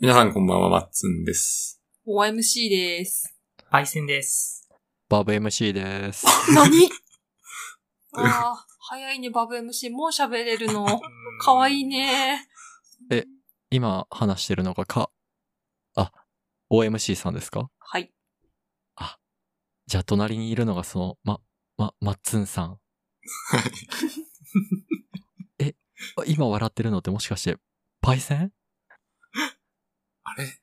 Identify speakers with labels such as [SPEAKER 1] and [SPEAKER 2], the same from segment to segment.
[SPEAKER 1] 皆さんこんばんは、マッツンです。
[SPEAKER 2] OMC です。
[SPEAKER 3] パイセンです。
[SPEAKER 4] バブ MC です。
[SPEAKER 2] 何 ああ、早いね、バブ MC。もう喋れるの。かわいい。ね。
[SPEAKER 4] 今話してるのがか、あ、OMC さんですか
[SPEAKER 2] はい。
[SPEAKER 4] じゃあ隣にいるのがその、ま、ま、まっつんさん。え、今笑ってるのってもしかして、パイセン
[SPEAKER 1] あれ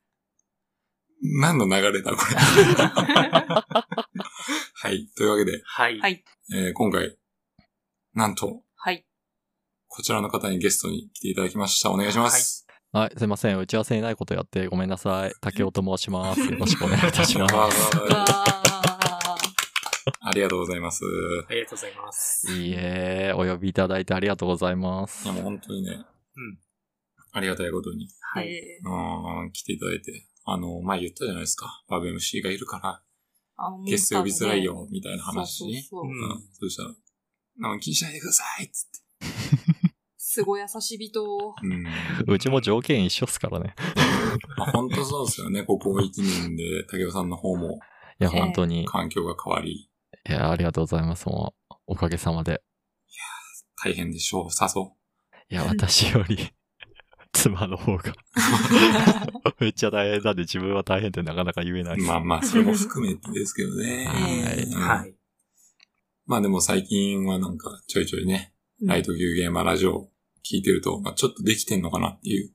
[SPEAKER 1] 何の流れだ、これ。はい。というわけで、
[SPEAKER 3] はい。
[SPEAKER 2] はい。
[SPEAKER 1] えー今回、なんと、
[SPEAKER 2] はい。
[SPEAKER 1] こちらの方にゲストに来ていただきました。お願いします。
[SPEAKER 4] はい、すいません。打ち合わせにないことやってごめんなさい。竹雄と申します。よろしくお願いいたしま
[SPEAKER 1] わーわ
[SPEAKER 2] う
[SPEAKER 1] ーわ
[SPEAKER 2] わ
[SPEAKER 1] ー
[SPEAKER 2] あ。
[SPEAKER 1] ありがとうございます。
[SPEAKER 3] ありがとうございます。
[SPEAKER 4] す。いいえ、お呼びいただいてありがとうございます
[SPEAKER 1] いや、。もう本当にね、
[SPEAKER 3] うん。
[SPEAKER 1] ありがたいことに、
[SPEAKER 3] はい。
[SPEAKER 2] えー
[SPEAKER 1] うーん、来ていただいて。あの、前言ったじゃないですか。バブ MC がいるから、
[SPEAKER 2] あの
[SPEAKER 1] ゲスト呼びづらい。よ、みたいな
[SPEAKER 2] モンスターがね
[SPEAKER 1] 話
[SPEAKER 2] そう
[SPEAKER 1] ね。
[SPEAKER 2] そうそうう。
[SPEAKER 1] うんん。そしたら、なんか気にしないでくださいっつっ
[SPEAKER 2] すごい優しい
[SPEAKER 1] て。
[SPEAKER 2] 人。
[SPEAKER 1] うん。
[SPEAKER 4] うちも条件一緒っすからね。
[SPEAKER 1] まあ、本当そうですよね。ここ1年で、竹雄さんの方も
[SPEAKER 4] いや、本当に。
[SPEAKER 1] 環境が変わり、
[SPEAKER 4] いや、ありがとうございます。もう、おかげさまで。
[SPEAKER 1] 大変でしょう。さそ
[SPEAKER 4] いや、私より、妻の 方が。めっちゃ大変なんで、自分は大変ってなかなか言えないで
[SPEAKER 1] う。
[SPEAKER 4] す。
[SPEAKER 1] まあまあ、それも含めてですけどね。
[SPEAKER 4] はい
[SPEAKER 1] うん
[SPEAKER 3] はい。
[SPEAKER 1] まあでも最近はなんか、ちょいちょいね、ライト級ゲーマーラジオ聞いてると、まあ、ちょっとできてんのかなっていう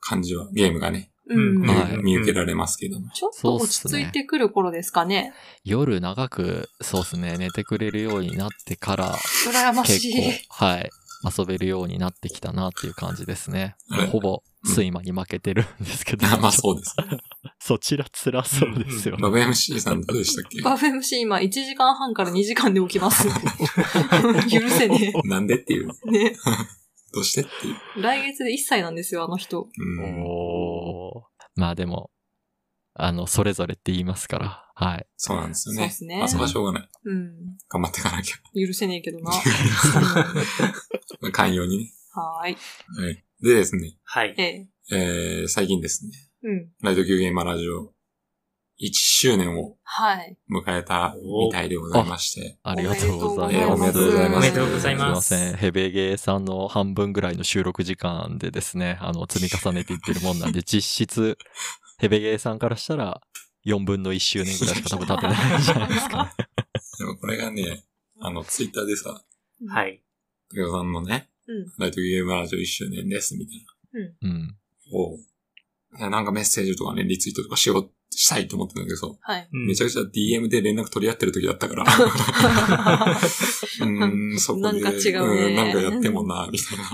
[SPEAKER 1] 感じは、ゲームがね、
[SPEAKER 2] うん。
[SPEAKER 3] うん
[SPEAKER 1] 見
[SPEAKER 4] はい
[SPEAKER 1] 見受けられますけども。
[SPEAKER 2] ちょっと落ち着いてくる頃ですかね。
[SPEAKER 4] 夜長く、そうですね、寝てくれるようになってから、
[SPEAKER 2] 羨ま
[SPEAKER 4] 結
[SPEAKER 2] しい。
[SPEAKER 4] 構、はい、遊べるようになってきたなっていう感じですね
[SPEAKER 1] はい。
[SPEAKER 4] ほぼ、睡魔に負けてるんですけど
[SPEAKER 1] 。まあそうです。
[SPEAKER 4] そちら辛そうですよね。
[SPEAKER 1] バブ MC さんどうでしたっけ
[SPEAKER 2] バブ MC 今1時間半から2時間で起きます。 許せね
[SPEAKER 1] なんでっていう。
[SPEAKER 2] え。ね。
[SPEAKER 1] どうしてっていう。
[SPEAKER 2] 来月で1歳なんですよ、あの人。
[SPEAKER 1] うん。
[SPEAKER 4] おーまあでも、あの、それぞれって言いますから、はい。
[SPEAKER 1] そうなんですよ
[SPEAKER 2] そう
[SPEAKER 1] ね
[SPEAKER 2] っ。すね
[SPEAKER 1] まあそこはしょうがない。
[SPEAKER 2] うん。
[SPEAKER 1] 頑張っていかなきゃ。
[SPEAKER 2] 許せねえけどな。
[SPEAKER 1] まあ寛容にね。
[SPEAKER 2] はーい。
[SPEAKER 1] はい。でですね、
[SPEAKER 3] はい。
[SPEAKER 2] ええ。
[SPEAKER 1] えー、最近ですね、
[SPEAKER 2] うん。
[SPEAKER 1] ライト級ゲーマーラジオ1周年を
[SPEAKER 2] はい。。
[SPEAKER 1] 迎えたみたいでございまして、
[SPEAKER 4] ありがとうござい
[SPEAKER 1] えー
[SPEAKER 4] ま
[SPEAKER 1] お
[SPEAKER 4] す。
[SPEAKER 1] めでとうございます。
[SPEAKER 3] おめでとうございます
[SPEAKER 4] すいません。ヘベゲーさんの半分ぐらいの収録時間でですね、あの、積み重ねていってるもんなんで、実質、ヘベゲーさんからしたら、4分の1周年ぐらいしか多分経ってないんじゃないですかね。
[SPEAKER 1] でもこれがね、あの、ツイッターでさ、
[SPEAKER 3] はいい。
[SPEAKER 1] 竹雄さんのね、
[SPEAKER 2] うん
[SPEAKER 1] ライト級ゲーマーラジオ1周年です、みたいな。
[SPEAKER 4] うん。
[SPEAKER 1] を、えなんかメッセージとかね、リツイートとかしよう、したいと思ってたんだけどさ、
[SPEAKER 2] はい。
[SPEAKER 3] うん
[SPEAKER 1] めちゃくちゃ DM で連絡取り合ってる時だった から、うーん、そこで、
[SPEAKER 2] なんか違うね
[SPEAKER 1] んなんかやってもな、みたいな。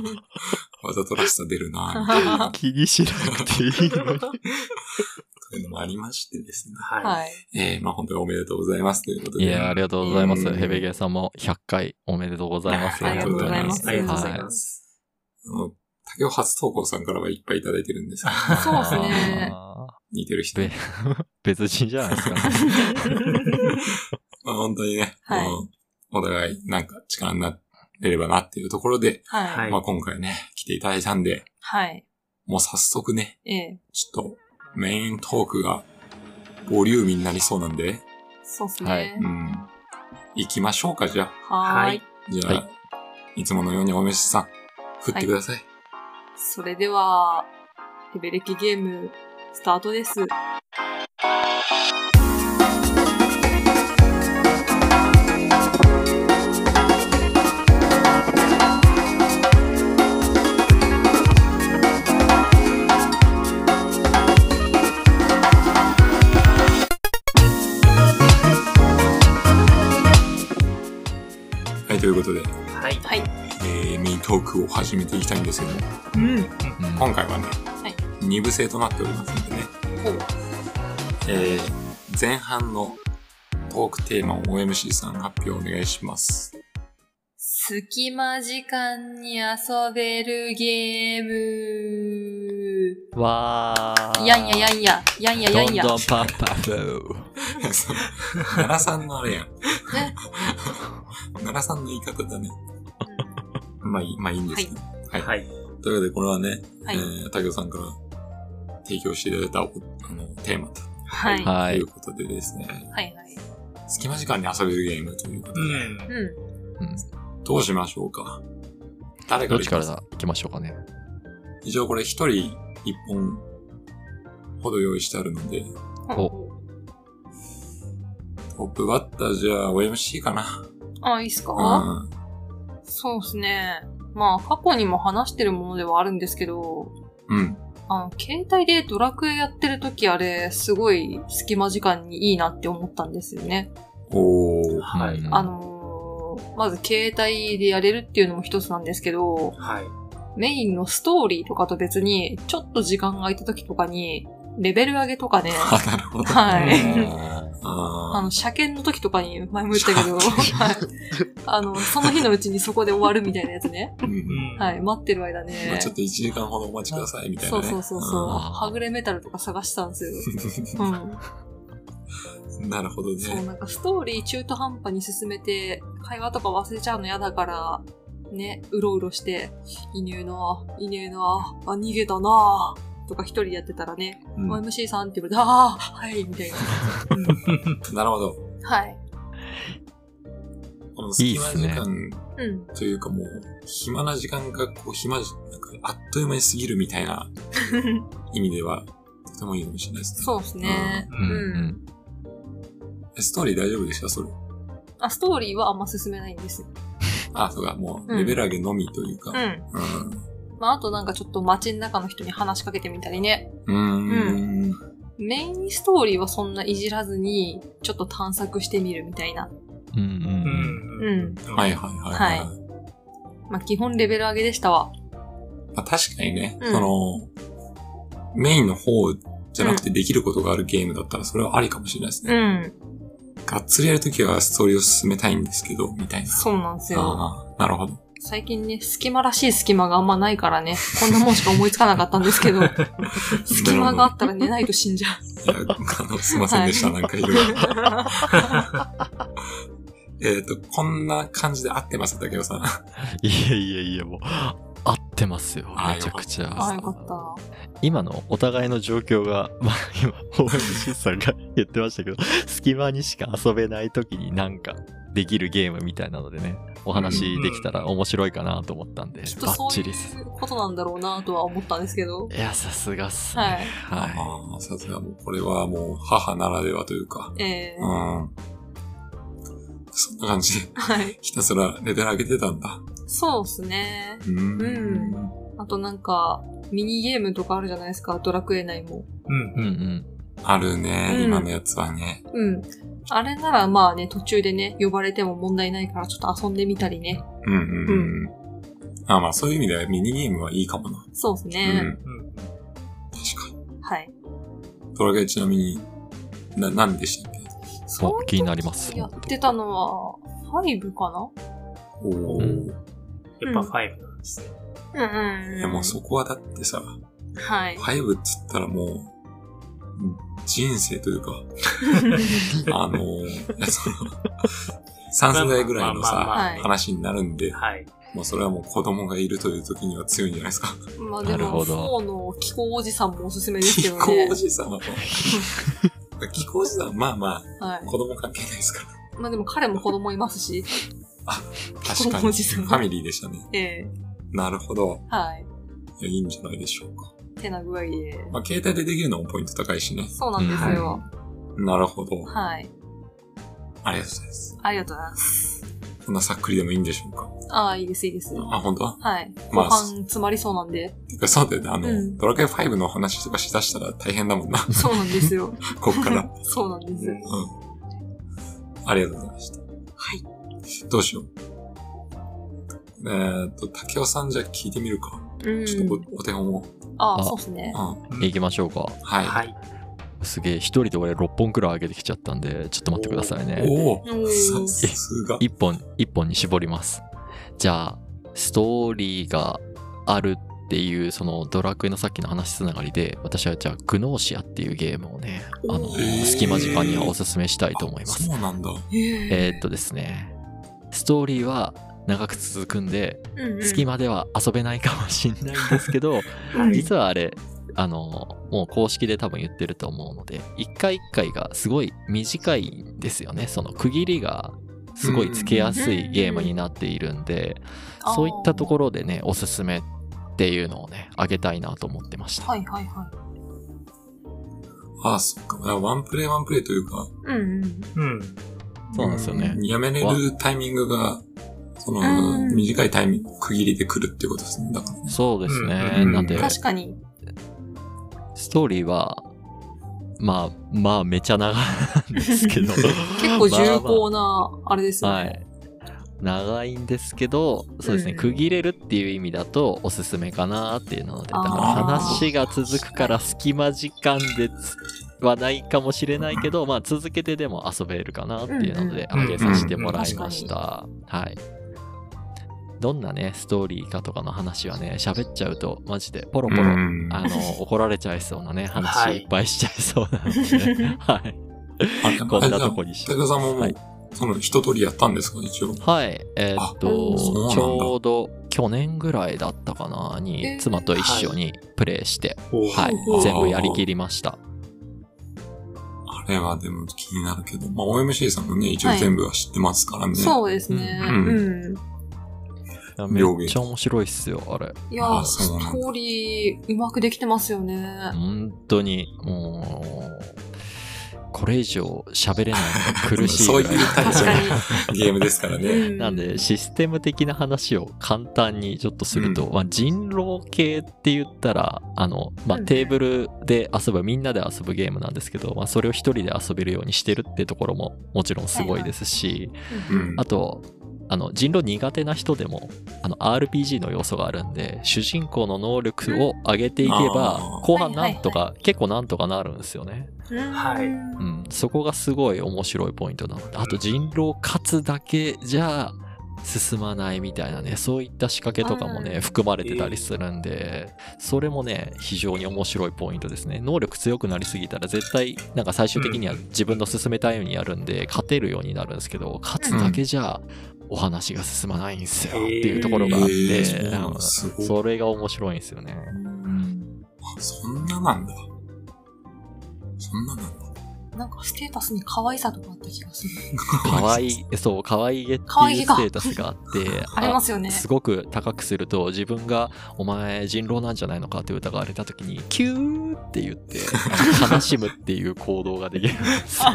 [SPEAKER 1] わざとらしさ出るな、みたいな、
[SPEAKER 4] 気にしなくていいのに。
[SPEAKER 1] というのもありましてですね。
[SPEAKER 3] は
[SPEAKER 2] はい。
[SPEAKER 1] えー、まあ本当におめでとうございますということ
[SPEAKER 4] い
[SPEAKER 1] で。
[SPEAKER 4] やーありがとうございま
[SPEAKER 1] う
[SPEAKER 4] す。
[SPEAKER 1] ん
[SPEAKER 4] ヘベゲーさんも100回おめでとうございます。
[SPEAKER 2] ありがとうございます
[SPEAKER 3] い。ありがとうございます。
[SPEAKER 1] あの、竹尾初投稿さんからはいっぱいいただいてるんですけど
[SPEAKER 2] そうですね。
[SPEAKER 4] あー
[SPEAKER 1] 似てる人。
[SPEAKER 4] べ別人じゃないですかね。
[SPEAKER 1] まあ本当にね、
[SPEAKER 2] はい
[SPEAKER 1] うんお互いなんか力になれればなっていうところで、
[SPEAKER 2] は。
[SPEAKER 3] はいい
[SPEAKER 1] まあ今回ね、来ていただいたんで、
[SPEAKER 2] はい。
[SPEAKER 1] もう早速ね、
[SPEAKER 2] ええ。
[SPEAKER 1] ちょっとメイントークがボリューミーになりそうなんで、
[SPEAKER 2] そうっす
[SPEAKER 4] は
[SPEAKER 2] ね
[SPEAKER 4] い。
[SPEAKER 1] うん。行きましょうか、じゃあ。
[SPEAKER 2] はー
[SPEAKER 3] はいい。
[SPEAKER 1] じゃあ、、
[SPEAKER 4] はい
[SPEAKER 1] つものようにおめしさん、振ってください。
[SPEAKER 2] それでは、ヘベレキゲーム、スタートです。
[SPEAKER 1] はい、ということで、
[SPEAKER 3] はい。
[SPEAKER 2] はい。
[SPEAKER 1] えー、メイントークを始めていきたいんですけども、
[SPEAKER 2] うん。
[SPEAKER 4] うん
[SPEAKER 1] 今回はね、
[SPEAKER 2] はい
[SPEAKER 1] 二部制となっておりますのでね、
[SPEAKER 2] ほう。
[SPEAKER 1] えー前半のトークテーマを OMC さん発表お願いします。
[SPEAKER 2] 隙間時間に遊べるゲーム。
[SPEAKER 4] わー。
[SPEAKER 2] やんややんや、やんややんや。
[SPEAKER 4] どんどんパッパフー。
[SPEAKER 1] 奈良さんのあれやん。奈良さんの言い方だね。まあいい、まあいいんですけど。はい。
[SPEAKER 3] はい。
[SPEAKER 1] というわけでこれはね、
[SPEAKER 2] は
[SPEAKER 1] え。
[SPEAKER 2] い
[SPEAKER 1] ー、竹雄さんから提供していただいたおあのテーマと。
[SPEAKER 2] はい。は
[SPEAKER 4] はいいう
[SPEAKER 1] ことでですね、
[SPEAKER 2] いはい。
[SPEAKER 1] 隙間時間に遊べるゲームということ
[SPEAKER 3] う
[SPEAKER 1] で、
[SPEAKER 3] ん。
[SPEAKER 2] うん。
[SPEAKER 4] うん
[SPEAKER 1] どうしましょうか誰か
[SPEAKER 4] ど
[SPEAKER 1] ら
[SPEAKER 4] っちから
[SPEAKER 1] 行きま
[SPEAKER 4] だ行きましょうかね。
[SPEAKER 1] す一応これ一人一本ほど用意してあるので、
[SPEAKER 4] お
[SPEAKER 1] トップバッターじゃあ OMC かな。
[SPEAKER 2] あ、いいっすか、
[SPEAKER 1] うん。
[SPEAKER 2] そうですね。まあ、過去にも話してるものではあるんですけど、
[SPEAKER 1] うん。
[SPEAKER 2] あの、携帯でドラクエやってる時あれ、すごい隙間時間にいいなって思ったんですよね。
[SPEAKER 1] おー。
[SPEAKER 3] はい。
[SPEAKER 4] うん
[SPEAKER 2] あのーまず携帯でやれるっていうのも一つなんですけど、
[SPEAKER 3] はい。
[SPEAKER 2] メインのストーリーとかと別に、ちょっと時間が空いた時とかに、レベル上げ とかね、
[SPEAKER 1] あ、なるほど。
[SPEAKER 2] はい
[SPEAKER 1] うん
[SPEAKER 2] あ
[SPEAKER 1] あ
[SPEAKER 2] の、車検の時とかに、前も言ったけ ど、はい。あの、その日のうちにそこで終わるみたいなやつね。
[SPEAKER 1] ーうん
[SPEAKER 3] うん。
[SPEAKER 2] はい、待ってる間ね。
[SPEAKER 1] まあちょっと1時間ほどお待ちくださいみたいな
[SPEAKER 2] そう
[SPEAKER 1] ね。
[SPEAKER 2] そうそうそう。
[SPEAKER 4] ん
[SPEAKER 2] はぐれメタルとか探したんで すよ。うん。
[SPEAKER 1] うん なるほど
[SPEAKER 2] そう、
[SPEAKER 1] ね。
[SPEAKER 2] なんかストーリー中途半端に進めて、会話とか忘れちゃうの嫌だから、ね、うろうろして、いねえなあ、いねえなあ、あ、逃げたなあ、とか一人でやってたらね、
[SPEAKER 1] うん
[SPEAKER 2] OMC さんって言われて、ああ、はい、みたいな。
[SPEAKER 1] なるほど。
[SPEAKER 2] はい。
[SPEAKER 1] この隙間時間
[SPEAKER 2] うん。
[SPEAKER 1] というかもう、暇な時間がこう暇じ、なんかあっという間に過ぎるみたいな意味では、とてもいいかもしれないですね。
[SPEAKER 2] そうですね。
[SPEAKER 4] うん
[SPEAKER 2] う
[SPEAKER 4] うんん。
[SPEAKER 1] えストーリー大丈夫でしたそれ。
[SPEAKER 2] あ、ストーリーはあんま進めないんです。
[SPEAKER 1] あ、そうか、もう、
[SPEAKER 2] うん
[SPEAKER 1] レベル上げのみというか。
[SPEAKER 2] うん。
[SPEAKER 1] うん。
[SPEAKER 2] まあ、あとなんかちょっと街の中の人に話しかけてみたりね。
[SPEAKER 1] うん。ん、
[SPEAKER 2] メインストーリーはそんないじらずに、ちょっと探索してみるみたいな。
[SPEAKER 4] うんう
[SPEAKER 3] うんん。
[SPEAKER 2] うん。
[SPEAKER 1] はいはいはい、はい
[SPEAKER 2] はまあ、基本レベル上げでしたわ。
[SPEAKER 1] まあ、確かにね、
[SPEAKER 2] うん
[SPEAKER 1] その、メインの方じゃなくてできることがあるゲームだったら、それはありかもしれないです
[SPEAKER 2] う
[SPEAKER 1] ね。
[SPEAKER 2] ん。
[SPEAKER 1] がっつりやるときはストーリーを進めたいんですけど、みたいな。
[SPEAKER 2] そうなんですよ。
[SPEAKER 1] ああ、なるほど。
[SPEAKER 2] 最近ね、隙間らしい隙間があんまないからね、こんなもんしか思いつかなかったんですけど、隙間があったら寝ないと死んじゃう。
[SPEAKER 1] いや、あの、すいませんでした。
[SPEAKER 2] は
[SPEAKER 1] なんかい ろいろ。えっと、こんな感じで合ってます、竹雄さん。
[SPEAKER 4] いやいやいや、もう、合ってますよ。
[SPEAKER 1] あ
[SPEAKER 4] めちゃくち
[SPEAKER 2] あ、
[SPEAKER 4] ゃ。
[SPEAKER 2] よかった。
[SPEAKER 4] 今のお互いの状況が、 まあ今、OMC さんが言ってましたけど、隙間にしか遊べない時になんかできるゲームみたいなのでね、お話できたら面白いかなと思ったんで、
[SPEAKER 2] きっと
[SPEAKER 4] バッ
[SPEAKER 2] そう
[SPEAKER 4] チリ
[SPEAKER 2] い
[SPEAKER 4] っす。
[SPEAKER 2] うことなんだろうなとは思ったんですけど。
[SPEAKER 4] いや、さすがっす
[SPEAKER 2] は
[SPEAKER 4] ね。
[SPEAKER 2] い。
[SPEAKER 4] は
[SPEAKER 1] ああ、さすがもう、これはもう、母ならではというか。
[SPEAKER 2] え
[SPEAKER 1] う
[SPEAKER 2] ー、
[SPEAKER 1] ん。そんな感じで、
[SPEAKER 2] はい。
[SPEAKER 1] ひたすらレベル上げてたんだ。
[SPEAKER 2] そうですね。
[SPEAKER 1] うーん。
[SPEAKER 2] うんあとなんか、ミニゲームとかあるじゃないですか、ドラクエ内も。
[SPEAKER 3] うん
[SPEAKER 4] い。うんうん。
[SPEAKER 1] あるね、
[SPEAKER 2] うん
[SPEAKER 1] 今のやつはね。
[SPEAKER 2] うん。あれならまあね、途中でね、呼ばれても問題ないからちょっと遊んでみたりね。
[SPEAKER 1] うんうんうん。あまあそういう意味ではミニゲームはいいかもな。
[SPEAKER 2] そうです
[SPEAKER 1] う
[SPEAKER 2] ね。
[SPEAKER 1] ん。
[SPEAKER 3] うん。
[SPEAKER 1] 確かに。
[SPEAKER 2] はい。
[SPEAKER 1] ドラゲちなみに、な、何でしたっけ
[SPEAKER 4] そう、気になります。
[SPEAKER 2] やってたのは、5かな
[SPEAKER 1] おお、
[SPEAKER 4] うん
[SPEAKER 3] やっぱファイブなんですね。
[SPEAKER 2] うんうん。
[SPEAKER 1] いやもうそこはだってさ、
[SPEAKER 2] はい。
[SPEAKER 1] 5っつったらもう、うん人生というか、あのー、 いやその3世代ぐらいの
[SPEAKER 3] まあまあ
[SPEAKER 1] さ、
[SPEAKER 3] まあ
[SPEAKER 2] はい
[SPEAKER 1] 話になるんで、
[SPEAKER 3] はい。
[SPEAKER 1] もうそれはもう子供がいるという時には強いんじゃないですか。
[SPEAKER 2] まあで
[SPEAKER 4] なる
[SPEAKER 2] も、
[SPEAKER 4] ほど
[SPEAKER 2] 4の気候おじさんもおすすめですけ
[SPEAKER 1] 気
[SPEAKER 2] ど
[SPEAKER 1] 候
[SPEAKER 2] ね
[SPEAKER 1] お。じさんはも う、気候おじさんはまあま
[SPEAKER 2] は
[SPEAKER 1] あ、子供関係ないですから。
[SPEAKER 2] い。まあでも彼も子供いますし、
[SPEAKER 1] 確か
[SPEAKER 2] お
[SPEAKER 1] に。
[SPEAKER 2] じさん
[SPEAKER 1] ファミリーでしたね。
[SPEAKER 2] ええ
[SPEAKER 1] なるほど。
[SPEAKER 2] はい。
[SPEAKER 1] いや、いいんじゃないでしょうか。
[SPEAKER 2] てな具合で。
[SPEAKER 1] まあ、携帯でできるのもポイント高いしね。
[SPEAKER 2] そうなんですよ。
[SPEAKER 1] なるほど。
[SPEAKER 2] はい。
[SPEAKER 1] ありがとうございます。
[SPEAKER 2] ありがとうございます。
[SPEAKER 1] こんなさっくりでもいいんでしょうか。
[SPEAKER 2] ああ、いいです、いいです。
[SPEAKER 1] あ、本当は
[SPEAKER 2] はい。
[SPEAKER 1] ま
[SPEAKER 2] ご
[SPEAKER 1] あ
[SPEAKER 2] 飯詰まりそうなんで。
[SPEAKER 1] てか、そうだよね。あの、
[SPEAKER 2] うん
[SPEAKER 1] ドラクエ5の話とかしだしたら大変だもんな。
[SPEAKER 2] そうなんですよ。
[SPEAKER 1] こっから。
[SPEAKER 2] そうなんです。
[SPEAKER 1] うん。ありがとうございました。
[SPEAKER 2] はい。
[SPEAKER 1] どうしよう。えーっと、竹雄さんじゃあ聞いてみるか。
[SPEAKER 2] う
[SPEAKER 1] ちょっと
[SPEAKER 2] ん。
[SPEAKER 1] おお手本を。
[SPEAKER 2] ああ、
[SPEAKER 4] あ
[SPEAKER 2] そうですね
[SPEAKER 1] うん。。はい。
[SPEAKER 4] 行きましょうか。
[SPEAKER 3] はい。
[SPEAKER 4] すげえ、一人で俺6本くらい上げてきちゃったんで、ちょっと待ってくださいね。
[SPEAKER 1] おお
[SPEAKER 2] うん
[SPEAKER 1] さすが。
[SPEAKER 4] 一本、一本に絞ります。じゃあ、ストーリーがあるっていう、そのドラクエのさっきの話つながりで、私はじゃあ、グノーシアっていうゲームをね、あの
[SPEAKER 2] お、
[SPEAKER 1] ー
[SPEAKER 4] 隙間時間にはおすすめしたいと思いま
[SPEAKER 1] あ
[SPEAKER 4] す。
[SPEAKER 1] そうなんだ。
[SPEAKER 2] え
[SPEAKER 4] えーっとですね、ストーリーは長く続くんで、
[SPEAKER 2] え
[SPEAKER 4] 隙間では遊べないかもしんないんですけど、
[SPEAKER 2] うん
[SPEAKER 4] 実はあれ、あの、もう公式で多分言ってると思うので、一回一回がすごい短いんですよね。その区切りがすごいつけやすいゲームになっているんで、そういったところでね、おすすめっていうのをね、あげたいなと思ってました。
[SPEAKER 2] はいはいはい。
[SPEAKER 1] ああ、そっか。ワンプレイワンプレイというか、
[SPEAKER 2] うんうん。
[SPEAKER 3] うん。
[SPEAKER 4] そうなんですよね。
[SPEAKER 1] やめれるタイミングが、その
[SPEAKER 2] う、ん
[SPEAKER 1] 短いタイミング、区切りで来るっていうことですね。だからね。
[SPEAKER 4] そうですね。
[SPEAKER 1] うん
[SPEAKER 4] なんで、
[SPEAKER 2] 確かに。
[SPEAKER 4] ストーリーは、まあ、まあ、めちゃ長いんですけ ど。
[SPEAKER 2] 結構重厚な、あれですよね。
[SPEAKER 4] はい。長いんですけど、そうですね、
[SPEAKER 2] うん
[SPEAKER 4] 区切れるっていう意味だとおすすめかなっていうので、だから
[SPEAKER 2] あー
[SPEAKER 4] 話が続くから隙間時間でつはないかもしれないけど、まあ続けてでも遊べるかなっていうので、
[SPEAKER 3] うんうん
[SPEAKER 4] あげさせてもらいました。はい。どんなね、ストーリーかとかの話はね、喋っちゃうと、マジでポロポロ、
[SPEAKER 1] うん
[SPEAKER 4] あの、怒られちゃいそうなね、
[SPEAKER 3] は
[SPEAKER 4] 話
[SPEAKER 3] い
[SPEAKER 4] いっぱいしちゃいそうなので、ね、はい。
[SPEAKER 1] あれ
[SPEAKER 4] こん
[SPEAKER 1] あれ
[SPEAKER 4] な
[SPEAKER 1] じゃあ
[SPEAKER 4] とこにし
[SPEAKER 1] 武田さんももう、
[SPEAKER 4] はい
[SPEAKER 1] その一通りやったんですか、一応。
[SPEAKER 4] はい、えーっ
[SPEAKER 1] あそうなんだ
[SPEAKER 4] と、ちょうど去年ぐらいだったかな
[SPEAKER 2] え
[SPEAKER 4] に、
[SPEAKER 2] ー
[SPEAKER 4] 妻と一緒にプレイして、
[SPEAKER 3] おー
[SPEAKER 4] はい
[SPEAKER 2] お、ー
[SPEAKER 4] 全部やりきりました。
[SPEAKER 1] あれはでも気になるけど、まあ OMC さんもね、一応
[SPEAKER 2] はい
[SPEAKER 1] 全部は知ってますからね。
[SPEAKER 2] そうですね。
[SPEAKER 1] う
[SPEAKER 2] うんん。
[SPEAKER 4] めっちゃ面白いっすよ、あれ。
[SPEAKER 2] いや
[SPEAKER 1] あ、
[SPEAKER 2] ス
[SPEAKER 1] そうなんだ
[SPEAKER 2] トーリー、うまくできてますよね。
[SPEAKER 4] 本当に、もう、これ以上喋れないのが苦しい
[SPEAKER 1] そう
[SPEAKER 4] ぐ
[SPEAKER 1] いう
[SPEAKER 4] らい。
[SPEAKER 1] タイ
[SPEAKER 2] 確かに。
[SPEAKER 1] プのゲームですから ね。
[SPEAKER 2] う
[SPEAKER 4] なんで、システム的な話を簡単にちょっとすると、まあ、人狼系って言ったら、あの、まあ、
[SPEAKER 2] うん
[SPEAKER 4] テーブルで遊ぶ、みんなで遊ぶゲームなんですけど、まあ、それを一人で遊べるようにしてるってところももちろんすごいですし、
[SPEAKER 1] うん。
[SPEAKER 4] あと、あの人狼苦手な人でもあの RPG の要素があるんで主人公の能力を上げていけ
[SPEAKER 1] うん
[SPEAKER 4] ば
[SPEAKER 1] あー
[SPEAKER 4] 後半なんとか結構なんとかなるんですよね。
[SPEAKER 2] うん
[SPEAKER 3] はい
[SPEAKER 4] うん、そこがすごい面白いポイントなのであと人狼勝つだけじゃ進まないみたいなねそういった仕掛けとかも
[SPEAKER 2] う
[SPEAKER 4] ね
[SPEAKER 2] ん
[SPEAKER 4] 含まれてたりするんでそれもね非常に面白いポイントですね能力強くなりすぎたら絶対なんか最終的には
[SPEAKER 3] うん
[SPEAKER 4] 自分の進めたいようにやるんで勝てるようになるんですけど勝つだけじゃお話が進まないんですよっていうところがあって、
[SPEAKER 1] えーそうなんだ
[SPEAKER 4] うん
[SPEAKER 1] すごい
[SPEAKER 4] それが面白いんですよね
[SPEAKER 2] うん
[SPEAKER 1] そんななんだ。そんななんだ。
[SPEAKER 2] なんかステータスに可愛さとかあった気がする。
[SPEAKER 4] 可愛いそう可愛げって
[SPEAKER 2] 可愛
[SPEAKER 4] い
[SPEAKER 2] げ
[SPEAKER 4] う
[SPEAKER 2] か
[SPEAKER 4] ステータスがあって
[SPEAKER 2] ありますよね。
[SPEAKER 4] すごく高くすると自分が「お前人狼なんじゃないのか」って疑われた時に「キュー」って 言ってあの悲しむっていう行動ができるんですよ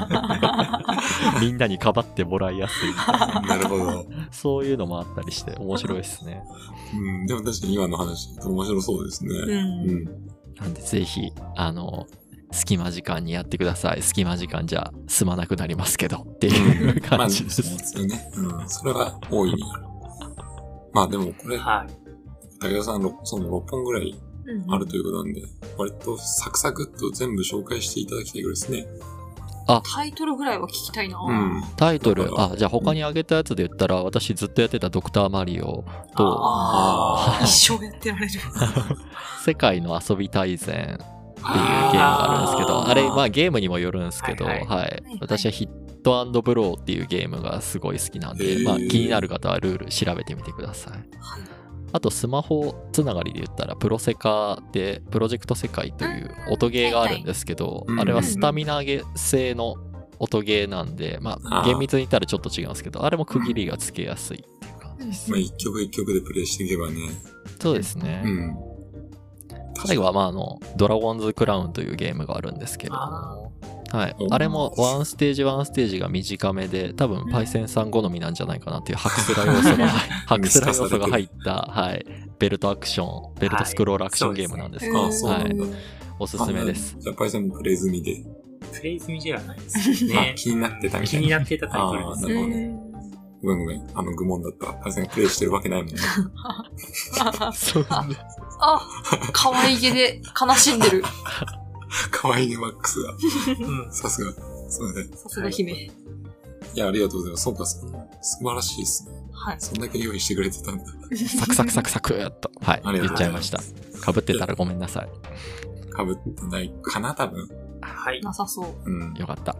[SPEAKER 4] みんなにかばってもらいやすいみたいな
[SPEAKER 1] な るほど。
[SPEAKER 4] そういうのもあったりして面白いですね
[SPEAKER 1] うん。でも確かに今の話だと面白そうですね。う
[SPEAKER 2] う。
[SPEAKER 1] んん。
[SPEAKER 4] なんでぜひあの隙間時間にやってください隙間時間じゃ済まなくなりますけどっていう
[SPEAKER 1] ま
[SPEAKER 4] 感
[SPEAKER 1] あ、
[SPEAKER 4] じ
[SPEAKER 1] そう
[SPEAKER 4] で、
[SPEAKER 1] ですすよね。うん。それは大いにある。まあでもこれ、
[SPEAKER 3] は
[SPEAKER 1] 武田さん、ろその6本ぐらい
[SPEAKER 2] うん
[SPEAKER 1] あるということなんで、割とサクサクっと全部紹介していただきたいぐらいですね。
[SPEAKER 2] タイトルぐらいは聞きたいな。
[SPEAKER 1] うん。
[SPEAKER 4] タイトル
[SPEAKER 1] だから
[SPEAKER 4] あじゃあ他に挙げたやつで言ったら私ずっとやってた「ドクターマリオ」と「
[SPEAKER 2] あ
[SPEAKER 1] あ
[SPEAKER 2] あ、一生やってられる。
[SPEAKER 4] 世界の遊び大全っていうゲームがあるんですけど、
[SPEAKER 1] あ
[SPEAKER 4] あ
[SPEAKER 1] ー
[SPEAKER 4] れ、まあゲームにもよるんですけど、は
[SPEAKER 3] はいいはい
[SPEAKER 2] はい
[SPEAKER 4] 私はヒットブローっていうゲームがすごい好きなん
[SPEAKER 1] へ
[SPEAKER 4] で、
[SPEAKER 1] ー
[SPEAKER 4] まあ気になる方はルール調べてみてください。あとスマホつながりで言ったら、プロセカでプロジェクト世界という音ゲーがあるんですけど
[SPEAKER 1] う、ん
[SPEAKER 4] あれはスタミナゲ製の音ゲーなんで、ま
[SPEAKER 1] あ
[SPEAKER 4] あ
[SPEAKER 1] ー
[SPEAKER 4] 厳密に言ったらちょっと違うんですけど、あれも区切りがつけやすいっていう感じです。
[SPEAKER 1] まあ一曲一曲でプレイしていけばね。
[SPEAKER 4] そうですね。
[SPEAKER 1] うん。
[SPEAKER 4] 最後は、まあ、あの、ドラゴンズクラウンというゲームがあるんですけれども、はい。あれも、ワンステージワンステージが短めで、多分、パイセンさん好みなんじゃないかなっていう、ハ クスラ要素が、はいハクスラ要素が入った、はい。ベルトアクション、ベルトスクロールアクションゲームなんですけど、
[SPEAKER 1] あそう
[SPEAKER 4] は
[SPEAKER 1] ないん。だ。
[SPEAKER 4] おすすめで す。
[SPEAKER 1] あ。じゃあ、パイセンもプレイ済みで。
[SPEAKER 3] い。プレイ済みではないです
[SPEAKER 1] まあ
[SPEAKER 3] ね。
[SPEAKER 1] 気になってたみたいな
[SPEAKER 3] 気になってたタイトルです
[SPEAKER 1] あーなる
[SPEAKER 3] ね。
[SPEAKER 1] ほどごめんごめん。あの、愚問だった。パイセンプレイしてるわけないもん ね。
[SPEAKER 4] そう
[SPEAKER 2] あ、可愛げで悲しんでる。
[SPEAKER 1] 可愛いね、マックスが。
[SPEAKER 3] うん。
[SPEAKER 1] さすが。そうね。
[SPEAKER 2] さすが姫。
[SPEAKER 1] いや、ありがとうございます。そうか、そんな素晴らしいですね。
[SPEAKER 2] はい。
[SPEAKER 1] そんだけ用意してくれてたんだ。
[SPEAKER 4] サクサクサクサクっと、はい。
[SPEAKER 1] ありがとう
[SPEAKER 4] 言っ
[SPEAKER 1] ご
[SPEAKER 4] ち
[SPEAKER 1] ざ
[SPEAKER 4] ゃ
[SPEAKER 1] い
[SPEAKER 4] い
[SPEAKER 1] ま
[SPEAKER 4] ますした。かぶってたらごめんなさい。
[SPEAKER 1] かぶってないかな、多分。
[SPEAKER 3] はい。
[SPEAKER 2] なさそう。
[SPEAKER 1] うん。い
[SPEAKER 4] よかった。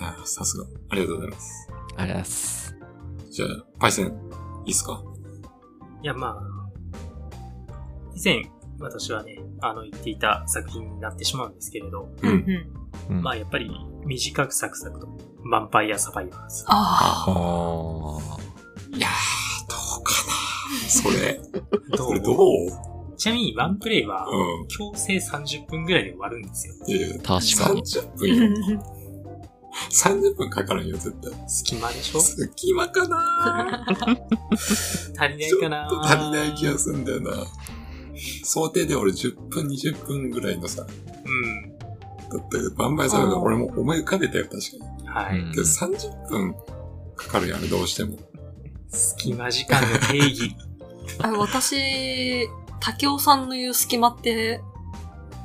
[SPEAKER 1] や、さすが。ありがとうございます。
[SPEAKER 4] ありがとうございます。
[SPEAKER 1] じゃあ、パイセン、いいっすか
[SPEAKER 3] いや、まあ、以前私はね、あの言っていた作品になってしまうんですけれど、
[SPEAKER 1] う。
[SPEAKER 2] うんん。
[SPEAKER 4] うん
[SPEAKER 3] まあやっぱり短くサクサクと、ヴァンパイアサバイバーズ。
[SPEAKER 2] あ
[SPEAKER 4] あ
[SPEAKER 1] あ
[SPEAKER 4] ー
[SPEAKER 1] ーいやー、どうかなそ れ。
[SPEAKER 3] ど
[SPEAKER 1] これ
[SPEAKER 3] う
[SPEAKER 1] どう
[SPEAKER 3] ちなみにワンプレイは、
[SPEAKER 1] うん。
[SPEAKER 3] 強制30分ぐらいで終わるんですよ。
[SPEAKER 1] いやいや
[SPEAKER 4] 確かに。
[SPEAKER 1] 30
[SPEAKER 2] あ。
[SPEAKER 1] 分よ。30分かからんよ、絶対。
[SPEAKER 3] 隙間 でしょ足
[SPEAKER 1] 隙間か な
[SPEAKER 3] りないかな
[SPEAKER 1] ちょっと足りない気がするんだよな。想定で俺10分、20分ぐらいのさ、だ
[SPEAKER 3] うん。
[SPEAKER 1] ったけど、バンバイサルが俺も思い浮かべたよ、確かに。
[SPEAKER 3] は
[SPEAKER 4] うん
[SPEAKER 3] い。
[SPEAKER 1] けど30分かかるやん、あれどうしても。
[SPEAKER 3] 隙間時間の定義。
[SPEAKER 2] あ私、竹雄さんの言う隙間って、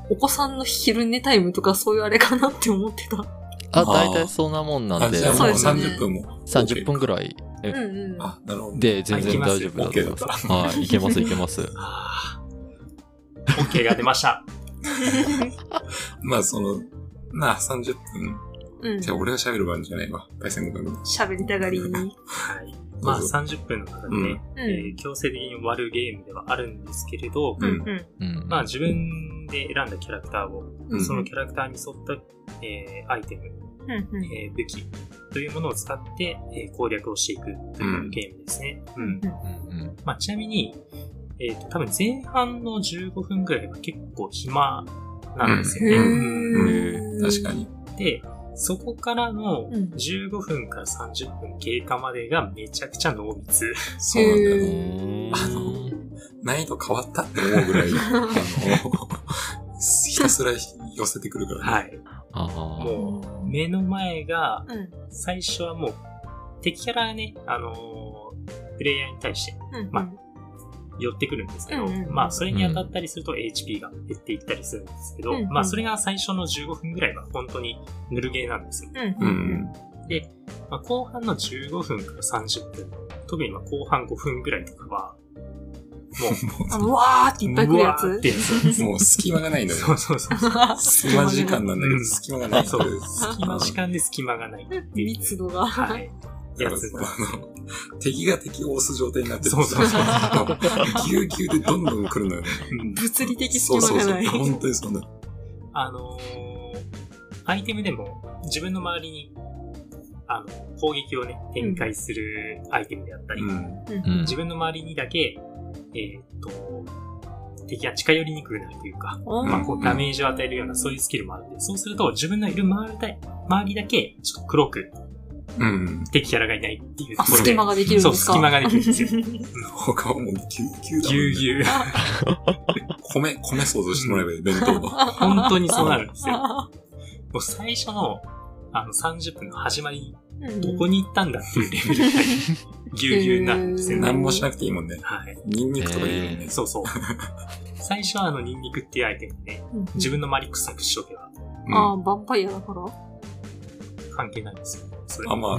[SPEAKER 2] お子さんの昼寝タイムとかそういうあれかなって思ってた。
[SPEAKER 4] あ、大体そんなもんなん
[SPEAKER 1] あ
[SPEAKER 4] で、
[SPEAKER 1] じゃあも
[SPEAKER 2] そううですね
[SPEAKER 1] 30分も。
[SPEAKER 4] 30分ぐらいえ
[SPEAKER 2] うんうん。
[SPEAKER 1] あ、なるほど。
[SPEAKER 4] で全然大丈夫だと思います。はい、いけますいけます。
[SPEAKER 3] あー OK が出 ました。
[SPEAKER 1] まあ、その、なあ、30分。
[SPEAKER 2] うん。
[SPEAKER 1] じゃあ俺が喋る番じゃないわ。大戦国の。
[SPEAKER 2] 喋りたがりに。
[SPEAKER 3] はい。まあ30分の中でね、
[SPEAKER 2] う
[SPEAKER 3] え
[SPEAKER 2] ん。
[SPEAKER 3] ー強制的に終わるゲームではあるんですけれど、
[SPEAKER 1] う
[SPEAKER 2] うんんうん。
[SPEAKER 4] うん
[SPEAKER 3] まあ自分で選んだキャラクターを、
[SPEAKER 1] うん
[SPEAKER 3] そのキャラクターに沿った、えーアイテム、
[SPEAKER 2] うんうん。
[SPEAKER 3] えー武器というものを使って、えー攻略をしていくというゲームですね。うん
[SPEAKER 4] うんうん
[SPEAKER 3] まあ、ちなみに、えっ、と、多分前半の15分ぐらいは結構暇なんですよね。
[SPEAKER 1] うん
[SPEAKER 4] へ
[SPEAKER 2] へ
[SPEAKER 1] 確か
[SPEAKER 2] に。
[SPEAKER 1] に。
[SPEAKER 3] で、そこからの
[SPEAKER 2] うん
[SPEAKER 3] 15分から30分経過までがめちゃくちゃ濃密。
[SPEAKER 1] そうなんだよ
[SPEAKER 2] へ
[SPEAKER 1] ね。
[SPEAKER 2] ー
[SPEAKER 1] あの難易度変わったって思うぐらい、あの、 ひたすら寄せてくるからね。
[SPEAKER 3] はい。
[SPEAKER 4] あー
[SPEAKER 3] もう、目の前が、
[SPEAKER 2] うん。
[SPEAKER 3] 最初はもう、敵キャラがね、あのープレイヤーに対して
[SPEAKER 2] うん。
[SPEAKER 3] ま寄ってくるんですけど、
[SPEAKER 2] うんうんうん
[SPEAKER 3] まあ、それに当たったりすると HP が減っていったりするんですけど、
[SPEAKER 2] うんうん
[SPEAKER 3] まあ、それが最初の15分ぐらいは本当にぬるゲーなんですよ。
[SPEAKER 2] うん。
[SPEAKER 1] う
[SPEAKER 2] うんん。。
[SPEAKER 3] まあ、後半の15分から30分、特にまあ後半5分ぐらいとかは、も
[SPEAKER 2] あの、わーっていっぱい
[SPEAKER 3] う、
[SPEAKER 2] 来
[SPEAKER 3] う
[SPEAKER 2] るや
[SPEAKER 3] わーっ
[SPEAKER 2] つ
[SPEAKER 3] て。やつ。
[SPEAKER 1] もう隙間がないのよ
[SPEAKER 3] そ。うそうそう。
[SPEAKER 1] 隙間時間なんだけ
[SPEAKER 3] う
[SPEAKER 1] ど、
[SPEAKER 3] ん
[SPEAKER 1] 隙間がない。
[SPEAKER 3] そう隙
[SPEAKER 1] 隙
[SPEAKER 3] 間時。間で隙間がないっていう。
[SPEAKER 2] 密度が。
[SPEAKER 3] はい。
[SPEAKER 1] だ
[SPEAKER 3] や
[SPEAKER 1] から
[SPEAKER 3] つ
[SPEAKER 1] そのあの敵が敵を押す状態になってる
[SPEAKER 3] そうそうそう
[SPEAKER 1] あのぎゅうぎゅうでどんどん来るのよね。
[SPEAKER 3] うん
[SPEAKER 2] 物理的隙
[SPEAKER 1] そうそう
[SPEAKER 2] 間が
[SPEAKER 1] そ
[SPEAKER 2] な
[SPEAKER 1] う。
[SPEAKER 2] い。
[SPEAKER 1] 本当にそうなの。
[SPEAKER 3] あのーアイテムでも自分の周りに、あの、攻撃をね、展開するアイテムであったり、
[SPEAKER 1] うん。
[SPEAKER 4] うん
[SPEAKER 3] 自分の周りにだけ、えーっと、敵が近寄りにくくなるというか、
[SPEAKER 2] お
[SPEAKER 3] まあ、こ
[SPEAKER 1] う
[SPEAKER 3] うんダメージを与えるようなそういうスキルもあるんで、そうすると自分のいる周りだ周りだけ、ちょっと黒く
[SPEAKER 1] うん。
[SPEAKER 3] 敵キャラがいないっていうと
[SPEAKER 2] あ、
[SPEAKER 3] ころで。
[SPEAKER 2] 隙間ができるんですか
[SPEAKER 3] そう隙 間ができるんですよ
[SPEAKER 1] 他はもうぎゅうぎゅうだもんね。
[SPEAKER 3] ぎゅうぎ ゅう。
[SPEAKER 1] 米、米想像してもらえばいい、弁当の。
[SPEAKER 3] 本当にそうなるんですよ。もう最初の、あの、30分の始まり、どこ
[SPEAKER 2] に
[SPEAKER 3] に行ったんだっていうレベ ルぐらい、ぎゅうぎゅうになるんですよ
[SPEAKER 2] うん
[SPEAKER 3] ね。
[SPEAKER 1] 何もしなくていいもんね。
[SPEAKER 3] はい。
[SPEAKER 1] ニンニクとかいいもんね。
[SPEAKER 3] そうそう。最初はあの、ニンニクっていうアイテムでね、自分の周り臭くしとけば
[SPEAKER 1] うん
[SPEAKER 2] ああ、ヴァンパイアだから。
[SPEAKER 3] 関係ないんですよ。それ
[SPEAKER 1] あ、まあ、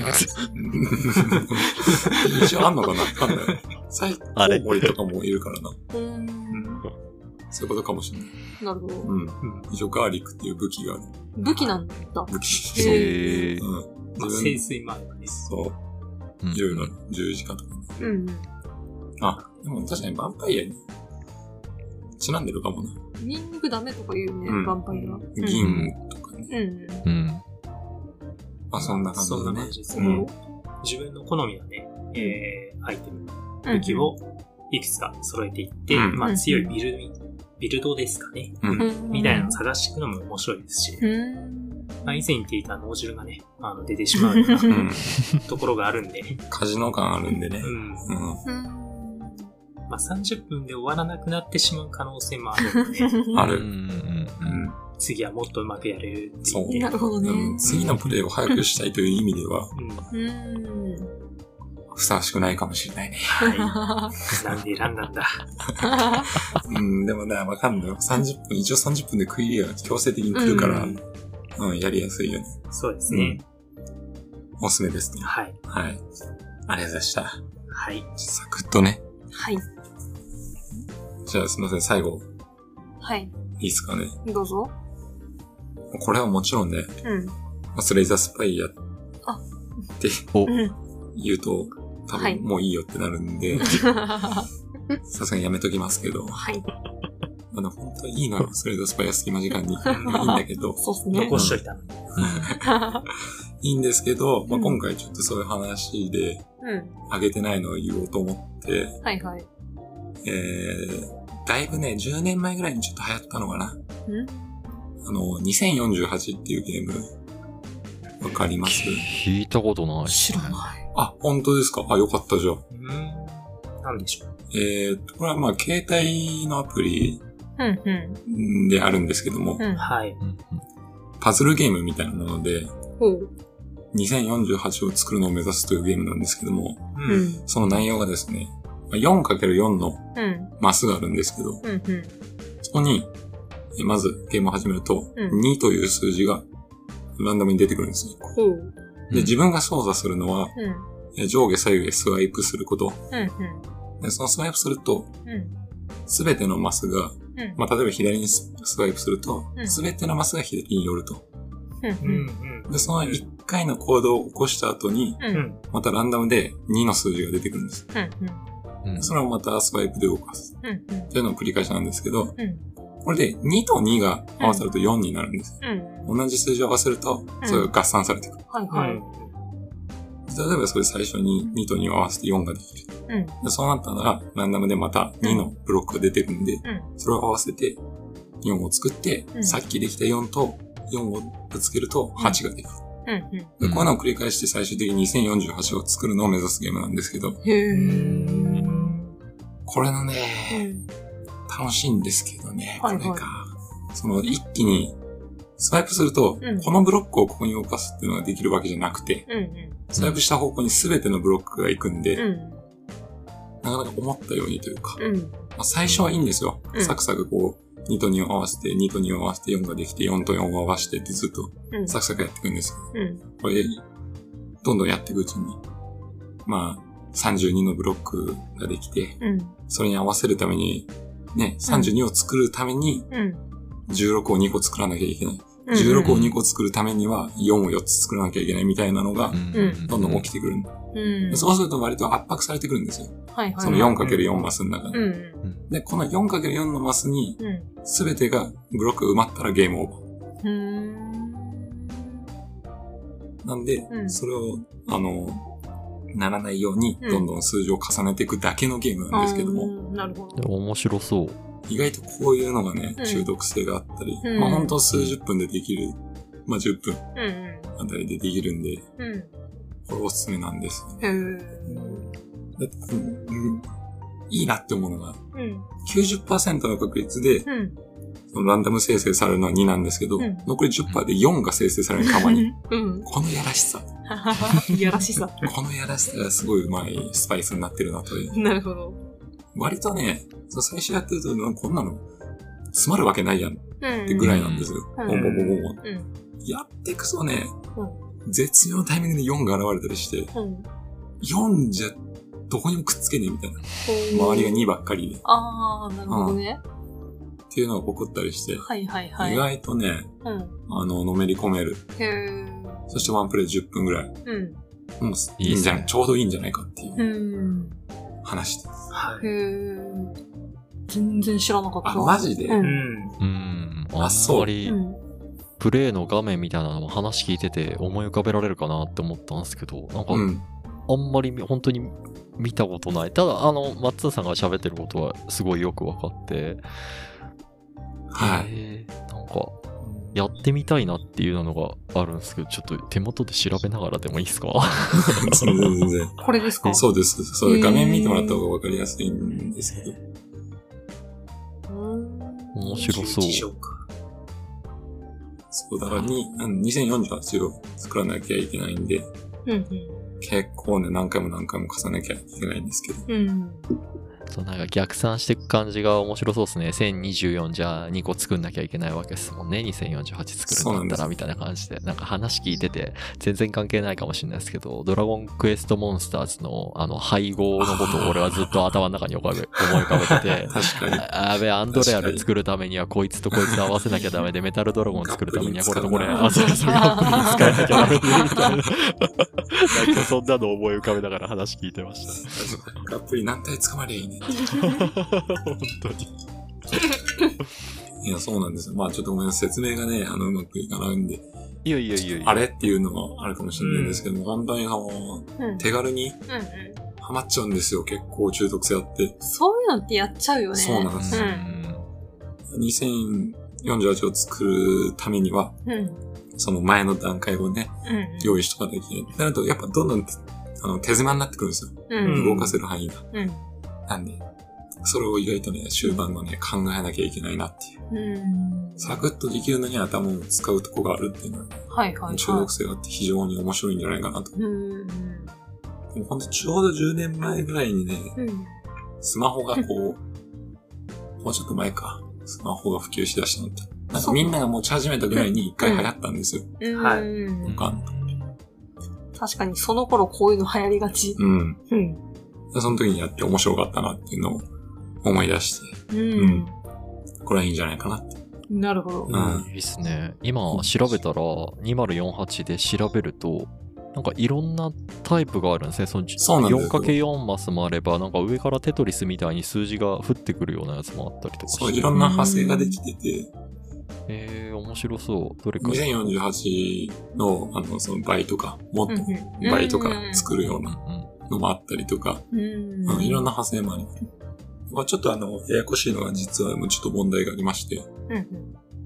[SPEAKER 1] 印象あんのかなあんのよ。最
[SPEAKER 4] あれ
[SPEAKER 1] 高森とかもいるからな。
[SPEAKER 2] うーん。
[SPEAKER 1] そういうことかもしれない。
[SPEAKER 2] なるほど。
[SPEAKER 1] うん。
[SPEAKER 3] うん。
[SPEAKER 1] 一応ガーリックっていう武器がある。
[SPEAKER 2] 武器なんだ。
[SPEAKER 1] 武器。
[SPEAKER 2] へ
[SPEAKER 1] そう。
[SPEAKER 4] へー
[SPEAKER 1] うん。
[SPEAKER 3] まあ、
[SPEAKER 1] 自分、
[SPEAKER 3] 清水もあればね。
[SPEAKER 1] そう。
[SPEAKER 4] うん
[SPEAKER 1] いろいろ十字架とか。
[SPEAKER 2] うん。
[SPEAKER 1] あ、でも確かにヴァンパイアにちなんでるかもな。
[SPEAKER 2] ニンニクダメとか言うよね、
[SPEAKER 1] うん
[SPEAKER 2] ヴァンパイア。
[SPEAKER 1] 銀とかね。
[SPEAKER 2] うん。うん。
[SPEAKER 4] うん。
[SPEAKER 1] まあそんな感じ
[SPEAKER 3] そん
[SPEAKER 1] だ
[SPEAKER 3] な
[SPEAKER 1] ね
[SPEAKER 3] 感じ。です
[SPEAKER 1] う
[SPEAKER 3] ね。
[SPEAKER 1] ん
[SPEAKER 3] 自分の好みのね、えー、アイテム、
[SPEAKER 2] うん
[SPEAKER 3] 武器をいくつか揃えていって、
[SPEAKER 1] うん
[SPEAKER 3] ま
[SPEAKER 2] う
[SPEAKER 3] あ
[SPEAKER 2] ん
[SPEAKER 3] 強いビルド、ビルドですかね。
[SPEAKER 1] うん
[SPEAKER 2] うん
[SPEAKER 3] みたいなのを探していくのも面白いですし、
[SPEAKER 2] うん。
[SPEAKER 3] まあ、以前言っていた脳汁がね、あの出てしまうよう
[SPEAKER 1] う。
[SPEAKER 3] なんところがあるん で、
[SPEAKER 1] カジノ感あるんでね
[SPEAKER 3] う。ん。
[SPEAKER 1] うん。
[SPEAKER 2] うん
[SPEAKER 3] まあ、30分で終わらなくなってしまう可能性もあるんで、ね、
[SPEAKER 1] あ
[SPEAKER 4] うんう
[SPEAKER 1] る。う
[SPEAKER 4] ん
[SPEAKER 1] ん。
[SPEAKER 3] 次はもっとうまくやれるって
[SPEAKER 1] そう
[SPEAKER 3] 言
[SPEAKER 2] な
[SPEAKER 3] って
[SPEAKER 2] るほどね。
[SPEAKER 1] うん次のプレイを早くしたいという意味では、
[SPEAKER 3] うん。は
[SPEAKER 2] うん。
[SPEAKER 1] ふさわしくないかもしれないね。
[SPEAKER 3] い。なんで選んだんだ。
[SPEAKER 1] うん、でもね、わかんないよ。30分、一応30分で食い入れが強制的に来るから、
[SPEAKER 3] うん
[SPEAKER 1] うん、やりやすいよね。
[SPEAKER 3] そうですね。
[SPEAKER 1] おすすめですね。
[SPEAKER 3] はい。
[SPEAKER 1] はい。ありがとうございました。
[SPEAKER 3] はい。
[SPEAKER 1] サクッとね。
[SPEAKER 2] はい。
[SPEAKER 1] じゃあすいません、最後、
[SPEAKER 2] はい。
[SPEAKER 1] いいですかね。
[SPEAKER 2] どうぞ。
[SPEAKER 1] これはもちろんね、
[SPEAKER 2] うん。
[SPEAKER 1] マスレイザースパイやっ
[SPEAKER 2] あ
[SPEAKER 1] て
[SPEAKER 2] うん。
[SPEAKER 1] 言うと、多
[SPEAKER 2] はい
[SPEAKER 1] 分 もういいよってなるんで、
[SPEAKER 2] は
[SPEAKER 1] さすがにやめときますけど、
[SPEAKER 2] い。
[SPEAKER 1] まだ本当はいいのよ。それとスパイアス隙間時間に。いいんだけど、
[SPEAKER 2] そうっすね。
[SPEAKER 3] 残しといたのに。
[SPEAKER 1] いいんですけど、まあ、
[SPEAKER 2] うん
[SPEAKER 1] 今回ちょっとそういう話で
[SPEAKER 2] うん。
[SPEAKER 1] 上げてないのを言おうと思って、
[SPEAKER 2] はいはい。
[SPEAKER 1] えー、だいぶね、10年前ぐらいにちょっと流行ったのかな。
[SPEAKER 2] うん
[SPEAKER 1] あの、2048っていうゲーム、わかります
[SPEAKER 4] 聞いたことない。
[SPEAKER 2] 知らない。
[SPEAKER 1] あ、本当ですかあ、よかったじゃん。
[SPEAKER 3] うん。なんでしょう。
[SPEAKER 1] えー、と、これはまあ、携帯のアプリ
[SPEAKER 2] うんう
[SPEAKER 1] うんであるんですけども
[SPEAKER 2] ん。、うん。
[SPEAKER 3] はい。
[SPEAKER 4] うんうん
[SPEAKER 1] パズルゲームみたいなもので、
[SPEAKER 2] ほう。
[SPEAKER 1] 2048を作るのを目指すというゲームなんですけども、
[SPEAKER 3] う
[SPEAKER 2] うん。う。ん
[SPEAKER 1] その内容がですね、まあ 4×4 の
[SPEAKER 2] うん。
[SPEAKER 1] マスがあるんですけど、
[SPEAKER 2] うんうん。
[SPEAKER 1] そこに、えまずゲームを始めると、
[SPEAKER 2] うん
[SPEAKER 1] 2という数字がランダムに出てくるんですね。
[SPEAKER 2] ほう。
[SPEAKER 1] で、自分が操作するのは、
[SPEAKER 2] うん。
[SPEAKER 1] え上下左右へスワイプすること。
[SPEAKER 2] うんうん。
[SPEAKER 1] でそのスワイプすると、
[SPEAKER 2] うん。
[SPEAKER 1] すべてのマスが、
[SPEAKER 2] うん。
[SPEAKER 1] まあ、例えば左にススワイプすると
[SPEAKER 2] う、ん
[SPEAKER 1] すべてのマスが左に寄ると。
[SPEAKER 2] うん
[SPEAKER 3] う
[SPEAKER 2] うん。
[SPEAKER 3] ん。
[SPEAKER 1] で、その1回の行動を起こした後に、
[SPEAKER 2] う。
[SPEAKER 3] うん。うんん。
[SPEAKER 1] またランダムで2の数字が出てくるんです。
[SPEAKER 4] うん
[SPEAKER 1] それをまたスワイプで動かす。
[SPEAKER 2] うん。うん。
[SPEAKER 1] というのを繰り返しなんですけど、
[SPEAKER 2] うん
[SPEAKER 1] これで2と2が合わさると4になるんです。
[SPEAKER 2] うん。
[SPEAKER 1] 同じ数字を合わせると、それが合算されてくる。
[SPEAKER 2] はい
[SPEAKER 3] は。
[SPEAKER 2] はいい。
[SPEAKER 1] 例えばそれ最初に2と2を合わせて4ができる。
[SPEAKER 2] うん。
[SPEAKER 1] でそうなったら、ランダムでまた2のブロックが出てくるんで、
[SPEAKER 2] うん。
[SPEAKER 1] それを合わせて4を作って、
[SPEAKER 2] うん
[SPEAKER 1] さっきできた4と4をぶつけると8ができる。
[SPEAKER 2] うん。うん。
[SPEAKER 1] でこういうのを繰り返して最終的に2048を作るのを目指すゲームなんですけど、
[SPEAKER 2] へえ。
[SPEAKER 1] これの
[SPEAKER 2] う
[SPEAKER 1] ね、
[SPEAKER 2] ん。
[SPEAKER 1] 楽しいんですけどね、こ
[SPEAKER 2] はい
[SPEAKER 1] れ
[SPEAKER 2] はい
[SPEAKER 1] が。その一気にスワイプすると、
[SPEAKER 2] うん
[SPEAKER 1] このブロックをここに動かすっていうのができるわけじゃなくて、
[SPEAKER 2] うん。
[SPEAKER 1] スワイプした方向に全てのブロックが行くんで、
[SPEAKER 2] うん。
[SPEAKER 1] なかなか思ったようにというか、
[SPEAKER 2] うん。
[SPEAKER 1] まあ、最初はいいんですよ。
[SPEAKER 2] うん
[SPEAKER 1] サクサクこう、2と2を合わせて、2と2を合わせて4ができて、4と4を合わせてってずっと
[SPEAKER 2] うん。
[SPEAKER 1] サクサクやっていくんですけ
[SPEAKER 2] うん。
[SPEAKER 1] ど、これ、どんどんやっていくうちに、まあ、32のブロックができて、
[SPEAKER 2] うん。
[SPEAKER 1] それに合わせるために、ね、32を作るために、
[SPEAKER 2] うん。
[SPEAKER 1] 16を2個作らなきゃいけない。
[SPEAKER 2] うん。
[SPEAKER 1] 16を2個作るためには、4を4つ作らなきゃいけないみたいなのが、
[SPEAKER 2] うん
[SPEAKER 1] どんどん起きてくる。
[SPEAKER 2] うん。
[SPEAKER 1] そうすると割と圧迫されてくるんですよ。
[SPEAKER 2] はいはい。
[SPEAKER 1] その 4×4 マスの中
[SPEAKER 2] う
[SPEAKER 1] で。
[SPEAKER 2] ん。
[SPEAKER 1] で、この 4×4 のマスに、
[SPEAKER 2] うん。
[SPEAKER 1] すべてがブロック埋まったらゲームオーバ
[SPEAKER 2] うーん。
[SPEAKER 1] ー。なんで、
[SPEAKER 2] うん
[SPEAKER 1] それを、あの、ならないように、
[SPEAKER 2] うん
[SPEAKER 1] どんどん数字を重ねていくだけのゲームなんですけども、
[SPEAKER 2] うん。なるほ
[SPEAKER 4] で
[SPEAKER 2] ど。
[SPEAKER 4] も面白そう。
[SPEAKER 1] 意外とこういうのがね
[SPEAKER 2] う、ん
[SPEAKER 1] 中毒性があったり、
[SPEAKER 2] うん
[SPEAKER 1] まあ本当数十分でできる、まあ10分
[SPEAKER 2] うん。
[SPEAKER 1] あたりでできるんで、
[SPEAKER 2] うん。うん。
[SPEAKER 1] これおすすめなんですよね。
[SPEAKER 2] へえ。
[SPEAKER 1] だってうんうんいいなって思うのが、
[SPEAKER 2] うん。
[SPEAKER 1] 90%の確率で、
[SPEAKER 2] うん。
[SPEAKER 1] そのランダム生成されるのは2なんですけど、
[SPEAKER 2] うん
[SPEAKER 1] 残り10%で4が生成されるた まに。。
[SPEAKER 2] うん。
[SPEAKER 1] このやらしさ、
[SPEAKER 2] いやらしさ。
[SPEAKER 1] このやらしさがすごいうまいスパイスになってるなという。
[SPEAKER 2] なるほど。
[SPEAKER 1] 割とね、そう最初やってると、なんかこんなの、詰まるわけないやんっ
[SPEAKER 2] うん。
[SPEAKER 1] てぐらいなんですよ。
[SPEAKER 2] うん
[SPEAKER 1] ボンボンボンボンボン
[SPEAKER 2] うん。
[SPEAKER 1] やってくそね、絶妙なタイミングで4が現れたりして、
[SPEAKER 2] うん。
[SPEAKER 1] 4じゃどこにもくっつけねえみたいな。周
[SPEAKER 2] 周
[SPEAKER 1] りが。2ばっかりで。
[SPEAKER 2] ああ、なるほどね。
[SPEAKER 1] っていうのが起こったりして、
[SPEAKER 2] はいはいはい。
[SPEAKER 1] 意外とね、
[SPEAKER 2] うん。
[SPEAKER 1] あの、のめり込める。
[SPEAKER 2] へえ。
[SPEAKER 1] そしてワンプレイ10分ぐらい。
[SPEAKER 2] うん。。
[SPEAKER 1] もう
[SPEAKER 4] いい
[SPEAKER 1] いん
[SPEAKER 4] ですね
[SPEAKER 1] じゃないちょうどいいんじゃないかっていううん話です。
[SPEAKER 3] はい。
[SPEAKER 2] へえ。全然知らなかった。
[SPEAKER 1] あ、マジで、
[SPEAKER 2] うん
[SPEAKER 3] うん。
[SPEAKER 4] うん。
[SPEAKER 1] あ
[SPEAKER 4] あ
[SPEAKER 1] そうん
[SPEAKER 4] まり
[SPEAKER 2] うん。
[SPEAKER 4] プレイの画面みたいなのも話聞いてて思い浮かべられるかなって思ったんですけど、なんか
[SPEAKER 1] うん。
[SPEAKER 4] あんまり本当に見たことない。ただ、あの、松田さんが喋ってることはすごいよく分かって、
[SPEAKER 1] はい。
[SPEAKER 4] へーなんかやってみたいなっていうのがあるんですけど、ちょっと手元で調べながらでもいいですか
[SPEAKER 1] 全然全然。
[SPEAKER 2] これですか
[SPEAKER 1] そうです。そう、
[SPEAKER 2] へー
[SPEAKER 1] 画面見てもらった方がわかりやすいんですけど。
[SPEAKER 2] う
[SPEAKER 4] 面白そう。
[SPEAKER 3] 11章か
[SPEAKER 1] そう、だからに、あの2048を作らなきゃいけないんで、
[SPEAKER 2] うん。
[SPEAKER 1] 結構ね、何回も何回も重ねなきゃいけないんですけど。
[SPEAKER 2] うん。
[SPEAKER 4] そうなんか逆算していく感じが面白そうですね。1024じゃあ2個作んなきゃいけないわけですもんね。2048作るんだった
[SPEAKER 1] そうなんです
[SPEAKER 4] らみたいな感じで。なんか話聞いてて全然関係ないかもしれないですけど、ドラゴンクエストモンスターズのあの配合のことを俺はずっと頭の中に思い浮かべ思い浮かべてて。
[SPEAKER 1] 確かに。
[SPEAKER 4] あやべえ、アンドレアル作るためにはこいつとこいつ合わせなきゃダメで、メタルドラゴン作るためにはこれとこれ、あ、そうそう、 ガプリン使えなきゃダメで、みたいな。なんかそんなの思い浮かべながら話聞いてまし
[SPEAKER 1] 確かに。がっぷり何体捕まりゃいいね。
[SPEAKER 4] た。本当に。
[SPEAKER 1] いや、そうなんですよ。まあちょっとごめんなさい。説明がね、あの、うまくいかないんで、
[SPEAKER 4] いやいやいやいや。
[SPEAKER 1] あれっていうのはあるかもしれないんですけども、本当にその、
[SPEAKER 2] うん。うん
[SPEAKER 1] 手軽に
[SPEAKER 2] うん。
[SPEAKER 1] ハマっちゃうんですよ。結構中毒性あって。
[SPEAKER 2] そういうのってやっちゃうよね。
[SPEAKER 1] そうなんです
[SPEAKER 4] う
[SPEAKER 1] よ。
[SPEAKER 4] ん。
[SPEAKER 1] 2048を作るためには、
[SPEAKER 2] うん。うん。
[SPEAKER 1] その前の段階をね、
[SPEAKER 2] うん。
[SPEAKER 1] 用意しとかなきゃいけない。ってなると、やっぱどんどん、あの、手狭になってくるんですよ。
[SPEAKER 2] うん。
[SPEAKER 1] 動かせる範囲が。
[SPEAKER 2] うん。
[SPEAKER 1] なんで、それを意外とね、終盤はね、考えなきゃいけないなっていう。
[SPEAKER 2] うん。
[SPEAKER 1] サクッとできるのに頭を使うとこがあるっていうのは、
[SPEAKER 2] はいはいはい。
[SPEAKER 1] 中毒性があって非常に面白いんじゃないかなと。
[SPEAKER 2] うん。
[SPEAKER 1] もうほんとちょうど10年前ぐらいにね、
[SPEAKER 2] うん。
[SPEAKER 1] スマホがこ う、もうちょっと前か。スマホが普及しだしたのって。なんかみんなが持ち始めたぐらいに一回流行ったんですよ。
[SPEAKER 2] うん。
[SPEAKER 3] は
[SPEAKER 2] うん
[SPEAKER 1] か
[SPEAKER 2] 確かにその頃こういうの流行りがち。
[SPEAKER 1] うん。
[SPEAKER 2] うん。
[SPEAKER 1] でその時にやって面白かったなっていうのを思い出して、
[SPEAKER 2] うん。
[SPEAKER 1] これはいいんじゃないかなって。
[SPEAKER 2] なるほど。
[SPEAKER 1] うん
[SPEAKER 4] いいっすね。今調べたら、2048で調べると、なんかいろんなタイプがあるんですね。その
[SPEAKER 1] そうなんですよ
[SPEAKER 4] 4×4 マスもあれば、なんか上からテトリスみたいに数字が降ってくるようなやつもあったりとかして
[SPEAKER 1] そう、いろんな派生ができてて、
[SPEAKER 4] えー、面白そう。どれか。
[SPEAKER 1] 2048の、あの、その倍とか、もっと
[SPEAKER 2] うん
[SPEAKER 1] 倍とか作るよう
[SPEAKER 4] うん
[SPEAKER 1] な
[SPEAKER 4] う
[SPEAKER 1] んのもあったりとか、
[SPEAKER 2] うん。
[SPEAKER 1] うん、いろん
[SPEAKER 2] な。
[SPEAKER 1] な派生もあります。まあちょっとあの、ややこしいのが実はもうちょっと問題がありまして、
[SPEAKER 2] うん。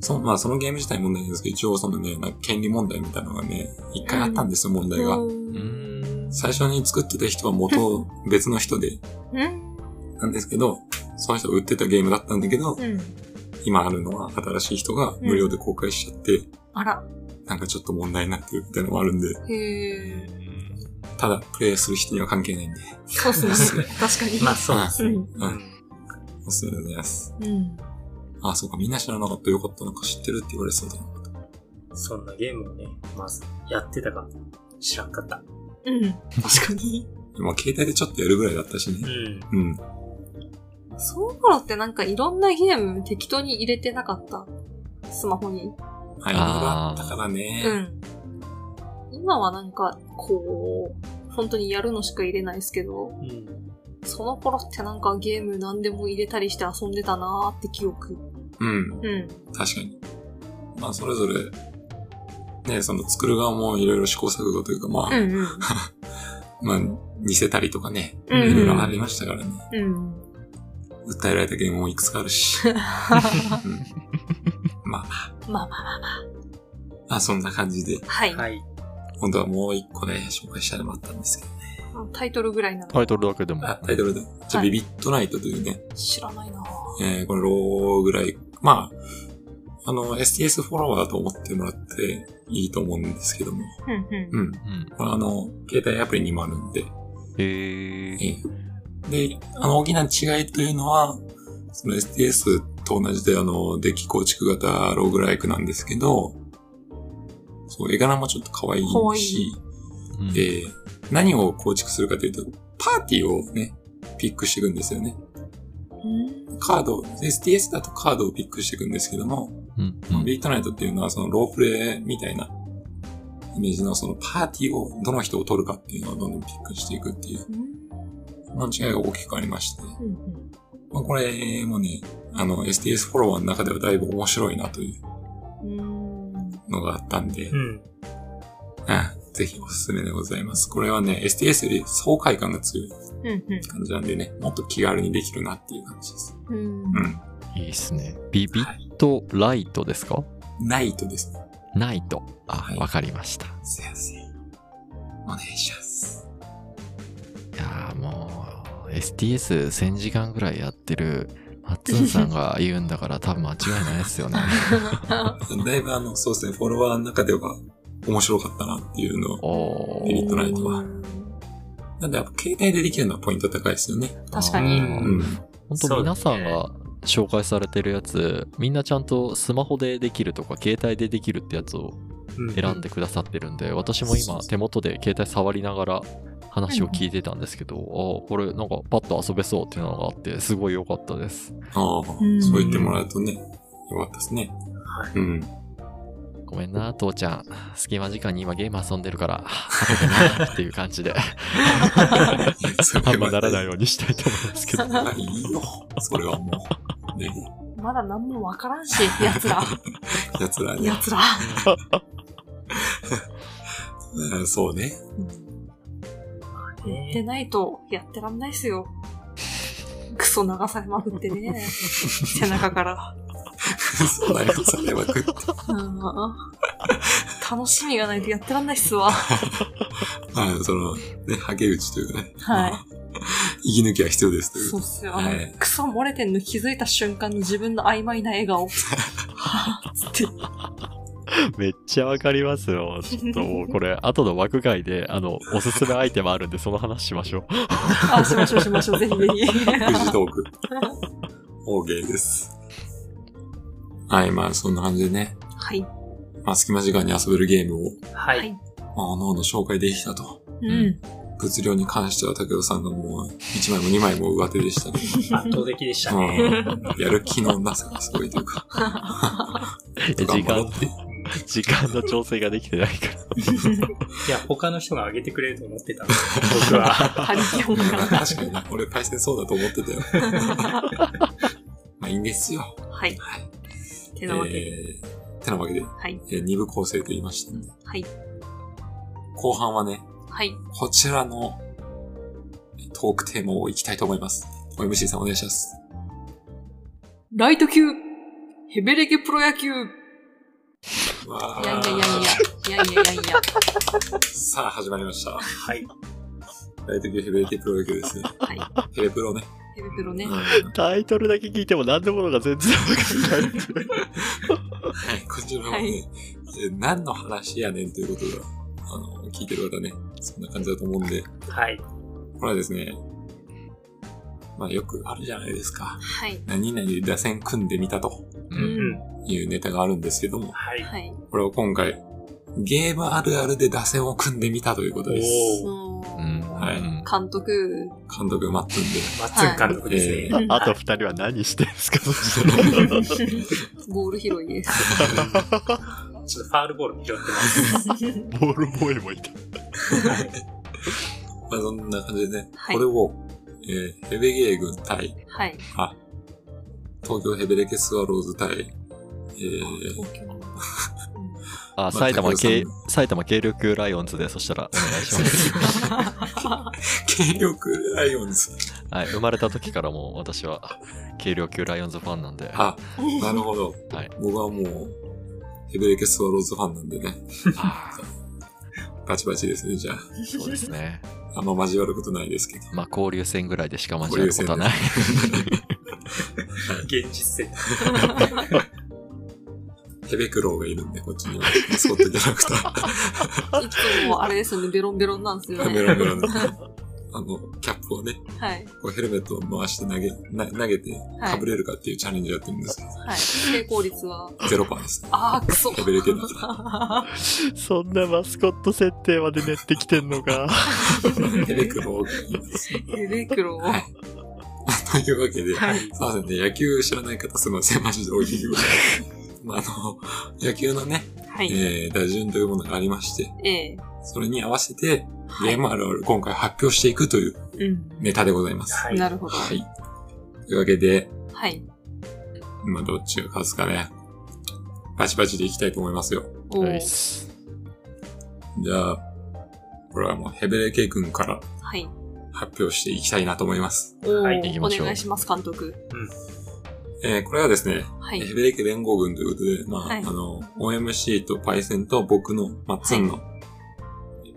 [SPEAKER 1] そのまあそのゲーム自体問題なんですけど、一応そのね、なんか権利問題みたいなのがね、一回あったんですよ、問題が。
[SPEAKER 4] うーん。
[SPEAKER 1] 最初に作ってた人は元を別の人で、
[SPEAKER 2] うん。
[SPEAKER 1] なんですけど、その人が売ってたゲームだったんだけど、
[SPEAKER 2] うん。
[SPEAKER 1] 今あるのは新しい人が無料で公開しちゃって、
[SPEAKER 2] あら。
[SPEAKER 1] なんかちょっと問題になってるみたいなのもあるんで、
[SPEAKER 2] へえ。
[SPEAKER 1] ただプレイする人には関係ないんで、
[SPEAKER 2] そうっすね。確かに。
[SPEAKER 3] まあ、そうですね。
[SPEAKER 2] う
[SPEAKER 1] うん
[SPEAKER 3] うん
[SPEAKER 1] おすすめでございます。
[SPEAKER 2] ん。うん。
[SPEAKER 1] あそうか、みんな知らなかった。よかった。なんか知ってるって言われそうだな。
[SPEAKER 3] そんなゲームをね、まずやってたか知らんかった。
[SPEAKER 2] うん。確かに。
[SPEAKER 1] まあ、携帯でちょっとやるぐらいだったし
[SPEAKER 3] う
[SPEAKER 1] ね。
[SPEAKER 3] ん。
[SPEAKER 1] うん。
[SPEAKER 2] その頃ってなんかいろんなゲーム適当に入れてなかった。スマホに。
[SPEAKER 1] はい、色々あったからね。
[SPEAKER 2] うん。今はなんか、こう、本当にやるのしか入れないですけど、
[SPEAKER 3] うん。
[SPEAKER 2] その頃ってなんかゲーム何でも入れたりして遊んでたなーって記憶。
[SPEAKER 1] うん。
[SPEAKER 2] うん。
[SPEAKER 1] 確かに。まあ、それぞれ、ね、その作る側もいろいろ試行錯誤というか、まあ、
[SPEAKER 2] うんうん。
[SPEAKER 1] まあ、似せたりとかね、
[SPEAKER 2] うん
[SPEAKER 1] いろいろありましたからね。
[SPEAKER 2] うん。
[SPEAKER 1] 訴えられたゲームもいくつかある し。うん、まあ、
[SPEAKER 2] まあまあ、
[SPEAKER 1] まあ、そんな感じで、
[SPEAKER 2] はい。
[SPEAKER 3] はい。
[SPEAKER 1] 本当はもう一個ね、紹介したいのもあったんですけど。
[SPEAKER 2] タイトルぐらいなの
[SPEAKER 4] タイトルだけでも。
[SPEAKER 1] あ、タイトルで。じゃあ、
[SPEAKER 2] はい
[SPEAKER 1] ビビットナイトというね、
[SPEAKER 2] 知らないなぁ
[SPEAKER 1] えーこれ、ローぐらい。まあ、あの、STS フォロワーだと思ってもらっていいと思うんですけども。
[SPEAKER 2] うんうん。
[SPEAKER 1] うん。
[SPEAKER 4] うん。
[SPEAKER 1] これあの、携帯アプリにもあるんで。
[SPEAKER 4] えー、
[SPEAKER 1] えーで、あの、大きな違いというのは、その STS と同じで、あの、デッキ構築型ローグライクなんですけど、そう、絵柄もちょっと可愛い
[SPEAKER 2] 可愛
[SPEAKER 1] し、
[SPEAKER 4] うん
[SPEAKER 1] えー何を構築するかというと、パーティーをね、ピックしていくんですよね。
[SPEAKER 2] うん
[SPEAKER 1] カード、STS だとカードをピックしていくんですけども、
[SPEAKER 4] うん
[SPEAKER 1] まあビートナイトっていうのはそのロープレイみたいなイメージのそのパーティーをどの人を取るかっていうのをどんどんピックしていくっていう、の違いが大きくありまして、
[SPEAKER 2] うんうん
[SPEAKER 1] まあ、これもね、あの STS フォロワーの中ではだいぶ面白いなという
[SPEAKER 2] うん
[SPEAKER 1] のがあったんで、
[SPEAKER 3] うん。
[SPEAKER 1] うんぜひおすすめでございます。これはね、STS より爽快感が強い
[SPEAKER 2] うん
[SPEAKER 1] 感じなんでね、もっと気軽にできるなっていう感じです。
[SPEAKER 2] うん
[SPEAKER 1] う
[SPEAKER 2] うん
[SPEAKER 1] ん。
[SPEAKER 4] いいっすね。ビビットライトですか
[SPEAKER 1] ナイトですね。
[SPEAKER 4] ナイト。あ、わ、
[SPEAKER 1] はい
[SPEAKER 4] かりました。い
[SPEAKER 1] すいません。お願いします。
[SPEAKER 4] やーもう、STS1000 時間ぐらいやってる、マッツンさんが言うんだから多分間違いないで すよね。
[SPEAKER 1] だいぶあの、そうですね、フォロワーの中では面白かったなっていうのを
[SPEAKER 4] お
[SPEAKER 1] ビビ
[SPEAKER 4] ー
[SPEAKER 1] ットナイトは。なんで、やっぱ携帯でできるのはポイント高いですよね。
[SPEAKER 2] 確かに
[SPEAKER 4] う
[SPEAKER 1] うんん。
[SPEAKER 4] 本当皆さんが紹介されてるやつ、みんなちゃんとスマホでできるとか、携帯でできるってやつを
[SPEAKER 3] うん
[SPEAKER 4] 選んでくださってるんで、私も今手元で携帯触りながら話を聞いてたんですけど、あこれなんかパッと遊べそうっていうのがあって、すごい良かったです。
[SPEAKER 1] ああ、
[SPEAKER 2] うん
[SPEAKER 1] そう言ってもらうとね、よかったですね。
[SPEAKER 3] はい。
[SPEAKER 1] うん。
[SPEAKER 4] ごめんな、父ちゃん。隙間時間に今ゲーム遊んでるから、遊べないっていう感じで、 あんまならないようにしたいと思いますけど。
[SPEAKER 1] はい、いいよ。それはもう。ね。
[SPEAKER 2] ま まだ何もわからんし、奴ら。
[SPEAKER 1] 奴らね。
[SPEAKER 2] 奴ら。
[SPEAKER 1] うんそうね。
[SPEAKER 2] うん
[SPEAKER 3] ね
[SPEAKER 2] やってないとやってらんないっすよ。クソ流されまくってね。背中から。
[SPEAKER 1] そうだよ、それは食って。
[SPEAKER 2] うん楽しみがないとやってらんないっすわ。
[SPEAKER 1] まあ、その、ね、ハゲ打ちというかね。
[SPEAKER 2] はい
[SPEAKER 1] まあ。息抜きは必要ですという
[SPEAKER 2] そうっすよ。あの
[SPEAKER 1] はい
[SPEAKER 2] クソ漏れてんの気づいた瞬間の自分の曖昧な笑顔。はぁ、つって。
[SPEAKER 4] めっちゃわかりますよ。ちょっともうこれ、後の枠外で、あの、おすすめアイテムあるんで、その話しましょう。
[SPEAKER 2] あ、しましょうしましょう。ぜひぜひ。
[SPEAKER 1] 富士トーク。OK です。はい、まあそんな感じでね、
[SPEAKER 2] はい。
[SPEAKER 1] まあ隙間時間に遊べるゲームを、
[SPEAKER 3] はい。
[SPEAKER 2] はい
[SPEAKER 1] まあ、おのおの紹介できたと。
[SPEAKER 2] うん。
[SPEAKER 1] 物量に関しては武田さんがもう1枚も2枚も上手でしたね。
[SPEAKER 3] 圧倒的でした
[SPEAKER 1] う
[SPEAKER 3] ね。
[SPEAKER 1] ん、やる気のなさがすごいというか。
[SPEAKER 4] え 時
[SPEAKER 1] 頑張ろ
[SPEAKER 4] 間
[SPEAKER 1] う、って。
[SPEAKER 3] うん
[SPEAKER 4] 時間の調整ができてないから。
[SPEAKER 3] いや、他の人が上げてくれると思ってたんで、僕は。
[SPEAKER 2] 張り切ろ
[SPEAKER 1] う
[SPEAKER 2] うんか
[SPEAKER 1] 確かにな、俺対戦そうだと思ってたよ。 まあいいんですよ。
[SPEAKER 2] な。はい。て
[SPEAKER 1] え
[SPEAKER 2] なわけで。
[SPEAKER 1] ー、てなわけで、
[SPEAKER 2] はい。
[SPEAKER 1] え2部構成と言いました、ね。
[SPEAKER 2] はい。
[SPEAKER 1] 後半はね、
[SPEAKER 2] はい。
[SPEAKER 1] こちらのトークテーマをいきたいと思います。OMC さんお願いします。
[SPEAKER 2] ライト級ヘベレケプロ野球い
[SPEAKER 1] わ
[SPEAKER 2] や
[SPEAKER 1] ー
[SPEAKER 2] いやいやいや。いやいやいやいや。
[SPEAKER 1] さあ、始まりました。
[SPEAKER 3] はい。
[SPEAKER 1] ライト級ヘベレケプロ野球 ですね。
[SPEAKER 2] はい。
[SPEAKER 1] ヘレプロね。
[SPEAKER 2] ヘベプロね
[SPEAKER 1] うん。は
[SPEAKER 4] タイトルだけ聞いても何のものが全然わかん
[SPEAKER 1] い、
[SPEAKER 4] ない。
[SPEAKER 1] こちらもね、
[SPEAKER 2] はい
[SPEAKER 1] え何の話やねんということが、あの、聞いてる方ね、そんな感じだと思うんで、
[SPEAKER 3] はい。
[SPEAKER 1] これはですね、まあよくあるじゃないですか。
[SPEAKER 2] はい。
[SPEAKER 1] 何々で打線組んでみたと
[SPEAKER 3] うんうん。
[SPEAKER 1] いうネタがあるんですけども、
[SPEAKER 3] はい。
[SPEAKER 2] はい。
[SPEAKER 1] これを今回、ゲームあるあるで打線を組んでみたということです。
[SPEAKER 3] おー。
[SPEAKER 2] もう
[SPEAKER 1] はいう
[SPEAKER 2] 監督。
[SPEAKER 1] 監督マッツンで。
[SPEAKER 3] マッツン監督ですね。
[SPEAKER 4] んあと二人は何してんすか、そし
[SPEAKER 2] ボール拾いです。
[SPEAKER 3] ちょっとファールボール拾ってます。
[SPEAKER 4] たらボールボーイもいた。
[SPEAKER 1] まあ、そんな感じでね、
[SPEAKER 2] はい
[SPEAKER 1] これを、えーヘベゲー軍対、
[SPEAKER 2] はい。
[SPEAKER 1] あ、東京ヘベレケスワローズ対、えー、
[SPEAKER 2] 東京の
[SPEAKER 4] あ、埼玉系、埼玉軽力ライオンズで、そしたらお願いします。
[SPEAKER 1] 軽力ライオンズ。
[SPEAKER 4] はい、生まれた時からもう私は軽量級ライオンズファンなんで。
[SPEAKER 1] あ、なるほど。
[SPEAKER 4] はい
[SPEAKER 1] 僕はもう、ヘベレケスワローズファンなんでね、
[SPEAKER 4] あ
[SPEAKER 1] バチバチですね、じゃあ。
[SPEAKER 4] ーそうですね。
[SPEAKER 1] あんま交わることないですけど。
[SPEAKER 4] まあ交流戦ぐらいでしか交わることはない。
[SPEAKER 3] 現実世界。
[SPEAKER 1] ヘベクロウがいるんで、こっちには。マスコットキャラクター。
[SPEAKER 2] いつもあれですよね、ベロンベロンなんです よ
[SPEAKER 1] メ
[SPEAKER 2] ね。
[SPEAKER 1] ロメロの。あの、キャップをね、
[SPEAKER 2] はい。
[SPEAKER 1] こうヘルメットを回して投げ、な投げて、
[SPEAKER 2] はい
[SPEAKER 1] かぶれるかっていうチャレンジやってるんですけど、
[SPEAKER 2] はい。成功率は。
[SPEAKER 1] ゼロパーですね。
[SPEAKER 2] あー、くそ。
[SPEAKER 1] ヘベレケだから。
[SPEAKER 4] そんなマスコット設定まで練ってきてんの か。
[SPEAKER 1] ヘベクロウがいいです。
[SPEAKER 2] ヘベクロ。
[SPEAKER 1] はい。というわけで、
[SPEAKER 2] はい
[SPEAKER 1] すいませんね、野球知らない方すいません、マジでお聞き ください。まあ、あの、野球のね、
[SPEAKER 2] はい。
[SPEAKER 1] えー、打順というものがありまして、
[SPEAKER 2] ええ。
[SPEAKER 1] それに合わせて、
[SPEAKER 2] は
[SPEAKER 1] ゲー
[SPEAKER 2] い。
[SPEAKER 1] ムあるある今回発表していくという
[SPEAKER 2] うん。
[SPEAKER 1] ネタでございます。
[SPEAKER 3] はい。
[SPEAKER 2] なるほど。
[SPEAKER 1] はい。というわけで、
[SPEAKER 2] はい。
[SPEAKER 1] まあ、どっちが勝つかね、バチバチでいきたいと思いますよ。
[SPEAKER 2] お
[SPEAKER 4] ナイ
[SPEAKER 2] ー
[SPEAKER 4] ス
[SPEAKER 1] じゃあ、これはもうヘベレケ君から
[SPEAKER 2] はい。
[SPEAKER 1] 発表していきたいなと思います。
[SPEAKER 2] お
[SPEAKER 3] はい
[SPEAKER 4] 行
[SPEAKER 2] ー
[SPEAKER 4] き
[SPEAKER 2] お
[SPEAKER 4] ましょう
[SPEAKER 2] 願いします、監督。
[SPEAKER 1] えーこれはですね、
[SPEAKER 2] はい。
[SPEAKER 1] ヘベレケ連合軍ということで、まあ、
[SPEAKER 2] はい
[SPEAKER 1] あの、OMC とパイセンと僕の、まあ、ツンの、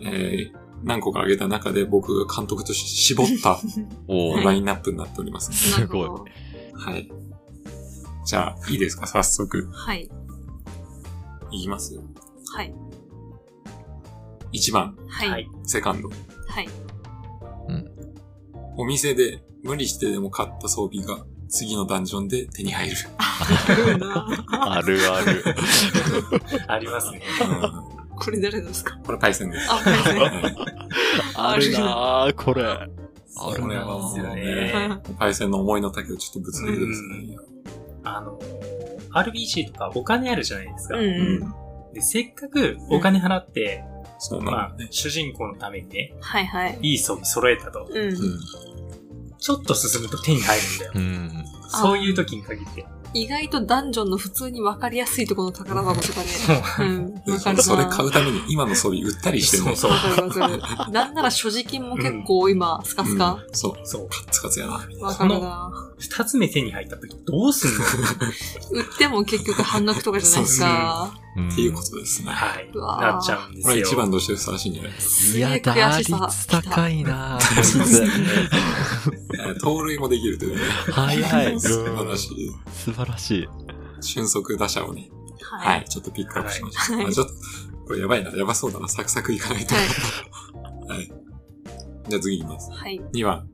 [SPEAKER 1] えー何個か挙げた中で僕が監督として絞 った
[SPEAKER 4] お
[SPEAKER 2] はい
[SPEAKER 4] ー
[SPEAKER 1] ラインナップになっております。
[SPEAKER 4] すごい
[SPEAKER 2] なるほど。
[SPEAKER 1] はい。じゃあ、いいですか早速、
[SPEAKER 2] はい。
[SPEAKER 1] いきますよ。
[SPEAKER 2] はい。
[SPEAKER 1] 1番、
[SPEAKER 2] は。
[SPEAKER 3] はいい。
[SPEAKER 1] セカンド。
[SPEAKER 2] はい。
[SPEAKER 1] お店で無理してでも買った装備が次のダンジョンで手に 入る。
[SPEAKER 4] あるある。
[SPEAKER 3] ありますね。
[SPEAKER 1] うん
[SPEAKER 2] これ誰ですか
[SPEAKER 1] これパイセンです。
[SPEAKER 2] あ、これ ですね。
[SPEAKER 1] はい
[SPEAKER 4] あるなーこれ。ある
[SPEAKER 1] これ
[SPEAKER 4] な
[SPEAKER 1] は
[SPEAKER 4] ー
[SPEAKER 1] もう
[SPEAKER 3] ね
[SPEAKER 1] ね、パイセンの思いの丈をちょっとぶつけてくださいよ。
[SPEAKER 3] あのー、RBC とかお金あるじゃないですか。
[SPEAKER 2] うんうん。
[SPEAKER 3] で、せっかくお金払って、
[SPEAKER 1] そう
[SPEAKER 3] ま
[SPEAKER 1] な
[SPEAKER 3] あ
[SPEAKER 1] んだ、ね。
[SPEAKER 3] 主人公のためにね、
[SPEAKER 2] はいはい。
[SPEAKER 3] いい装備揃えたと。
[SPEAKER 2] うん。
[SPEAKER 1] うん
[SPEAKER 3] ちょっと進むと手に入るんだよ。
[SPEAKER 4] うん。
[SPEAKER 3] そういう時に限って。
[SPEAKER 2] 意外とダンジョンの普通に分かりやすいところの宝箱とかで。うん。
[SPEAKER 1] で
[SPEAKER 2] 分かるな。
[SPEAKER 1] それ買うために今の装備売ったりしてる
[SPEAKER 3] そうそう
[SPEAKER 2] わ。かるわかる。なんなら所持金も結構今、スカスカ。
[SPEAKER 1] うんそう。
[SPEAKER 3] そう。
[SPEAKER 1] カツカツやな。
[SPEAKER 2] わかるな。
[SPEAKER 3] 二つ目手に入った時どうすんの
[SPEAKER 2] 売っても結局半額とかじゃないですか。
[SPEAKER 4] っ
[SPEAKER 1] っていうことですね。
[SPEAKER 3] はい。
[SPEAKER 2] うわー
[SPEAKER 3] なっちゃうんです
[SPEAKER 1] こ
[SPEAKER 3] よ。
[SPEAKER 1] れ一番としてふさわしいんじゃないです
[SPEAKER 2] す
[SPEAKER 4] い
[SPEAKER 2] げえ
[SPEAKER 4] や、
[SPEAKER 2] 悔
[SPEAKER 4] 打
[SPEAKER 2] しさ。
[SPEAKER 4] 率高
[SPEAKER 2] い。
[SPEAKER 4] いなぁ
[SPEAKER 1] か。
[SPEAKER 4] 打率
[SPEAKER 1] か。盗塁もできるというね。
[SPEAKER 4] 早い。
[SPEAKER 1] 素晴らしい。
[SPEAKER 4] 素晴らしい。
[SPEAKER 1] 俊足打者をね、
[SPEAKER 2] は。
[SPEAKER 1] はいい、ちょっとピックアップしました。
[SPEAKER 2] はい
[SPEAKER 1] あちょっと、これやばいな、やばそうだな、サクサクいかないと。
[SPEAKER 2] は
[SPEAKER 1] はい。じゃあ次いきます。
[SPEAKER 2] はい。
[SPEAKER 1] 2番、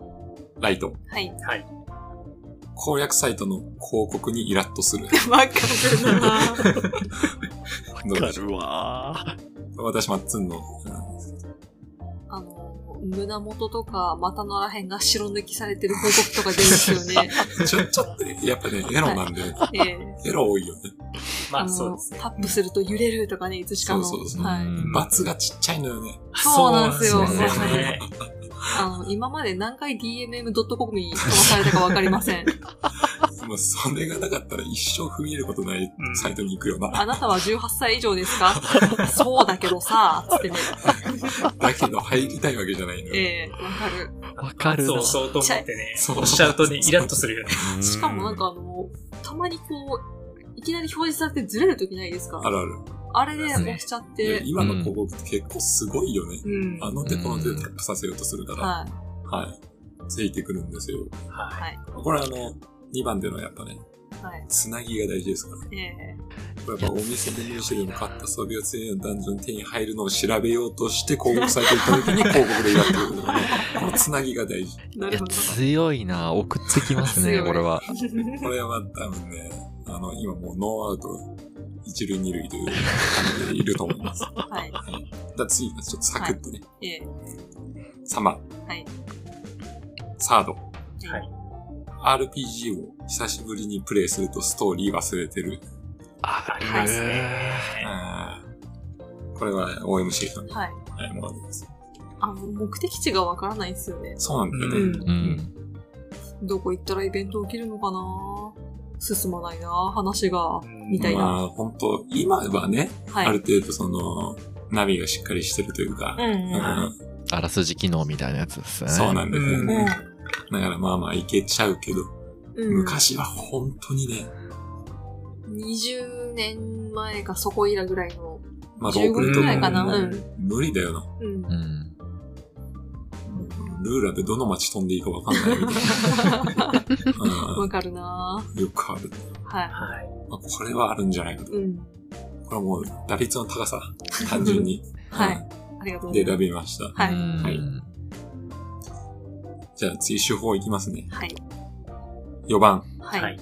[SPEAKER 1] ライト。
[SPEAKER 2] はい。
[SPEAKER 3] はい。
[SPEAKER 1] 攻略サイトの広告にイラッとする。
[SPEAKER 2] わかるな。
[SPEAKER 1] どうでしょう
[SPEAKER 4] わ
[SPEAKER 1] 私、マッツンの、うん
[SPEAKER 2] あの、胸元とか股のらへんが白抜きされてる報告とか出るんですよね。
[SPEAKER 1] ちょ、ちょっとね、やっぱね、エロなんで、
[SPEAKER 2] ええ
[SPEAKER 1] エロ多いよね。
[SPEAKER 3] ま
[SPEAKER 2] の
[SPEAKER 3] あそうですね。
[SPEAKER 2] タップすると揺れるとかね、いつしかの。
[SPEAKER 1] そうそうそう
[SPEAKER 2] はい。
[SPEAKER 4] うん
[SPEAKER 1] バツがちっちゃいのよね。
[SPEAKER 2] そうなんですよ
[SPEAKER 3] そうなんですよね。
[SPEAKER 2] あの、今まで何回 DMM.com に飛ばされたかわかりません。
[SPEAKER 1] もうそれがなかったら一生踏み入れることない
[SPEAKER 3] うん
[SPEAKER 1] サイトに行くよな。
[SPEAKER 2] あなたは18歳以上で すかそうだけどさ、つってね。
[SPEAKER 1] だけど入りたいわけじゃないのよ。
[SPEAKER 2] ええわかる。
[SPEAKER 4] かる
[SPEAKER 3] そう
[SPEAKER 4] な。
[SPEAKER 3] そうと思ってね
[SPEAKER 1] ちっちゃい。
[SPEAKER 3] おっしゃるとね、イラッとするよね。
[SPEAKER 4] うん
[SPEAKER 2] しかもなんかあの、たまにこう、いきなり表示されてずれるときないですか
[SPEAKER 1] あるある。
[SPEAKER 2] あれで押しちゃっ
[SPEAKER 1] いや
[SPEAKER 2] て。
[SPEAKER 1] 今の広告って結構すごいよね。
[SPEAKER 2] うん。
[SPEAKER 1] あ
[SPEAKER 2] はい。
[SPEAKER 1] の手この手でタップさせようとするから、
[SPEAKER 2] は。
[SPEAKER 1] はい。ついてくるんですよ。
[SPEAKER 3] はい
[SPEAKER 1] これあの、2番でのやっぱね、
[SPEAKER 2] はい。
[SPEAKER 1] つなぎが大事ですから。
[SPEAKER 2] ええ
[SPEAKER 1] これやっぱお店で入手でも買った装備をついのダンジョンに手に入るのを調べようとして広告サイト行った 時に広告でやってくるのね。このつなぎが大事。
[SPEAKER 2] ないる
[SPEAKER 4] や
[SPEAKER 2] ほど。
[SPEAKER 4] 強いな送ってきますね、
[SPEAKER 2] 強い
[SPEAKER 4] これは。
[SPEAKER 1] これは多分ね、あの、今もうノーアウト、一塁二塁という感じでいると思います。だ
[SPEAKER 2] はい。
[SPEAKER 1] から次、ちょっとサクッとね、
[SPEAKER 2] ええ
[SPEAKER 1] サマ
[SPEAKER 2] はい。
[SPEAKER 1] サード。
[SPEAKER 3] はい
[SPEAKER 1] RPG を久しぶりにプレイするとストーリー忘れてる。
[SPEAKER 4] あ
[SPEAKER 3] りますね。
[SPEAKER 1] あーこれは OMC さん。
[SPEAKER 2] はい。
[SPEAKER 1] はい、もうです。
[SPEAKER 2] あの、目的地がわからないんですよね。
[SPEAKER 1] そうなんだよね。
[SPEAKER 2] うん
[SPEAKER 4] う。ん。
[SPEAKER 2] どこ行ったらイベント起きるのかな進まないな話が。
[SPEAKER 3] うん
[SPEAKER 2] みたいな
[SPEAKER 1] まあ、本当今はね、
[SPEAKER 2] はい。
[SPEAKER 1] ある程度その、ナビがしっかりしてるというか、
[SPEAKER 2] うんうん
[SPEAKER 1] う
[SPEAKER 4] あらすじ機能みたいなやつですね。
[SPEAKER 1] そうなんだよ
[SPEAKER 3] うん
[SPEAKER 1] ね。だからまあまあいけちゃうけど、
[SPEAKER 2] うん。
[SPEAKER 1] 昔は本当にね、
[SPEAKER 2] 20年前かそこ以来ぐらいの。
[SPEAKER 1] まあロープ
[SPEAKER 2] 15
[SPEAKER 1] レ
[SPEAKER 2] 年
[SPEAKER 1] と
[SPEAKER 2] ぐ
[SPEAKER 1] からも
[SPEAKER 2] いかな。
[SPEAKER 1] も
[SPEAKER 2] う。
[SPEAKER 1] うん無理だよな。
[SPEAKER 2] うん
[SPEAKER 4] う。ん。
[SPEAKER 1] ルーラでどの街飛んでいいかわかんないみた いな。う
[SPEAKER 2] わかるな
[SPEAKER 1] ん、よくある。
[SPEAKER 2] は
[SPEAKER 3] はい。
[SPEAKER 1] まあ、これはあるんじゃないかと
[SPEAKER 2] い。。うん。
[SPEAKER 1] これはもう打率の 高さ、単純に。
[SPEAKER 2] はい。ありがとうござ
[SPEAKER 1] で
[SPEAKER 2] いま
[SPEAKER 1] 選
[SPEAKER 2] す。
[SPEAKER 1] びました。
[SPEAKER 2] はい
[SPEAKER 4] うん
[SPEAKER 1] はいじゃあ次手法いきますね。
[SPEAKER 2] はい。
[SPEAKER 1] 4番、
[SPEAKER 2] は。
[SPEAKER 3] はいい。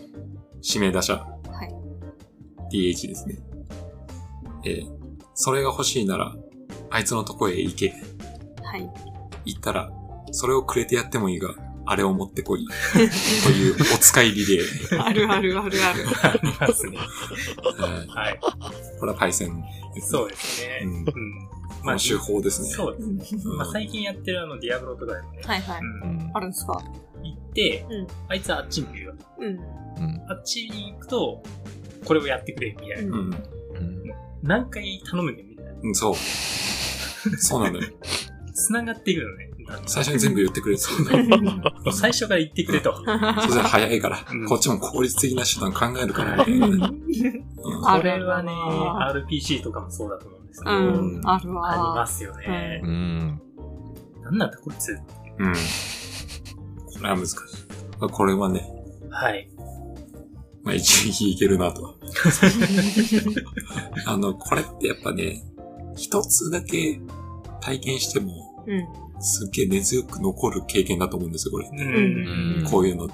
[SPEAKER 1] 指名打者。
[SPEAKER 2] はい
[SPEAKER 1] DH ですね。えーそれが欲しいなら、あいつのとこへ行け。
[SPEAKER 2] はい。
[SPEAKER 1] 行ったら、それをくれてやってもいいが、あれを持ってこ い。というお使いリレー。
[SPEAKER 2] あるあるあるある。
[SPEAKER 3] ありますね。
[SPEAKER 1] はい
[SPEAKER 3] はい。
[SPEAKER 1] これはパイセンですね。
[SPEAKER 3] そうですね
[SPEAKER 1] う。ん。
[SPEAKER 3] うん。
[SPEAKER 1] まあ、手法ですね。
[SPEAKER 3] そう
[SPEAKER 1] う
[SPEAKER 3] で
[SPEAKER 2] う
[SPEAKER 3] すね。
[SPEAKER 2] ん
[SPEAKER 1] ん
[SPEAKER 3] まあ、最近やってるあの、ディアブロとかでもね、
[SPEAKER 2] はいはい。
[SPEAKER 4] う
[SPEAKER 3] うん
[SPEAKER 4] ん
[SPEAKER 2] あるんですか
[SPEAKER 3] 行って、
[SPEAKER 2] うん
[SPEAKER 3] あいつはあっちにいるよ。
[SPEAKER 2] うん。
[SPEAKER 4] うん
[SPEAKER 3] あっちに行くと、これをやってくれ、みたいな。
[SPEAKER 2] う。
[SPEAKER 1] うんん。
[SPEAKER 4] うん
[SPEAKER 3] 何回頼むねんみたいな。
[SPEAKER 1] うん、そう。そうなのよ。
[SPEAKER 3] 繋がっていくのね。
[SPEAKER 1] 最初に全部言ってくれてたんだよ
[SPEAKER 3] 最初から言ってくれと。
[SPEAKER 1] そしたら早いから
[SPEAKER 3] うん、
[SPEAKER 1] こっちも効率的な手段考えるから、みたい なね。うん
[SPEAKER 2] あ
[SPEAKER 3] こ
[SPEAKER 2] るあ
[SPEAKER 3] れ
[SPEAKER 2] る
[SPEAKER 3] はね、RPG とかもそうだと思うんですけ
[SPEAKER 2] うん。
[SPEAKER 3] ど、
[SPEAKER 2] ある
[SPEAKER 3] ありま
[SPEAKER 2] わ。
[SPEAKER 3] すよね
[SPEAKER 4] う。ん。
[SPEAKER 3] なんなんだこいつ。
[SPEAKER 1] うん。これは難しい。まあこれはね、
[SPEAKER 3] はい。
[SPEAKER 1] まあ一撃いけるなと。あの、これってやっぱね、一つだけ体験しても、
[SPEAKER 2] うん。
[SPEAKER 1] すっげえ根強く残る経験だと思うんですよ、これ。
[SPEAKER 3] う
[SPEAKER 4] うん
[SPEAKER 3] ん。
[SPEAKER 1] こういうのって。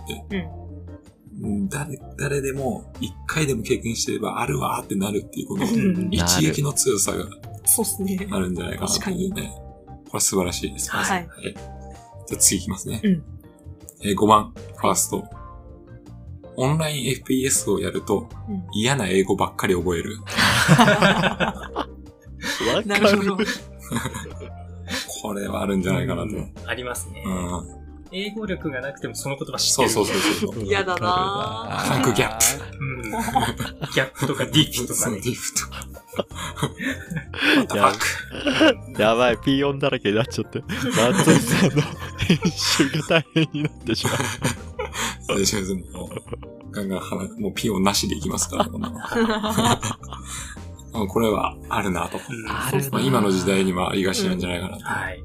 [SPEAKER 1] うん誰、誰でも、一回でも経験してれば、あるわーってなるっていう、この、
[SPEAKER 3] ん
[SPEAKER 1] 一撃の強さが
[SPEAKER 2] そうっすね。
[SPEAKER 1] あるんじゃないかなっていうね。これは素晴らしいです。
[SPEAKER 3] はい
[SPEAKER 1] じゃあ次いきますね。
[SPEAKER 2] うん
[SPEAKER 1] えー5番、ファースト。オンライン FPS をやると
[SPEAKER 2] うん
[SPEAKER 1] 嫌な英語ばっかり覚える。
[SPEAKER 4] わ
[SPEAKER 2] なるほど。
[SPEAKER 1] これはあるんじゃないかなと。
[SPEAKER 3] ありますね。
[SPEAKER 1] うん。
[SPEAKER 3] 英語力がなくてもその言葉知って
[SPEAKER 1] そう
[SPEAKER 3] る。
[SPEAKER 1] そうそうそう。
[SPEAKER 2] 嫌だな
[SPEAKER 1] ぁ感覚ギャッ
[SPEAKER 3] うん。ギャップとかディープとか
[SPEAKER 1] そう
[SPEAKER 3] ね
[SPEAKER 1] デ。ィフと。またバック。
[SPEAKER 4] やばい、ピー音だらけになっちゃって。松井さんの編集が大変になってしまう。
[SPEAKER 1] 大丈夫です。もう、ガンガン鼻、もうピオンなしでいきますから、こんなのうんこれはあるなと。
[SPEAKER 3] うん
[SPEAKER 4] あ
[SPEAKER 2] るな
[SPEAKER 1] まあ、今の時代にはありがちなんじゃないかなと、
[SPEAKER 3] はい。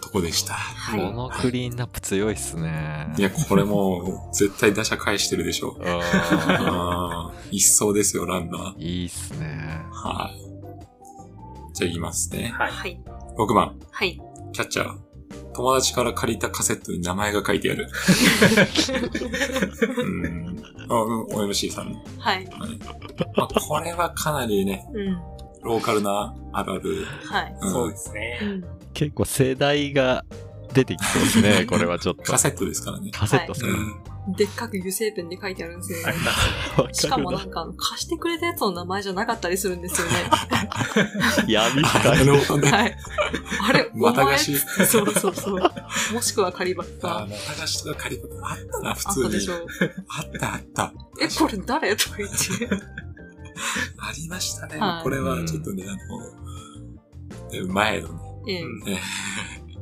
[SPEAKER 1] とこでした。
[SPEAKER 2] は
[SPEAKER 4] こ
[SPEAKER 2] い。
[SPEAKER 4] のクリーンナップ強いっすね。
[SPEAKER 1] いや、これもう、絶対打者返してるでしょう。
[SPEAKER 4] うん
[SPEAKER 1] あー一層ですよ、ランナー。はい、
[SPEAKER 4] いいっすね。
[SPEAKER 1] じゃあ言いますね。
[SPEAKER 3] はい。
[SPEAKER 2] はい。
[SPEAKER 1] 6番、
[SPEAKER 2] はい。
[SPEAKER 1] キャッチャー。友達から借りたカセットに名前が書いてあ る。うん。あ、うん、OMC さんね。
[SPEAKER 2] はい。
[SPEAKER 1] まあ、これはかなりね、
[SPEAKER 2] うん。
[SPEAKER 1] ローカルなあるある。
[SPEAKER 2] はい。
[SPEAKER 1] うん
[SPEAKER 3] そうです
[SPEAKER 2] う
[SPEAKER 3] ね。
[SPEAKER 2] ん。
[SPEAKER 4] 結構世代が出てきそうです ね、これはちょっと。
[SPEAKER 1] カセットですからね。
[SPEAKER 4] カセットっす
[SPEAKER 1] う
[SPEAKER 4] ね。
[SPEAKER 1] ん。
[SPEAKER 2] でっかく油性ペンで書いてあるんですよ
[SPEAKER 3] あり
[SPEAKER 2] ね。
[SPEAKER 3] ます
[SPEAKER 4] わかるな
[SPEAKER 2] しかもなんか、あの貸してくれたやつの名前じゃなかったりするんです よね。
[SPEAKER 4] 闇深。
[SPEAKER 1] ないるほど ね。
[SPEAKER 2] はい。あれ、お
[SPEAKER 1] また
[SPEAKER 2] 前
[SPEAKER 1] 貸し。
[SPEAKER 2] そうそうそう。もしくは仮ばっ
[SPEAKER 1] あ
[SPEAKER 2] か
[SPEAKER 1] あ、。また貸しとか借りとかあったな、普
[SPEAKER 2] あっ
[SPEAKER 1] 通
[SPEAKER 2] たで
[SPEAKER 1] に
[SPEAKER 2] し。ょ。
[SPEAKER 1] あったあった。
[SPEAKER 2] え、これ誰とか言って。
[SPEAKER 1] ありましたね。
[SPEAKER 2] はい
[SPEAKER 1] これはちょっとね、あの、え前のね、
[SPEAKER 2] ええ
[SPEAKER 3] うん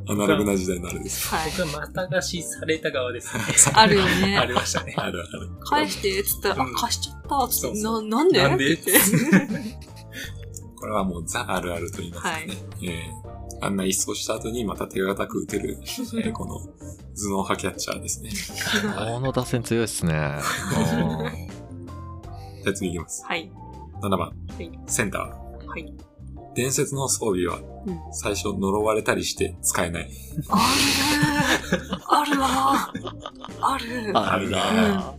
[SPEAKER 1] アナログな時代のあれです。
[SPEAKER 2] はい。
[SPEAKER 3] 僕はまた貸しされた側ですね。
[SPEAKER 2] あるよ
[SPEAKER 3] あ
[SPEAKER 2] ね。
[SPEAKER 3] りましたね。
[SPEAKER 1] あるある。
[SPEAKER 2] 返して、っつったら、あ
[SPEAKER 3] うん、
[SPEAKER 2] 貸しちゃった、つ
[SPEAKER 3] そう
[SPEAKER 2] って、
[SPEAKER 3] そ
[SPEAKER 2] な、なんで
[SPEAKER 3] なんで
[SPEAKER 2] って言って。
[SPEAKER 1] これはもうザあるあると言いますかね。
[SPEAKER 2] は
[SPEAKER 1] えーあんな一掃した後にまた手堅く打て る、えーこの頭脳派キャッチャーですね。
[SPEAKER 4] この打線強いっすね。うん
[SPEAKER 1] じゃあ次いきます。
[SPEAKER 2] はい。
[SPEAKER 1] 7番、
[SPEAKER 2] い
[SPEAKER 1] センター。
[SPEAKER 2] はい。
[SPEAKER 1] 伝説の装備は
[SPEAKER 2] うん
[SPEAKER 1] 最初呪われたりして使えない。
[SPEAKER 2] あるあるわある
[SPEAKER 4] あるな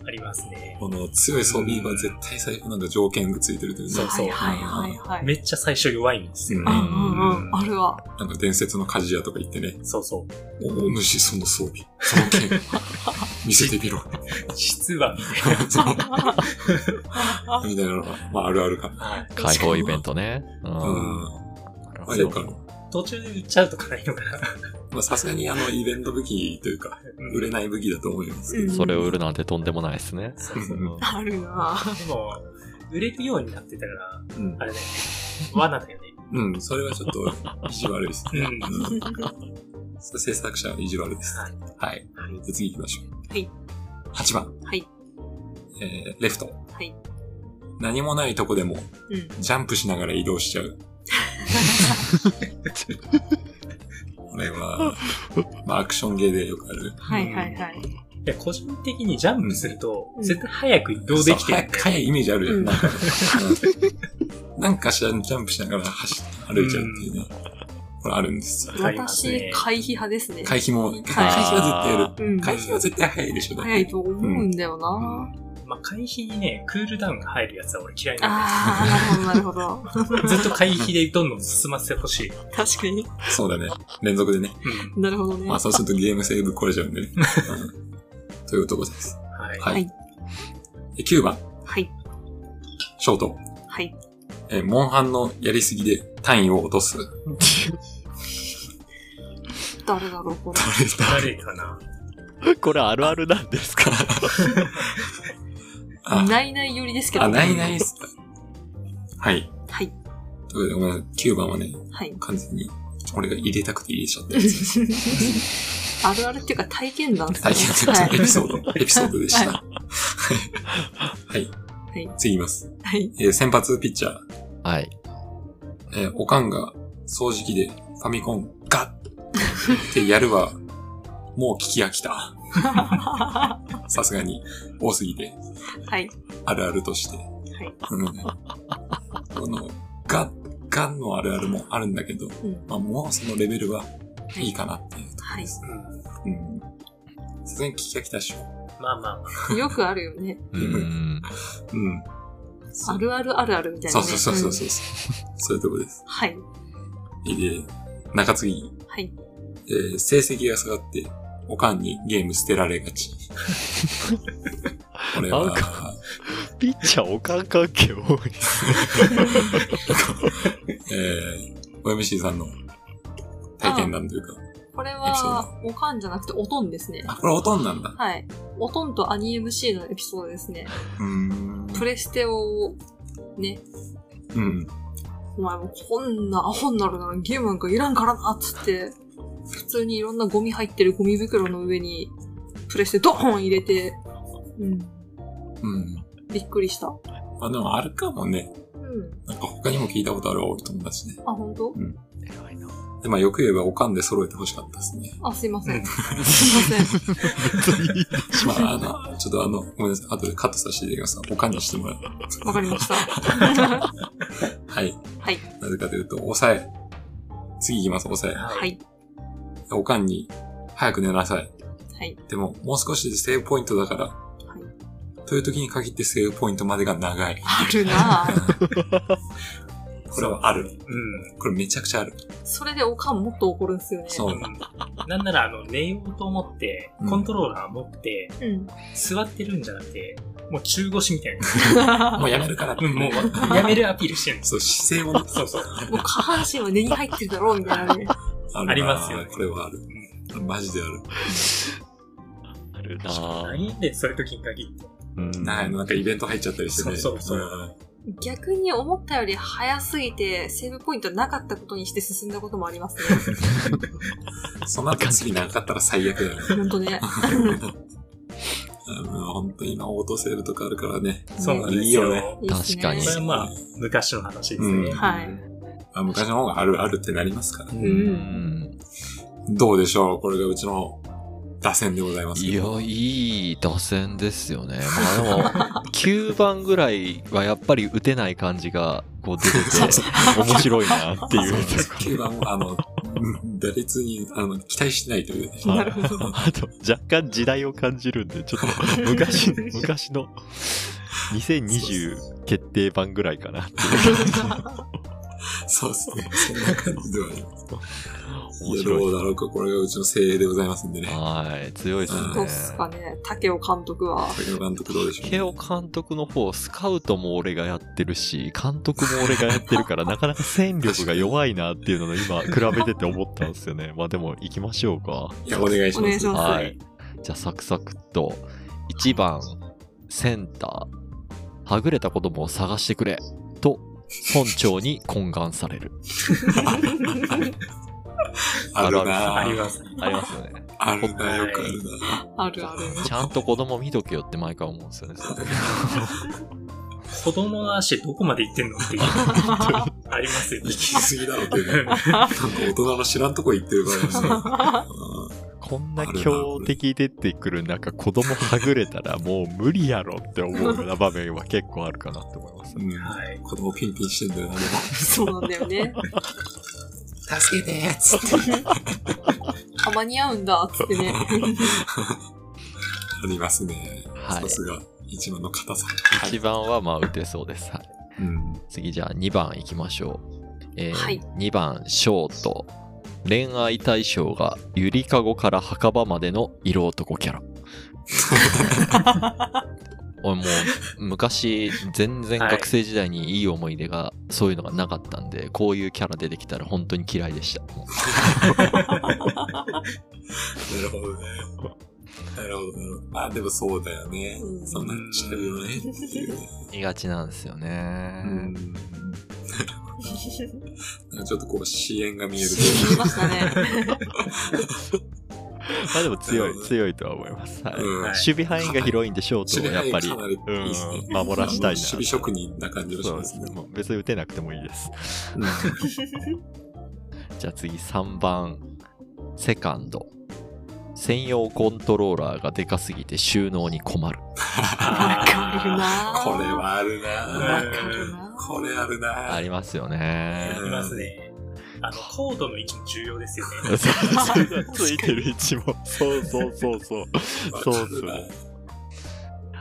[SPEAKER 3] ありますね。
[SPEAKER 1] この強い装備は絶対最初なんか条件がついてるというね
[SPEAKER 3] そうそ
[SPEAKER 2] は
[SPEAKER 3] う
[SPEAKER 2] いはいはいはい。
[SPEAKER 3] めっちゃ最初弱いんですよ
[SPEAKER 1] う
[SPEAKER 2] うんんう
[SPEAKER 3] ね。
[SPEAKER 2] んうん。ある わ。
[SPEAKER 1] なんか伝説の鍛冶屋とか言ってね、
[SPEAKER 3] そうそう。
[SPEAKER 1] おお主その装備、その剣、見せてみろ。
[SPEAKER 3] 実は、
[SPEAKER 1] みたいなのが、まああるあるかな。
[SPEAKER 4] 解放イベントね。うん
[SPEAKER 1] うん。まあ
[SPEAKER 4] そ
[SPEAKER 1] よ
[SPEAKER 4] う
[SPEAKER 1] くある。
[SPEAKER 3] 途中で売っちゃうとかないのかな。
[SPEAKER 1] まあさすがにあのイベント武器というか、売れ
[SPEAKER 3] な
[SPEAKER 1] な
[SPEAKER 3] い。
[SPEAKER 1] い武器だと思いますけど。
[SPEAKER 4] それを売るなんてとんでもないですね。
[SPEAKER 3] そうそうう。
[SPEAKER 1] ん
[SPEAKER 4] うん
[SPEAKER 2] あるな
[SPEAKER 3] でも、売れるようになってたから、
[SPEAKER 1] うん
[SPEAKER 3] あれだよね。罠だよね。
[SPEAKER 1] うん、それはちょっと意地悪いですね。
[SPEAKER 3] う
[SPEAKER 1] うんそれ制作者は意地悪です。
[SPEAKER 3] はい
[SPEAKER 1] はい。じゃあ次行きましょう。
[SPEAKER 2] はい。
[SPEAKER 1] 8番。
[SPEAKER 2] はい。
[SPEAKER 1] えー、レフト。
[SPEAKER 2] はい。
[SPEAKER 1] 何もないとこでも
[SPEAKER 2] うん。
[SPEAKER 1] ジャンプしながら移動しちゃう。これは、まあアクションゲーでよくある。
[SPEAKER 2] はいはいはい。
[SPEAKER 3] いや、個人的にジャンプすると、
[SPEAKER 2] うん
[SPEAKER 3] 絶対早く移動できてるんだよ
[SPEAKER 1] そう早い早いイメージあるよ、
[SPEAKER 2] うん
[SPEAKER 1] なん か。うんなんかしらジャンプしながら走っ歩いちゃうっていうね。これあるんですよ。
[SPEAKER 3] わかりますね
[SPEAKER 2] 私、回避派ですね。
[SPEAKER 1] 回避も、
[SPEAKER 2] はい
[SPEAKER 1] 回避は絶対やる。
[SPEAKER 2] うん。
[SPEAKER 1] 回避は絶対早いでしょ、だって
[SPEAKER 2] 早いと思うんだよな
[SPEAKER 3] まあ、回避にね、クールダウンが入るやつは俺嫌いなん
[SPEAKER 2] あー、なるほどなるほど。
[SPEAKER 3] だよずっと回避でどんどん進ませてほしい。う
[SPEAKER 2] 確かに。
[SPEAKER 1] そうだね。連続でね。
[SPEAKER 3] ん。
[SPEAKER 2] なるほどね。
[SPEAKER 1] まあそうするとゲーム性ぶっ壊れち ゃうんでね。うんというとこです。
[SPEAKER 3] はい。
[SPEAKER 1] は
[SPEAKER 2] はいい。
[SPEAKER 1] で9番、
[SPEAKER 2] はい。
[SPEAKER 1] ショート。
[SPEAKER 2] はい。
[SPEAKER 1] えーモンハンのやりすぎで単位を落とす。
[SPEAKER 2] 誰だろう、これ。
[SPEAKER 3] 誰かな
[SPEAKER 4] これあるあるなんですか
[SPEAKER 1] あ、
[SPEAKER 2] ないない寄りですけど。
[SPEAKER 1] あないないっ。すか。はい。
[SPEAKER 2] はい。
[SPEAKER 1] ということで、ごめんなさい。9番はね、
[SPEAKER 2] はい。
[SPEAKER 1] 完全に、俺が入れたくて入れちゃ ったやつです。
[SPEAKER 2] あるあるっていうか体験談です
[SPEAKER 1] 体験談
[SPEAKER 2] ねは
[SPEAKER 1] エ
[SPEAKER 2] い
[SPEAKER 1] ピソード、エピソードでした。は。
[SPEAKER 2] はいはい
[SPEAKER 1] 次いきます。
[SPEAKER 2] はい。
[SPEAKER 1] えー先発ピッチャー、
[SPEAKER 4] はい。
[SPEAKER 1] えーおかんが掃除機でファミコンガッってやるは、もう聞き飽き た。さすがに多すぎて、
[SPEAKER 2] はい。
[SPEAKER 1] あるあるとして。
[SPEAKER 2] い
[SPEAKER 1] うんこの、ガッ、ガンのあるあるもあるんだけど、
[SPEAKER 2] ん
[SPEAKER 1] まあ、もうそのレベルはいいかなっていうところです。
[SPEAKER 3] うん。
[SPEAKER 1] うんさすがに聞き飽きたでしょ。
[SPEAKER 3] まあまあま
[SPEAKER 2] よくあるよね。
[SPEAKER 4] うん。
[SPEAKER 1] うん。
[SPEAKER 2] あるあるあるあるみたいな、
[SPEAKER 1] そう
[SPEAKER 2] ね。
[SPEAKER 1] そうそうそうそうう。そういうとこです
[SPEAKER 2] ん。。はい。
[SPEAKER 1] で、中継ぎ、
[SPEAKER 2] はい。
[SPEAKER 1] えー成績が下がって、おかんにゲーム捨てられがち。これ
[SPEAKER 4] なん
[SPEAKER 1] は、
[SPEAKER 4] ピッチャーおかん関係多い。
[SPEAKER 1] えー、OMC さんの体験談というか、
[SPEAKER 2] これ
[SPEAKER 1] エピソー
[SPEAKER 2] は、おかんじゃなくておとんですね。
[SPEAKER 1] あ、これおとんなんだ。
[SPEAKER 2] はい。おとんとアニ MC のエピソードですね。
[SPEAKER 1] うーん。
[SPEAKER 2] プレステを、ね、
[SPEAKER 1] うん。
[SPEAKER 2] お前もうこんなアホになるならゲームなんかいらんからな、つって、普通にいろんなゴミ入ってるゴミ袋の上に、プレステドーン入れて、うん、
[SPEAKER 1] うん。
[SPEAKER 2] びっくりした。う
[SPEAKER 1] あ、でもあるかもね。
[SPEAKER 2] ん。
[SPEAKER 1] なんか他にも聞いたことあるわ、俺友達ね。
[SPEAKER 2] あ、本当？
[SPEAKER 4] 偉いな。
[SPEAKER 1] で、まあよく言えばおかんで揃えて欲しかったですね。
[SPEAKER 2] あ、すいませ。
[SPEAKER 3] うんん
[SPEAKER 2] すいません。
[SPEAKER 1] まあ、あの、ちょっとあの、ごめんなさい。後でカットさせていただきます。おかんにしてもらう。
[SPEAKER 2] わかりました。
[SPEAKER 1] はい。
[SPEAKER 2] はい。
[SPEAKER 1] なぜかというと、抑え。次行きます、抑え。
[SPEAKER 2] はい。
[SPEAKER 1] おかんに、早く寝なさい。
[SPEAKER 2] はい。
[SPEAKER 1] でも、もう少しでセーブポイントだから。という時に限ってセーブポイントまでが長い。
[SPEAKER 2] あるなぁ。
[SPEAKER 1] これはある。
[SPEAKER 3] うん。
[SPEAKER 1] これめちゃくちゃある。
[SPEAKER 2] それでおかんもっと怒るんすよね。
[SPEAKER 1] そうう。
[SPEAKER 3] んなんなら、あの、寝ようと思って、
[SPEAKER 1] うん
[SPEAKER 3] コントローラー持って、
[SPEAKER 2] うん。
[SPEAKER 3] 座ってるんじゃなくて、もう中腰みたいな。
[SPEAKER 1] もうやめるから。
[SPEAKER 3] うん、もう、やめるアピールしてるんです。
[SPEAKER 1] そう、姿勢をね、
[SPEAKER 3] そうそう。
[SPEAKER 2] もう下半身は根に入ってるだろうみたいなね。
[SPEAKER 1] あるな
[SPEAKER 3] ありますよね
[SPEAKER 1] これはある。マジである。
[SPEAKER 4] あるな
[SPEAKER 3] ないんで、そういう時に限って。
[SPEAKER 4] うん
[SPEAKER 1] なんかなんかイベント入っちゃったりしてね。
[SPEAKER 3] そうそうそうん
[SPEAKER 2] 逆に思ったより早すぎて、セーブポイントなかったことにして進んだこともありますね。
[SPEAKER 1] その後次なかったら最悪だよね。
[SPEAKER 2] ほんとね。
[SPEAKER 1] うん本当に今オートセールとかあるからね。
[SPEAKER 3] そうなんですよ。
[SPEAKER 1] いいよね
[SPEAKER 2] いいっすね
[SPEAKER 4] 確かに
[SPEAKER 3] これはまあ、昔の話です
[SPEAKER 1] うん
[SPEAKER 3] ね。
[SPEAKER 2] はい
[SPEAKER 1] まあ、昔の方があるあるってなりますから。
[SPEAKER 2] う。
[SPEAKER 4] うんん。
[SPEAKER 1] どうでしょうこれがうちの打線でございます
[SPEAKER 4] い
[SPEAKER 1] け
[SPEAKER 4] や
[SPEAKER 1] ど。、
[SPEAKER 4] いい打線ですよね。まあでも、9番ぐらいはやっぱり打てない感じが、こう出てて、面白いなっていうところ
[SPEAKER 1] 9番は、あの、 うん打率にあの期待しないというね。
[SPEAKER 2] なるほど。
[SPEAKER 4] あと、若干時代を感じるんで、ちょっと、昔、昔の、2020決定版ぐらいかなっていう感じ
[SPEAKER 1] そうですね。そんな感じではあります。
[SPEAKER 4] 面
[SPEAKER 1] いやど
[SPEAKER 4] 白い。
[SPEAKER 1] うだろうか。これがうちの精鋭でございますんでね。
[SPEAKER 4] はい、強いですね
[SPEAKER 1] うん。
[SPEAKER 2] どうっすかね。竹雄監督は。
[SPEAKER 1] 竹野監督どうでしょう、
[SPEAKER 4] ケオ監督の方、スカウトも俺がやってるし、監督も俺がやってる から、なかなか戦力が弱いなっていうのを今、比べてて思ったんですよね。まあでも、行きましょうか。
[SPEAKER 1] いや、お願いし
[SPEAKER 2] お
[SPEAKER 1] ま
[SPEAKER 2] 願い
[SPEAKER 1] す。
[SPEAKER 2] します。
[SPEAKER 4] は
[SPEAKER 2] はいい。。
[SPEAKER 4] じゃあ、サクサクっと。1番、センター。はぐれた子供を探してくれ。と、村長に懇願される。
[SPEAKER 1] あるな
[SPEAKER 3] あり
[SPEAKER 1] ぁ。
[SPEAKER 3] ますね。
[SPEAKER 4] ありますよね。
[SPEAKER 1] あるなよくあるなぁ。
[SPEAKER 2] あるある。
[SPEAKER 4] ちゃんと子供見とけよって毎回思うんですよね。それ
[SPEAKER 3] 子供の足どこまで行ってん のっていう。ありますよね
[SPEAKER 1] 行。き過ぎだろっていうね。なんか大人の知らんとこ行ってるからね。
[SPEAKER 4] こんな強敵出てくる中、子供はぐれたらもう無理やろって思うような場面は結構あるかなって思いま す
[SPEAKER 1] う
[SPEAKER 4] ね。
[SPEAKER 1] んうん
[SPEAKER 3] はい。
[SPEAKER 1] 子供ピンピンしてんだよな、でも。
[SPEAKER 2] そうなんだよね。
[SPEAKER 1] 助けてーっつって。
[SPEAKER 2] あ、間に合うんだ、つってね。
[SPEAKER 1] ありますね。
[SPEAKER 4] はい
[SPEAKER 1] さすが、一番の硬さ。
[SPEAKER 4] 1番はまあ打てそうです。はい
[SPEAKER 1] うん。
[SPEAKER 4] 次じゃあ2番行きましょう。えー
[SPEAKER 2] はい
[SPEAKER 4] 2番、ショート。恋愛対象がゆりかごから墓場までの色 男キャラ。俺もう昔全然
[SPEAKER 3] はい
[SPEAKER 4] 学生時代にいい思い出がそういうのがなかったんでこういうキャラ出てきたら本当に嫌いでしたもう
[SPEAKER 1] なるほどね。なるほど、なるほど。あ、でもそうだよね
[SPEAKER 2] う。ん
[SPEAKER 1] そうなっちゃうよね。っていうね。
[SPEAKER 4] 言いがちなんですよね、
[SPEAKER 1] うん。なんかちょっとこう、支援が見えると
[SPEAKER 2] 言いましたね。
[SPEAKER 4] まあでも強
[SPEAKER 1] う
[SPEAKER 4] い
[SPEAKER 1] ん
[SPEAKER 4] 強いとは思います、はい
[SPEAKER 1] うん。
[SPEAKER 3] はい
[SPEAKER 4] 守備範囲が広いんでショートはやっぱり、
[SPEAKER 1] 守備範囲かなりいいですね
[SPEAKER 4] うん、守らしたいな
[SPEAKER 1] 守備職人な感じがし
[SPEAKER 4] そう
[SPEAKER 1] ま
[SPEAKER 4] ですす
[SPEAKER 1] ね
[SPEAKER 4] ね。。もう別に打てなくてもいいです。
[SPEAKER 1] うん
[SPEAKER 4] じゃあ次3番、セカンド。専用コントローラーがでかすぎて収納に困る。
[SPEAKER 2] わかる
[SPEAKER 3] あ
[SPEAKER 2] な
[SPEAKER 1] これ。はあるな
[SPEAKER 2] わか
[SPEAKER 1] ぁ
[SPEAKER 2] るな
[SPEAKER 1] これあるな
[SPEAKER 4] あ
[SPEAKER 1] ぁ
[SPEAKER 4] りますよ
[SPEAKER 3] ー
[SPEAKER 4] ね
[SPEAKER 3] あ。りますね。あの、コードの位置も重要ですよね。
[SPEAKER 4] つ いてる位置も。そうそうそうそう。
[SPEAKER 1] わか
[SPEAKER 4] そう
[SPEAKER 1] る
[SPEAKER 4] そう
[SPEAKER 1] な。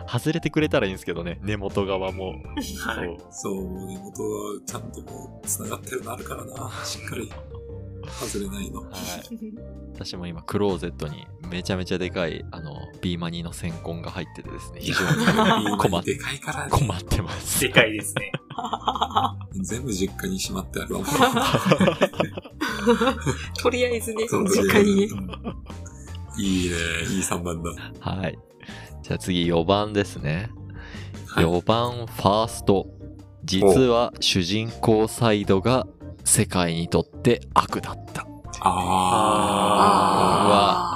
[SPEAKER 4] 外れてくれたらいいんですけどね、根元側も。
[SPEAKER 3] はい
[SPEAKER 4] そう
[SPEAKER 1] そう、根元はちゃんともう繋がってるのあるからなしっかり。外れないの。
[SPEAKER 4] はい私も今クローゼットにめちゃめちゃでかいあのビーマニーの線痕が入って てですね非常に 困っ
[SPEAKER 1] でかいからね。
[SPEAKER 4] 困ってます
[SPEAKER 3] でかいですね。
[SPEAKER 1] 全部実家にしまってあるわ。
[SPEAKER 2] とりあえずね、
[SPEAKER 1] そう
[SPEAKER 2] 実家にね。
[SPEAKER 1] いいね。いい3番だ。
[SPEAKER 4] はい。じゃあ次4番ですね。
[SPEAKER 1] はい
[SPEAKER 4] 4番ファースト。実は主人公サイドが世界にとって悪だった。
[SPEAKER 1] あ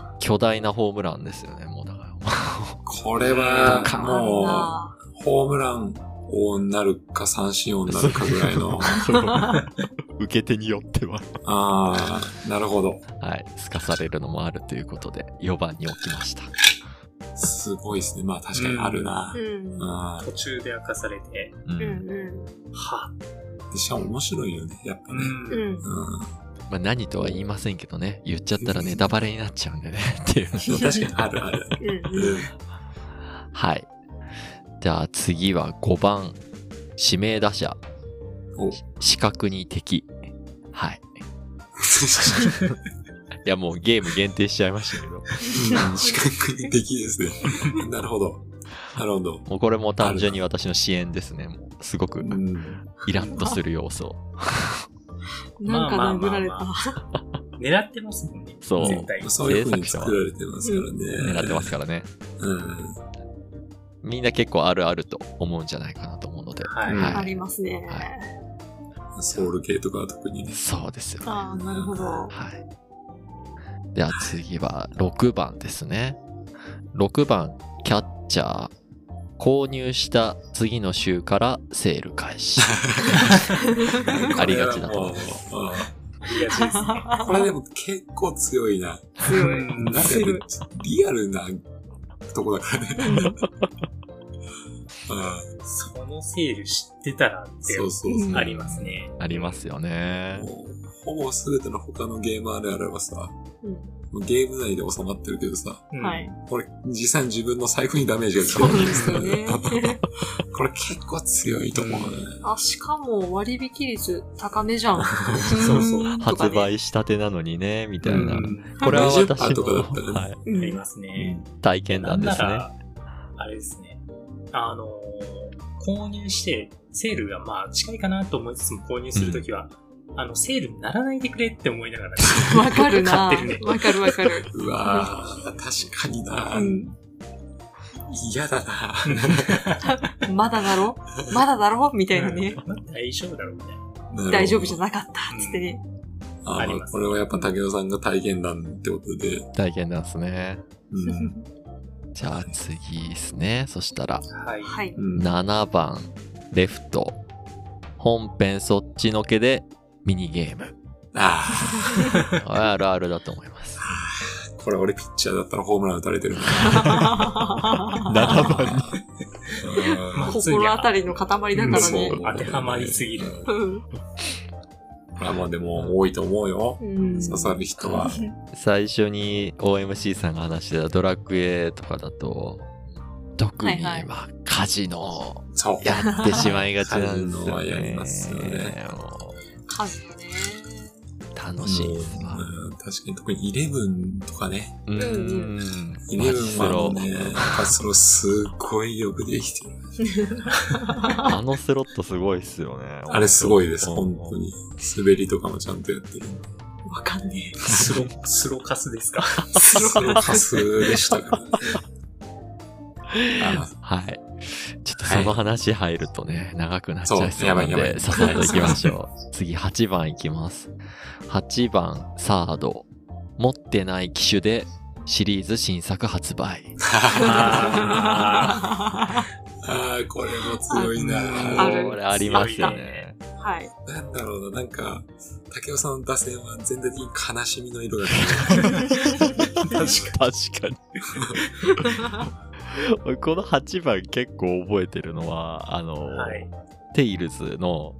[SPEAKER 2] あ
[SPEAKER 4] 巨大なホームランですよね、もうだから。
[SPEAKER 1] ー。これ
[SPEAKER 2] ー
[SPEAKER 1] は
[SPEAKER 4] ドカー、ン
[SPEAKER 1] も
[SPEAKER 2] あ
[SPEAKER 1] う、ホームラン王になるか三振王になるかぐらい の。
[SPEAKER 4] 受け手によっては。
[SPEAKER 1] ああ、なるほど。
[SPEAKER 4] はい。すかされるのもあるということで、4番に置きました。
[SPEAKER 1] すごいですね。まあ確かにあるな
[SPEAKER 2] ー。うん。
[SPEAKER 1] あ
[SPEAKER 3] 途中で明かされて、
[SPEAKER 4] う。
[SPEAKER 2] うんん
[SPEAKER 3] はぁ、
[SPEAKER 1] ーしかも面白いよね。やっぱ
[SPEAKER 3] う
[SPEAKER 1] ね。
[SPEAKER 3] ん
[SPEAKER 2] うん。うん。
[SPEAKER 1] うん。
[SPEAKER 4] まあ何とは言いませんけどね、言っちゃったらネタバレになっちゃうんでね、 っていう。
[SPEAKER 1] 確かにあるある。
[SPEAKER 2] うん。
[SPEAKER 1] うん。
[SPEAKER 4] はい。じゃあ次は5番、指名打者、
[SPEAKER 1] お
[SPEAKER 4] 視覚に敵。はい。いやもうゲーム限定しちゃいましたけど、
[SPEAKER 1] うん視覚的ですね。なるほど。なるほど。
[SPEAKER 4] もうこれも単純に私の支援ですね。もうすごく
[SPEAKER 1] うん。
[SPEAKER 4] イラッとする要素。
[SPEAKER 2] なんか殴られ
[SPEAKER 3] まあまあまあま
[SPEAKER 2] た。
[SPEAKER 3] 狙ってますもんね。
[SPEAKER 4] そう
[SPEAKER 3] 絶対。
[SPEAKER 1] そういう風に作られてますからね。
[SPEAKER 4] 狙ってますからね。
[SPEAKER 1] うん。
[SPEAKER 4] みんな結構あるあると思うんじゃないかなと思うので。
[SPEAKER 3] はい。
[SPEAKER 1] うん
[SPEAKER 2] ありますね。
[SPEAKER 4] は
[SPEAKER 1] ソウル系とかは特 にね。
[SPEAKER 4] そうですよね。
[SPEAKER 2] ああ、なるほど。
[SPEAKER 4] はい。では次は6番ですね。6番、キャッチャー。購入した次の週からセール開 始。ありがちだと思います
[SPEAKER 1] これはもう。うん
[SPEAKER 3] ありがちですね。
[SPEAKER 1] これでも結構強いな。
[SPEAKER 2] 強い。
[SPEAKER 1] なんかやっぱリアルなとこだから ね。あ
[SPEAKER 3] そのセール知ってたらって
[SPEAKER 1] そうそうそう。
[SPEAKER 2] うん
[SPEAKER 3] ありますね。
[SPEAKER 4] ありますよね。
[SPEAKER 1] もうほぼ全ての他のゲームあるあるはさ、
[SPEAKER 2] うん
[SPEAKER 1] もうゲーム内で収まってるけどさ、
[SPEAKER 3] うん
[SPEAKER 2] はい。。
[SPEAKER 1] これ実際に自分の財布にダメージが来て
[SPEAKER 2] そ
[SPEAKER 1] る
[SPEAKER 2] うん
[SPEAKER 1] で
[SPEAKER 2] ですす
[SPEAKER 1] か
[SPEAKER 2] よ
[SPEAKER 1] らね
[SPEAKER 2] ね。。
[SPEAKER 1] これ結構強いと思うね。
[SPEAKER 2] あ、しかも割引率高めじゃん。
[SPEAKER 1] そうそう
[SPEAKER 2] ーんとか
[SPEAKER 4] 発
[SPEAKER 2] ね
[SPEAKER 4] 売したてなのにね、みたいな。
[SPEAKER 1] うん
[SPEAKER 4] これは私の、
[SPEAKER 1] 20%とかだったらね
[SPEAKER 4] はい、
[SPEAKER 2] う
[SPEAKER 3] あり
[SPEAKER 2] ん
[SPEAKER 3] ますね。
[SPEAKER 4] 体験談です
[SPEAKER 3] なんな
[SPEAKER 4] ね。
[SPEAKER 3] らあれですね。あのー購入して、セールがまあ近いかなと思いつつも購入するときは、あの、セールにならないでくれって思いながら、
[SPEAKER 2] わかるな。わ
[SPEAKER 3] 買ってるね
[SPEAKER 2] かるわかる。
[SPEAKER 1] うわぁ、確かにな
[SPEAKER 2] うん
[SPEAKER 1] 嫌だな
[SPEAKER 2] まだだろまだだろみたいなね。
[SPEAKER 3] うんまあ大丈夫だろうみたいな。
[SPEAKER 2] 大丈夫じゃ
[SPEAKER 1] ん。
[SPEAKER 2] なかった。つってね。
[SPEAKER 1] あ
[SPEAKER 3] あり
[SPEAKER 1] の
[SPEAKER 3] ます
[SPEAKER 1] これはやっぱ竹野さんが体験談ってことで、
[SPEAKER 4] 体験談ですね。
[SPEAKER 1] うん。
[SPEAKER 4] じゃあ次ですね。そしたら、
[SPEAKER 3] はい。
[SPEAKER 2] はい。
[SPEAKER 1] うん
[SPEAKER 4] 7番、レフト。本編そっちのけでミニ ゲーム。
[SPEAKER 1] あ
[SPEAKER 4] あるあるだと思い ます。
[SPEAKER 1] あ、これ俺ピッチャーだったらホームラン打たれてるな。
[SPEAKER 4] 7番に。
[SPEAKER 1] うん
[SPEAKER 2] 心当たりの塊だからね
[SPEAKER 1] そう。
[SPEAKER 3] 当てはまりすぎる。
[SPEAKER 2] うん
[SPEAKER 1] まあまあでも多いと思うよ。
[SPEAKER 2] うん
[SPEAKER 1] 刺さる人は。
[SPEAKER 4] 最初に OMC さんが話してたドラクエとかだと、特に
[SPEAKER 2] はいはい
[SPEAKER 4] まあカジノを
[SPEAKER 1] そう。
[SPEAKER 4] やってしまいがちなんです
[SPEAKER 1] カジノ
[SPEAKER 4] よ
[SPEAKER 1] は
[SPEAKER 4] ね。
[SPEAKER 1] やりますよね
[SPEAKER 4] も
[SPEAKER 2] カジノね。
[SPEAKER 4] う楽しいですわ。
[SPEAKER 1] うん確かに特にイレブンとかね。
[SPEAKER 4] うんん。
[SPEAKER 1] イレ
[SPEAKER 4] マ
[SPEAKER 1] ブ
[SPEAKER 4] ジ
[SPEAKER 1] ン
[SPEAKER 4] ス
[SPEAKER 1] はも
[SPEAKER 4] ロ
[SPEAKER 1] うね、パスロすっごいよくできてる。
[SPEAKER 4] あのスロットすごいっすよね。
[SPEAKER 1] あれすごいです、
[SPEAKER 4] うん
[SPEAKER 1] 本当に。滑りとかもちゃんとやって る。
[SPEAKER 2] わかんね
[SPEAKER 3] スロ、スロカスですか
[SPEAKER 1] スロパスでしたから ね。あ
[SPEAKER 4] はい。ちょっとその話入るとね、長くなっちゃい
[SPEAKER 1] そ
[SPEAKER 4] そうう
[SPEAKER 1] や
[SPEAKER 4] な
[SPEAKER 1] ばい
[SPEAKER 4] ん
[SPEAKER 1] やばい
[SPEAKER 4] で、ささっと行きましょう。次、8番いきます。8番、サード。持ってない機種でシリーズ新作発売。
[SPEAKER 3] あ
[SPEAKER 1] あー、これも強いな。
[SPEAKER 2] ある
[SPEAKER 4] これありますよね。
[SPEAKER 2] え。 はい。
[SPEAKER 1] なんだろうな、なんか、竹雄さんの打線は全体的に悲しみの色が出
[SPEAKER 4] 確かに。俺この8番結構覚えてるのは、あの、
[SPEAKER 3] ーはい。
[SPEAKER 4] テイルズの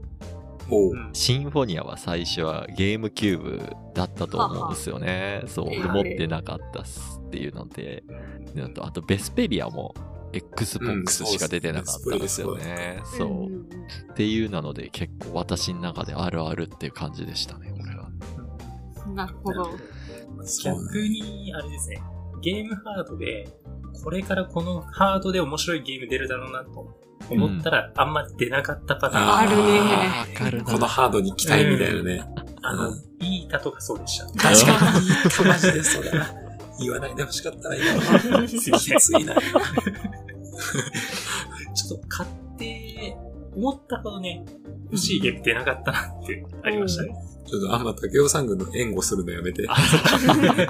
[SPEAKER 1] る。おう
[SPEAKER 3] う。ん
[SPEAKER 4] シンフォニアは最初はゲームキューブだったと思うんですよね。そう、
[SPEAKER 2] ええ
[SPEAKER 4] 持ってなかったっすっていうので、であと、あとベスペリアも
[SPEAKER 1] うん
[SPEAKER 4] Xbox
[SPEAKER 1] そうっす
[SPEAKER 4] しか出てなかったんですよね。そうう。
[SPEAKER 2] ん。
[SPEAKER 4] っていうなので、結構私の中であるあるっていう感じでしたね、これは。
[SPEAKER 2] なるほど。
[SPEAKER 1] そう
[SPEAKER 3] 逆に、あれですね、ゲームハードで、これからこのハードで面白いゲーム出るだろうなと思ったら、あんま出なかったパターン。
[SPEAKER 2] あるね
[SPEAKER 4] わかる
[SPEAKER 1] この
[SPEAKER 4] な。
[SPEAKER 1] ハードに期待みたいなね。
[SPEAKER 3] あの、
[SPEAKER 1] う
[SPEAKER 3] いいいたとかそうでした。
[SPEAKER 1] 確かにいいか、マジでそれ。言わないでほしかったな、今の。
[SPEAKER 3] すいません
[SPEAKER 1] きつ いな。
[SPEAKER 3] ちょっと買って、思ったほどね、欲しいゲーム出なかったなってありましたね。
[SPEAKER 1] ちょっと、あんま竹雄さん軍の援護するのやめて。
[SPEAKER 3] あ、そっか。
[SPEAKER 4] い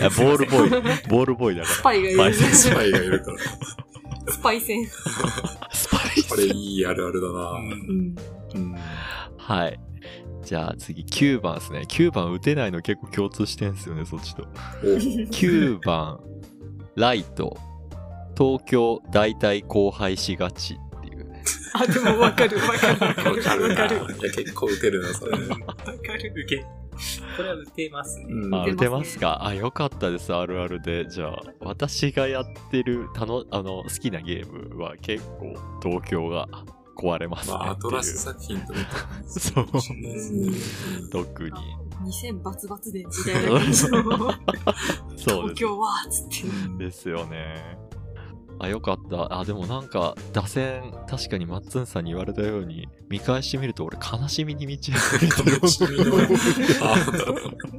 [SPEAKER 4] や、ボールボ ーイ、ボールボーイだ
[SPEAKER 2] ス
[SPEAKER 4] か
[SPEAKER 2] パイがいる。
[SPEAKER 1] ス
[SPEAKER 2] ス
[SPEAKER 1] パイがいるから。
[SPEAKER 2] パイ戦。
[SPEAKER 4] ら。スパ
[SPEAKER 1] これいいあるあるだな。
[SPEAKER 2] うん。
[SPEAKER 1] うん。
[SPEAKER 4] はい。じゃあ次、9番ですね。9番打てないの結構共通してんすよね、そっちと。9番、ライト、東京大体荒廃しがちっていうね。
[SPEAKER 2] あ、でもわかる、わかる、 わか
[SPEAKER 1] お、わ
[SPEAKER 2] る、
[SPEAKER 1] かる
[SPEAKER 2] わ
[SPEAKER 1] な。
[SPEAKER 2] か
[SPEAKER 1] い
[SPEAKER 2] る。
[SPEAKER 1] や、結構ウケるな、それ。
[SPEAKER 3] うんわかる。受け。これは打てますね。
[SPEAKER 1] うん。
[SPEAKER 4] あ、
[SPEAKER 1] あ
[SPEAKER 2] 打
[SPEAKER 4] 打て
[SPEAKER 2] て
[SPEAKER 4] ま
[SPEAKER 2] ますね
[SPEAKER 4] すかあ、よかったです、あるあるで。じゃあ、私がやってる、たの、あの、好きなゲームは結構、東京が壊れますね
[SPEAKER 1] まあ、
[SPEAKER 4] っていう。
[SPEAKER 1] アトラス作品とかね。
[SPEAKER 4] そう
[SPEAKER 1] かもしれないですねうん
[SPEAKER 4] 特に。
[SPEAKER 2] 2000バツバツで時代だけど、
[SPEAKER 4] そうで
[SPEAKER 2] 東
[SPEAKER 4] す
[SPEAKER 2] 京は、つって。
[SPEAKER 4] ですよね。あ、よかった。あ、でもなんか、打線、確かにマッツンさんに言われたように、見返してみると俺、悲しみに満ち溢れてる。
[SPEAKER 1] 悲 しみのあ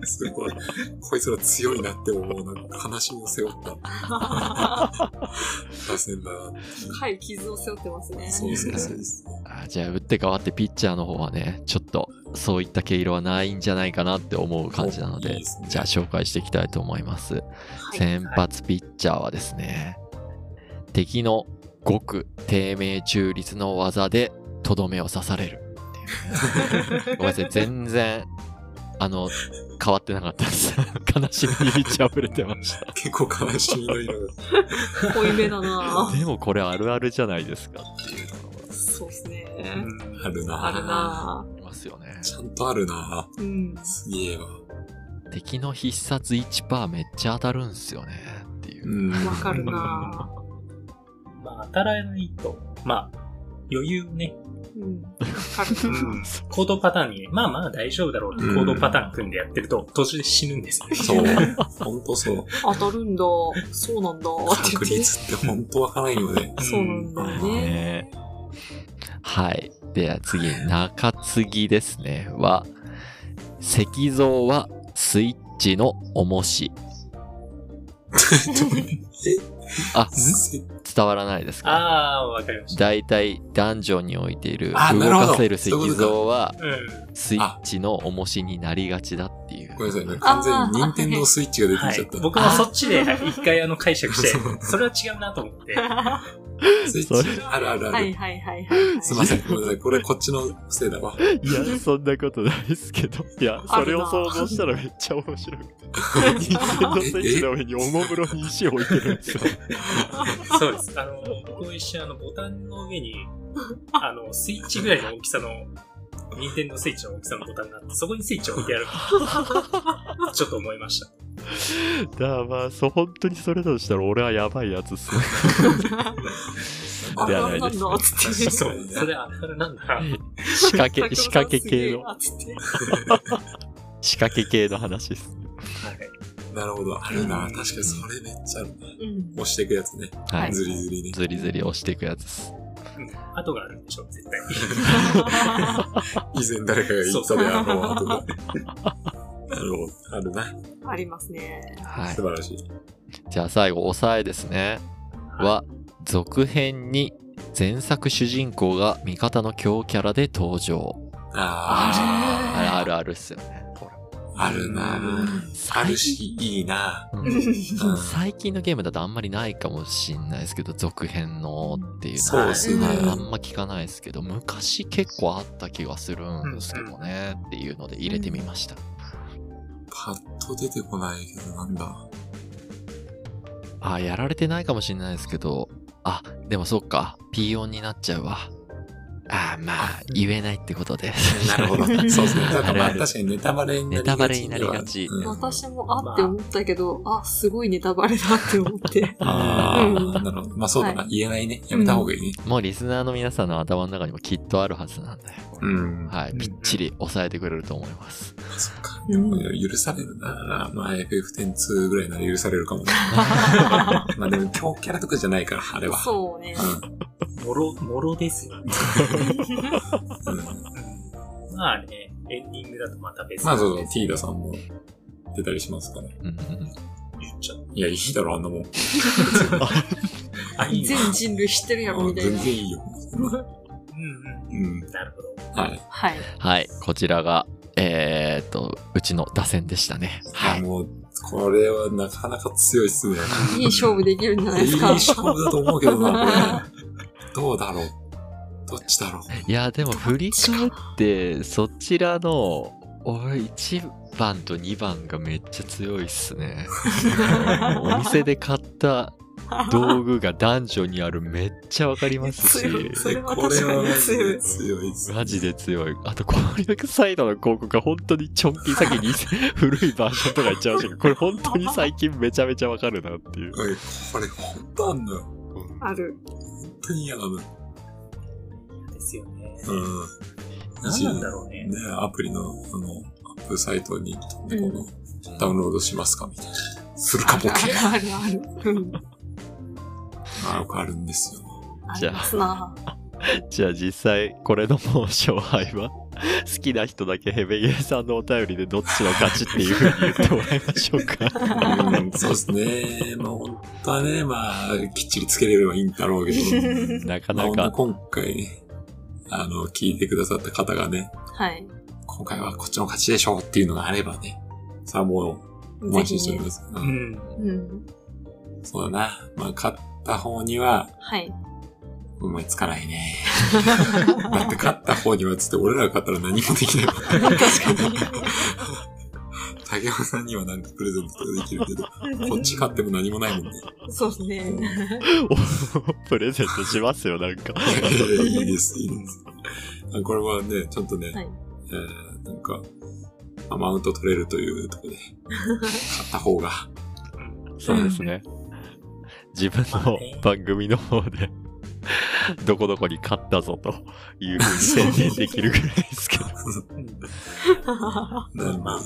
[SPEAKER 1] すごい。こいつら強いなって思う。なんか悲しみを背負った
[SPEAKER 2] は
[SPEAKER 1] 打線だな。
[SPEAKER 2] い、傷を背負ってますね。
[SPEAKER 1] そうそうそう。
[SPEAKER 4] あじゃあ、打って変わってピッチャーの方はね、ちょっと、そういった毛色はないんじゃないかなって思う感じなの
[SPEAKER 1] おい
[SPEAKER 4] で、
[SPEAKER 1] いですね
[SPEAKER 4] じゃあ、紹介していきたいと思います。
[SPEAKER 2] はい。
[SPEAKER 4] 先発ピッチャーはですね、敵のごく低迷中立の技でとどめを刺されるっていうねごめんなさい、全然、あの、変わってなかったです。 悲しみに満ち溢れてました。
[SPEAKER 1] 結構悲しみの色が。
[SPEAKER 2] 濃いめだ な
[SPEAKER 4] でもこれあるあるじゃないですかっていうのが
[SPEAKER 2] そうっすね。
[SPEAKER 1] あるな
[SPEAKER 2] あるな
[SPEAKER 4] ありますよね。
[SPEAKER 1] ちゃんとあるな
[SPEAKER 2] うん。
[SPEAKER 1] すげえわ。
[SPEAKER 4] 敵の必殺1%めっちゃ当たるんすよねっていう。
[SPEAKER 1] ん
[SPEAKER 2] わかるな
[SPEAKER 3] まあ、当たらないと、まあ、余裕をね、
[SPEAKER 2] うん。わかるな
[SPEAKER 3] 行動パターンにね、まあまあ大丈夫だろうと
[SPEAKER 1] うん
[SPEAKER 3] 行動パターン組んでやってると、途中で死ぬんですよね。
[SPEAKER 1] そう。ほんとそう。
[SPEAKER 2] 当たるんだ。そうなんだ。って言
[SPEAKER 1] 確
[SPEAKER 2] って。
[SPEAKER 1] 率ってほんとわからんよね。
[SPEAKER 2] そうなんだよね。
[SPEAKER 4] はい。では次、中継ぎですね。は、石像はスイッチの重し。あ、伝わらないですか
[SPEAKER 3] ああ、わかりました。
[SPEAKER 4] 大体ダンジョンに置いている動
[SPEAKER 1] あなるほど
[SPEAKER 4] かせる石像は
[SPEAKER 3] うん。
[SPEAKER 4] スイッチの重しになりがちだっていう。
[SPEAKER 1] ごめんなさいね。完全に任天堂スイッチが出て
[SPEAKER 3] は
[SPEAKER 1] きちゃっ
[SPEAKER 3] い
[SPEAKER 1] た。。
[SPEAKER 3] 僕もそっちで一回あの解釈し て
[SPEAKER 1] そう、
[SPEAKER 3] それは違うなと思って。
[SPEAKER 2] は
[SPEAKER 1] スイッチあるあるあ
[SPEAKER 2] い
[SPEAKER 1] る。
[SPEAKER 2] はいはいはい。
[SPEAKER 1] すいません。ごめんなさい。これこっちのせいだわ。
[SPEAKER 4] いや、そんなことないですけど。いや、
[SPEAKER 2] あるな
[SPEAKER 4] 像したらめっちゃ 面白くて。任天堂上におもむろに石を置いてるん ですよ。
[SPEAKER 3] そうです。あの、僕も一緒にあの、ボタンの上に、あの、スイッチぐらいの大きさの、ニンテンドースイッチの大きさのボタンがあって、そこにスイッチを置いてやるとちょっと思いました。
[SPEAKER 4] だからまあ、そう、本当にそれだとしたら俺はやばいやつっすね。
[SPEAKER 2] あ
[SPEAKER 4] では
[SPEAKER 2] ら
[SPEAKER 4] な
[SPEAKER 2] ないん
[SPEAKER 4] で
[SPEAKER 2] だ
[SPEAKER 4] す
[SPEAKER 2] っつっ
[SPEAKER 4] ね
[SPEAKER 2] て。
[SPEAKER 3] そう。それは当たるなんだな。
[SPEAKER 4] 仕 掛け、仕掛け系の、
[SPEAKER 2] あつって。
[SPEAKER 4] 仕掛け系の話ですね。
[SPEAKER 1] なるほど。あるな確かにそれめっちゃあるな。
[SPEAKER 2] うん。
[SPEAKER 1] 押していくやつね。
[SPEAKER 4] は
[SPEAKER 2] はいい。
[SPEAKER 1] ずりずりね。
[SPEAKER 4] ずりずり押していくやつです。
[SPEAKER 3] うん後があるんでしょ、絶対。
[SPEAKER 1] 以前誰かが言ったであろう後が。なるほど。あるな。
[SPEAKER 2] ありますね。
[SPEAKER 4] はい
[SPEAKER 1] 素。晴らしい。
[SPEAKER 4] じゃあ最後、抑えですね。は、続編に前作主人公が味方の強キャラで登場。
[SPEAKER 1] あ
[SPEAKER 4] あるあるあるっすよね。これ
[SPEAKER 1] ー。あるなあるし、いいな
[SPEAKER 4] うん
[SPEAKER 1] うん
[SPEAKER 4] 最近のゲームだとあんまりないかもしんないですけど、続編のっていうの
[SPEAKER 1] そう
[SPEAKER 4] は
[SPEAKER 1] で。すね。
[SPEAKER 2] はい
[SPEAKER 4] あんま聞かないですけど、昔結構あった気がするんですけどね、っていうので入れてみました。
[SPEAKER 1] パッと出てこないけど、なんだ。
[SPEAKER 4] あ、やられてないかもしれないですけど、あ、でもそっか、ピーオンになっちゃうわ。あーまあ、言 えないってことで。
[SPEAKER 1] なるほど。そうですね。なんかま
[SPEAKER 4] あ
[SPEAKER 1] あ
[SPEAKER 4] るある
[SPEAKER 1] 確かにネタバレになりがち。
[SPEAKER 4] ネタバレになりがち
[SPEAKER 1] うん
[SPEAKER 2] 私もあって思ったけど、あ、すごいネタバレだって思って。
[SPEAKER 1] あ
[SPEAKER 2] う
[SPEAKER 1] あ、
[SPEAKER 2] ん
[SPEAKER 1] なるほど。まあそうだな。
[SPEAKER 2] は
[SPEAKER 1] 言えないね。やめた方がいいね。
[SPEAKER 4] もうリスナーの皆さんの頭の中にもきっとあるはずなんだよ。
[SPEAKER 1] うん。
[SPEAKER 4] はい、ぴっちり抑えてくれると思います。
[SPEAKER 1] そっか。
[SPEAKER 2] うん
[SPEAKER 1] 許されるな。まあ FF102 ぐらいなら許されるかも ね。まあでも強キャラとかじゃないから、あれは。
[SPEAKER 2] そうね。
[SPEAKER 3] もろ、もろですよね。
[SPEAKER 1] うん。うん。
[SPEAKER 3] まあね、エンディングだとまた別
[SPEAKER 1] まあそう
[SPEAKER 3] なん
[SPEAKER 1] そう、
[SPEAKER 3] で
[SPEAKER 1] ティーダさんも出たりしますから。
[SPEAKER 4] うんうんうん
[SPEAKER 3] 言っちゃう。
[SPEAKER 1] いや、いいだろ、あんなもん。
[SPEAKER 3] あ、いいね。
[SPEAKER 2] 全人類知ってるやろ、みたい
[SPEAKER 1] 全
[SPEAKER 2] な
[SPEAKER 1] 然。い いよ。
[SPEAKER 3] うんう
[SPEAKER 1] うん。
[SPEAKER 3] ん。なるほど。
[SPEAKER 1] はい。
[SPEAKER 2] はい。
[SPEAKER 4] はい、こちらが、えーっと、うちの打線でしたね。は
[SPEAKER 1] や、
[SPEAKER 4] いい。
[SPEAKER 1] もう、これはなかなか強いっすね。
[SPEAKER 2] いい勝負できるんじゃない
[SPEAKER 1] い
[SPEAKER 2] で
[SPEAKER 1] い
[SPEAKER 2] すか。
[SPEAKER 1] 勝負だと思うけどな、 これ。どうだろう。どっちだろう。
[SPEAKER 4] いや、でも振り返って、そちらの、俺1番と2番がめっちゃ強いっ すね。お店で買った道具が男女にあるめっちゃわかりますし。
[SPEAKER 2] 強いそれは
[SPEAKER 1] これはマジ
[SPEAKER 2] 強
[SPEAKER 1] で
[SPEAKER 2] い
[SPEAKER 1] 強いっす。
[SPEAKER 4] マジで強い。あと、攻略サイトの広告が本当にちょんぴい先に 古いバージョンとか言っちゃいましたけど、これ本当に最近めちゃめちゃわかるなっていう。
[SPEAKER 1] おいこれ本当あんのよ。
[SPEAKER 2] ある。
[SPEAKER 1] 本当に嫌なのよ。
[SPEAKER 3] ですよね。
[SPEAKER 1] うん。
[SPEAKER 3] 何なんだろうね。
[SPEAKER 1] ね、アプリの、あの、アップサイトに飛んで、この、ダウンロードしますかみたいな。するかも
[SPEAKER 2] あ
[SPEAKER 1] け
[SPEAKER 2] る。あるある。うん。
[SPEAKER 1] あ、よくあるんですよ。
[SPEAKER 2] あ
[SPEAKER 4] じゃあ
[SPEAKER 2] りますな。
[SPEAKER 4] じゃあ実際、これのもう勝敗は、 好きな人だけヘベゲーさんのお便りでどっちの勝ちっていうふうに言ってもらいましょうか。
[SPEAKER 1] うんそうですね。まあ、本当はね、まあ、きっちりつけれればいいんだろうけど、
[SPEAKER 4] なか
[SPEAKER 1] まあ
[SPEAKER 4] な
[SPEAKER 1] ほんと
[SPEAKER 4] か、
[SPEAKER 1] 今回ね、あの、聞いてくださった方がね、
[SPEAKER 2] はい。
[SPEAKER 1] 今回はこっちの勝ちでしょうっていうのがあればね、さあもう、お
[SPEAKER 2] ぜ
[SPEAKER 1] 待ちして
[SPEAKER 2] ひ
[SPEAKER 1] おり
[SPEAKER 2] ね。
[SPEAKER 1] ます。う
[SPEAKER 3] うんん。
[SPEAKER 2] うん。
[SPEAKER 1] そうだな。まあ、勝った方には、
[SPEAKER 2] はい。
[SPEAKER 1] 思いつかないね。だって勝った方にはつって俺らが勝ったら何もできない。
[SPEAKER 2] 確か
[SPEAKER 1] 竹山さんにはなんかプレゼントとかできるけど、こっち勝っても何もないもんね。
[SPEAKER 2] に。そうですね。
[SPEAKER 4] おプレゼントしますよ、なんか。
[SPEAKER 1] いいです、いいです。あこれはね、ちゃんとね、
[SPEAKER 2] はい
[SPEAKER 1] えーなんか、アマウント取れるというところで、勝った方が。
[SPEAKER 4] そうですね。自分の番組の方で、どこどこに勝ったぞというふうに宣言できるぐらいですけど。
[SPEAKER 3] うん
[SPEAKER 2] は
[SPEAKER 1] まあ
[SPEAKER 3] まあ
[SPEAKER 1] うん、あ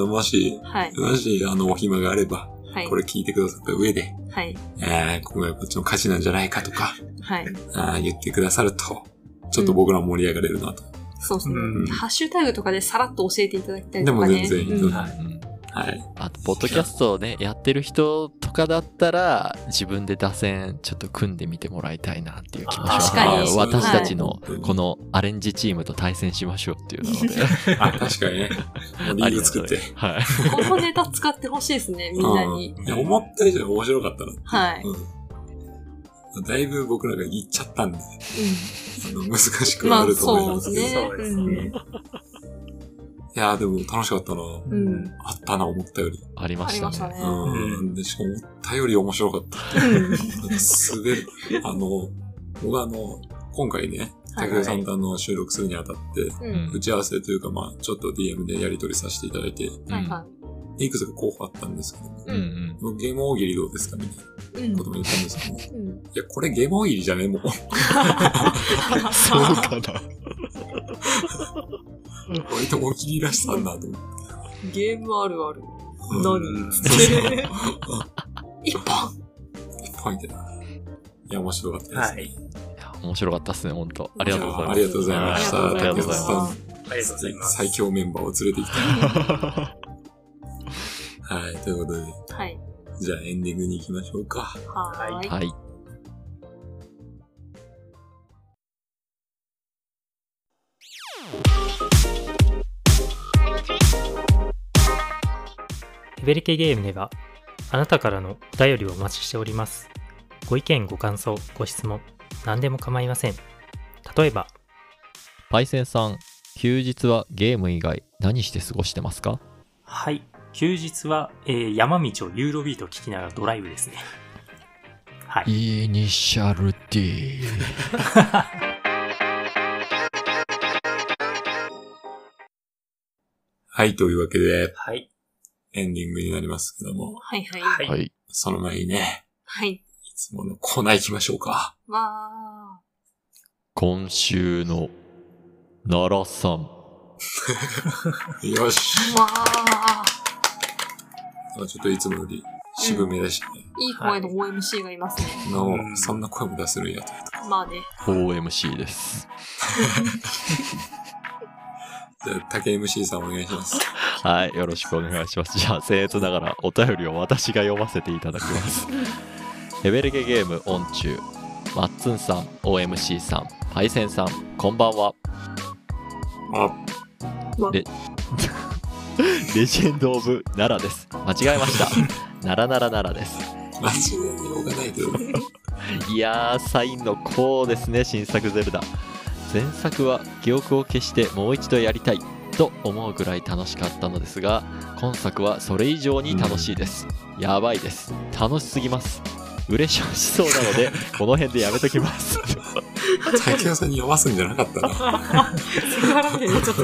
[SPEAKER 1] の、もし、
[SPEAKER 2] い。
[SPEAKER 1] もし、あの、お暇があれば、
[SPEAKER 2] はい
[SPEAKER 1] こ。れ聞いてくださった上で、
[SPEAKER 2] はい。
[SPEAKER 1] えー、ここがこっちの価値なんじゃないかとか、
[SPEAKER 2] はい。
[SPEAKER 1] あー言ってくださると、ちょっと僕らも盛り上がれるなと。
[SPEAKER 2] そうですね。
[SPEAKER 3] うん
[SPEAKER 2] ハッシュタグとかでさらっと教えていただきたい
[SPEAKER 1] で
[SPEAKER 2] と
[SPEAKER 1] も
[SPEAKER 2] かね。
[SPEAKER 1] 全然いい
[SPEAKER 2] うん
[SPEAKER 3] はい
[SPEAKER 4] うん
[SPEAKER 1] はい。
[SPEAKER 4] あと、ポッドキャストをね、やってる人とかだったら、自分で打線ちょっと組んでみてもらいたいなっていう気もしますね
[SPEAKER 2] あ確かに
[SPEAKER 4] 私たちの、
[SPEAKER 1] はい
[SPEAKER 4] このアレンジチームと対戦しましょうっていうので。
[SPEAKER 1] あ、確かにね。もうリーグ作って。
[SPEAKER 4] ありがとうはい。
[SPEAKER 2] このネタ使ってほしいですね、みんなに。
[SPEAKER 1] うんいや思った以上に面白かったな。
[SPEAKER 2] はい。うん
[SPEAKER 1] うん。だいぶ僕らが言っちゃったんで、あの難しく
[SPEAKER 2] ま
[SPEAKER 1] な
[SPEAKER 2] あ、
[SPEAKER 1] ると思い
[SPEAKER 2] そ
[SPEAKER 1] ま
[SPEAKER 2] うですす
[SPEAKER 1] けど。
[SPEAKER 2] ね。
[SPEAKER 3] そうですね
[SPEAKER 2] うん
[SPEAKER 1] いやーでも楽しかったな。
[SPEAKER 2] うん。
[SPEAKER 1] あったな、思ったより。
[SPEAKER 4] ありま
[SPEAKER 2] ありまし
[SPEAKER 4] した
[SPEAKER 2] た
[SPEAKER 4] ね。
[SPEAKER 2] ね。
[SPEAKER 1] うん。で、しかも思ったより面白かった。
[SPEAKER 2] うん
[SPEAKER 1] なんか滑る。あの、僕はあの、今回ね、
[SPEAKER 2] はい
[SPEAKER 1] 竹内さんとあの収録するにあたって、
[SPEAKER 2] う
[SPEAKER 4] うん
[SPEAKER 2] ん。
[SPEAKER 1] 打ち合わせというか、まあ、ちょっと DM でやり取りさせていただいて、
[SPEAKER 2] はいはい
[SPEAKER 1] くつか候補あったんですけども、
[SPEAKER 4] うんうん。
[SPEAKER 1] 僕ゲーム大喜利どうですかみたい
[SPEAKER 2] い。うん
[SPEAKER 1] なことも言ったんですけど、い
[SPEAKER 2] うん。
[SPEAKER 1] や、これゲーム大喜利じゃねもう。
[SPEAKER 4] そうかな。
[SPEAKER 1] 割と大喜利らしさんだと思って。
[SPEAKER 2] ゲームあるある。
[SPEAKER 1] うん
[SPEAKER 2] 何
[SPEAKER 1] そうそう
[SPEAKER 2] 一本
[SPEAKER 1] ポイントだ。いや、面白かったです、ね。
[SPEAKER 3] はい。
[SPEAKER 4] いや面白かったですね、本当ありがとうございます。
[SPEAKER 1] ありがとうございました
[SPEAKER 2] ありがとうございま
[SPEAKER 1] あ
[SPEAKER 2] す。
[SPEAKER 3] ありがとうございます。
[SPEAKER 1] 最強メンバーを連れてきた。はい、ということで、
[SPEAKER 2] はい。
[SPEAKER 1] じゃあエンディングに行きましょうか。
[SPEAKER 2] はーい。
[SPEAKER 4] はい。
[SPEAKER 5] ヘベレケゲームではあなたからのお便りをお待ちしております。ご意見、ご感想、ご質問、何でも構いません。例えば、
[SPEAKER 4] パイセンさん、休日はゲーム以外何して過ごしてますか
[SPEAKER 5] はい、休日は、えー山道をユーロビート聞きながらドライブですね。はい。
[SPEAKER 4] イニシャル D。
[SPEAKER 1] はい、というわけで、
[SPEAKER 3] はい。
[SPEAKER 1] エンディングになりますけども、
[SPEAKER 2] はいはい。
[SPEAKER 3] はい。
[SPEAKER 4] はい。
[SPEAKER 1] その前にね、
[SPEAKER 2] はい。
[SPEAKER 1] いつものコーナー行きましょうか。
[SPEAKER 2] わ
[SPEAKER 4] 今週の奈良さん。
[SPEAKER 1] よし
[SPEAKER 2] ー。。
[SPEAKER 1] ま
[SPEAKER 2] わー。
[SPEAKER 1] あちょっといつもより渋めだしね。
[SPEAKER 2] いい声の OMC がいますね。
[SPEAKER 1] の、
[SPEAKER 3] うん
[SPEAKER 1] そんな声も出せるんやと。
[SPEAKER 2] まあね。
[SPEAKER 4] OMC です。
[SPEAKER 1] じゃあ、竹 MC さんお願いします。
[SPEAKER 4] はい、よろしくお願いします。じゃあ、僭越ながらお便りを私が読ませていただきます。ヘベレゲゲームオンチュー、マッツンさん、OMC さん、パイセンさん、こんばんは。
[SPEAKER 1] あ、
[SPEAKER 4] レジェンド・オブ・奈良です。間違えました。奈良奈良奈良です。
[SPEAKER 1] 間違えようがないけど。
[SPEAKER 4] いやー、サインのこうですね、新作ゼルダ。前作は記憶を消してもう一度やりたいと思うぐらい楽しかったのですが、今作はそれ以上に楽しいです。やばいです。楽しすぎます。嬉しそうなので、この辺でやめときます。
[SPEAKER 1] 竹雄さんに読ますんじゃなかったな。
[SPEAKER 2] セクハラみたいになっちゃった。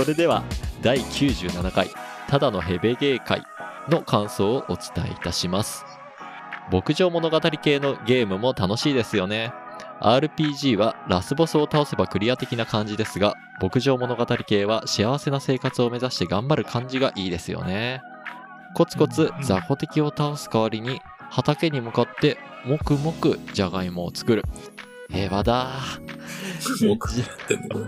[SPEAKER 4] それでは第97回ただのヘベゲー会の感想をお伝えいたします牧場物語系のゲームも楽しいですよね RPG はラスボスを倒せばクリア的な感じですが牧場物語系は幸せな生活を目指して頑張る感じがいいですよねコツコツ雑魚敵を倒す代わりに畑に向かってもくもくじゃがいもを作る平和だ
[SPEAKER 1] 僕じゃってんの。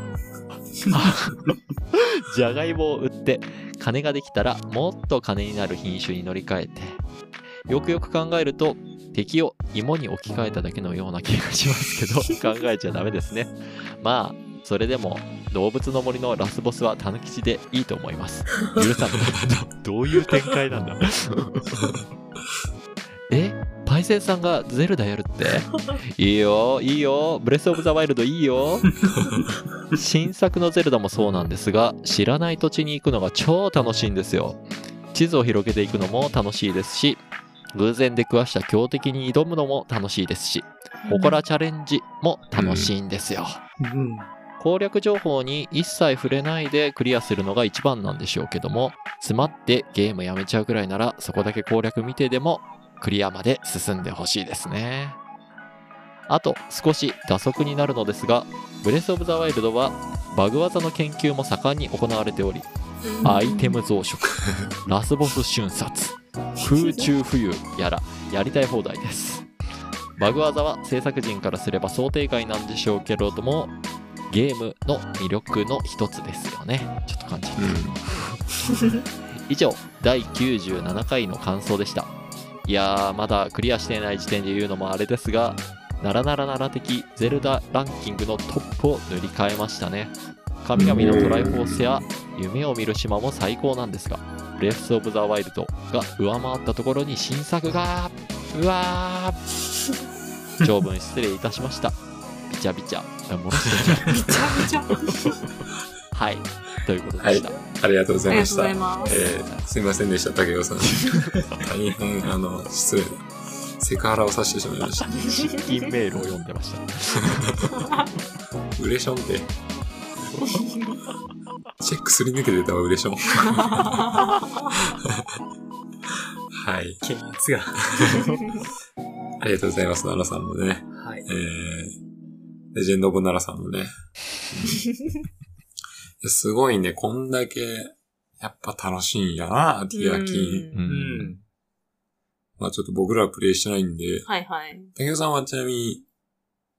[SPEAKER 4] じゃがいもを売って金ができたらもっと金になる品種に乗り換えてよくよく考えると敵を芋に置き換えただけのような気がします けど考えちゃダメですねまあそれでも動物の森のラスボスはタヌキチでいいと思います許さない どどういう展開なんだ えパイセンさんがゼルダやるって いいよいいよブレス・オブ・ザ・ワイルドいいよ新作のゼルダもそうなんですが知らない土地に行くのが超楽しいんですよ地図を広げていくのも楽しいですし偶然出くわした強敵に挑むのも楽しいですしほこらチャレンジも楽しいんですよ、
[SPEAKER 3] うん。
[SPEAKER 4] 攻略情報に一切触れないでクリアするのが一番なんでしょうけども詰まってゲームやめちゃうくらいならそこだけ攻略見てでもクリアまで進んでほしいですねあと少し打足になるのですがブレス・オブ・ザ・ワイルドはバグ技の研究も盛んに行われておりアイテム増殖ラスボス瞬殺空中浮遊やらやりたい放題ですバグ技は制作陣からすれば想定外なんでしょうけれどもゲームの魅力の一つですよねちょっと感じ
[SPEAKER 1] うん。
[SPEAKER 4] 以上第97回の感想でしたいやーまだクリアしていない時点で言うのもあれですがならならなら的ゼルダランキングのトップを塗り替えましたね神々のトライフォースや夢を見る島も最高なんですがブレス・オブ・ザ・ワイルドが上回ったところに新作がうわー長文失礼いたしましたビチャビチャあ戻してんじゃん
[SPEAKER 2] めちゃめちゃ。
[SPEAKER 4] はいということでした、
[SPEAKER 1] ありがとうござ
[SPEAKER 2] あ
[SPEAKER 1] い
[SPEAKER 2] り
[SPEAKER 1] ま
[SPEAKER 2] がと
[SPEAKER 1] し
[SPEAKER 2] う
[SPEAKER 1] た
[SPEAKER 2] ござい。ます。
[SPEAKER 1] えー、すいませんでした、竹雄さん。大変、あの、失礼な。セクハラをさせてしまいました。
[SPEAKER 4] 失禁メールを読んでました
[SPEAKER 1] ウレションって。チェックすり抜けてたわ、ウレ ション。はい。
[SPEAKER 3] 検閲が。
[SPEAKER 1] ありがとうございます、奈良さんもね。
[SPEAKER 3] はい。
[SPEAKER 1] えー、レジェンド・オブ・奈良さんもね。すごいね、こんだけ、やっぱ楽しいんやな、ティアキン。
[SPEAKER 2] うん
[SPEAKER 3] うん。
[SPEAKER 1] まあちょっと僕らはプレイしてないんで、
[SPEAKER 2] はいはい。
[SPEAKER 1] 竹雄さんはちなみに、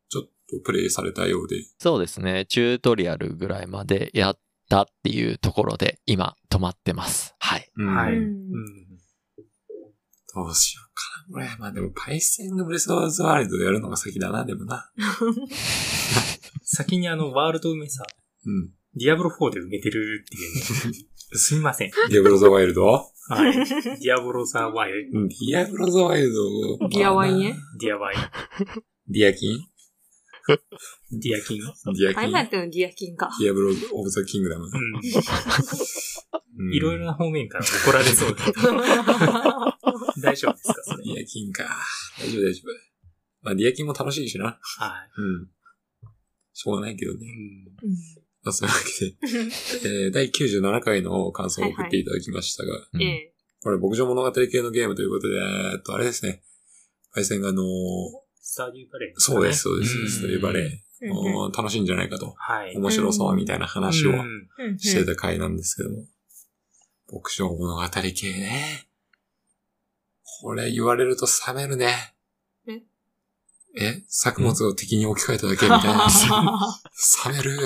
[SPEAKER 1] ちょっとプレイされたようで。
[SPEAKER 4] そうですね。チュートリアルぐらいまでやったっていうところで、今、止まってます。はい。
[SPEAKER 1] うん
[SPEAKER 3] はい
[SPEAKER 2] うん
[SPEAKER 1] どうしようかな、これ。まあでも、パイセンがブレスオブザワールドやるのが先だな、でもな。
[SPEAKER 3] 先にあの、ワールド埋めさ、
[SPEAKER 1] うん。
[SPEAKER 3] ディアブロ4で埋めてるっていうね。すいません。
[SPEAKER 1] ディアブロザワイルド
[SPEAKER 3] はい。ディアブロザワイル、
[SPEAKER 1] うんディアブロザワイルド。
[SPEAKER 2] ディアワインね。
[SPEAKER 3] ディアワイ、
[SPEAKER 1] ディアキン
[SPEAKER 3] ディアキン。
[SPEAKER 1] ディア
[SPEAKER 2] は
[SPEAKER 1] キン。
[SPEAKER 2] いはいっ
[SPEAKER 1] デ
[SPEAKER 2] てのギアキンか。
[SPEAKER 1] ィアブロオブザキングダム。
[SPEAKER 3] う
[SPEAKER 1] うん
[SPEAKER 3] ん。いろいろ。な方面から怒られそうだけど大丈夫ですかそれ
[SPEAKER 1] デ。ィアキンか。大丈夫大丈夫。まあ、ディアキンも楽しいしな。
[SPEAKER 3] は
[SPEAKER 1] うん。しょうがないけどね
[SPEAKER 3] い。。うん
[SPEAKER 2] うん
[SPEAKER 1] まあ、そういうわけで。えー、第97回の感想を送っていただきましたが、
[SPEAKER 4] うん
[SPEAKER 2] え
[SPEAKER 1] これ、牧場物語系のゲームということで、えーっと、あれですね。パイセンがあのー
[SPEAKER 3] スターデューバレーですかね
[SPEAKER 1] そうです、そうです
[SPEAKER 4] う。ん
[SPEAKER 1] ストーリーバレ
[SPEAKER 2] え。
[SPEAKER 1] ー。もう楽しいんじゃないかと。
[SPEAKER 3] はい。
[SPEAKER 1] 面白そうみたいな話を
[SPEAKER 3] うん
[SPEAKER 2] うん
[SPEAKER 1] してた回なんですけども。牧場物語系ね。これ言われると冷めるね。
[SPEAKER 2] え
[SPEAKER 1] え、作物を敵に置き換えただけみたいな。 冷めるって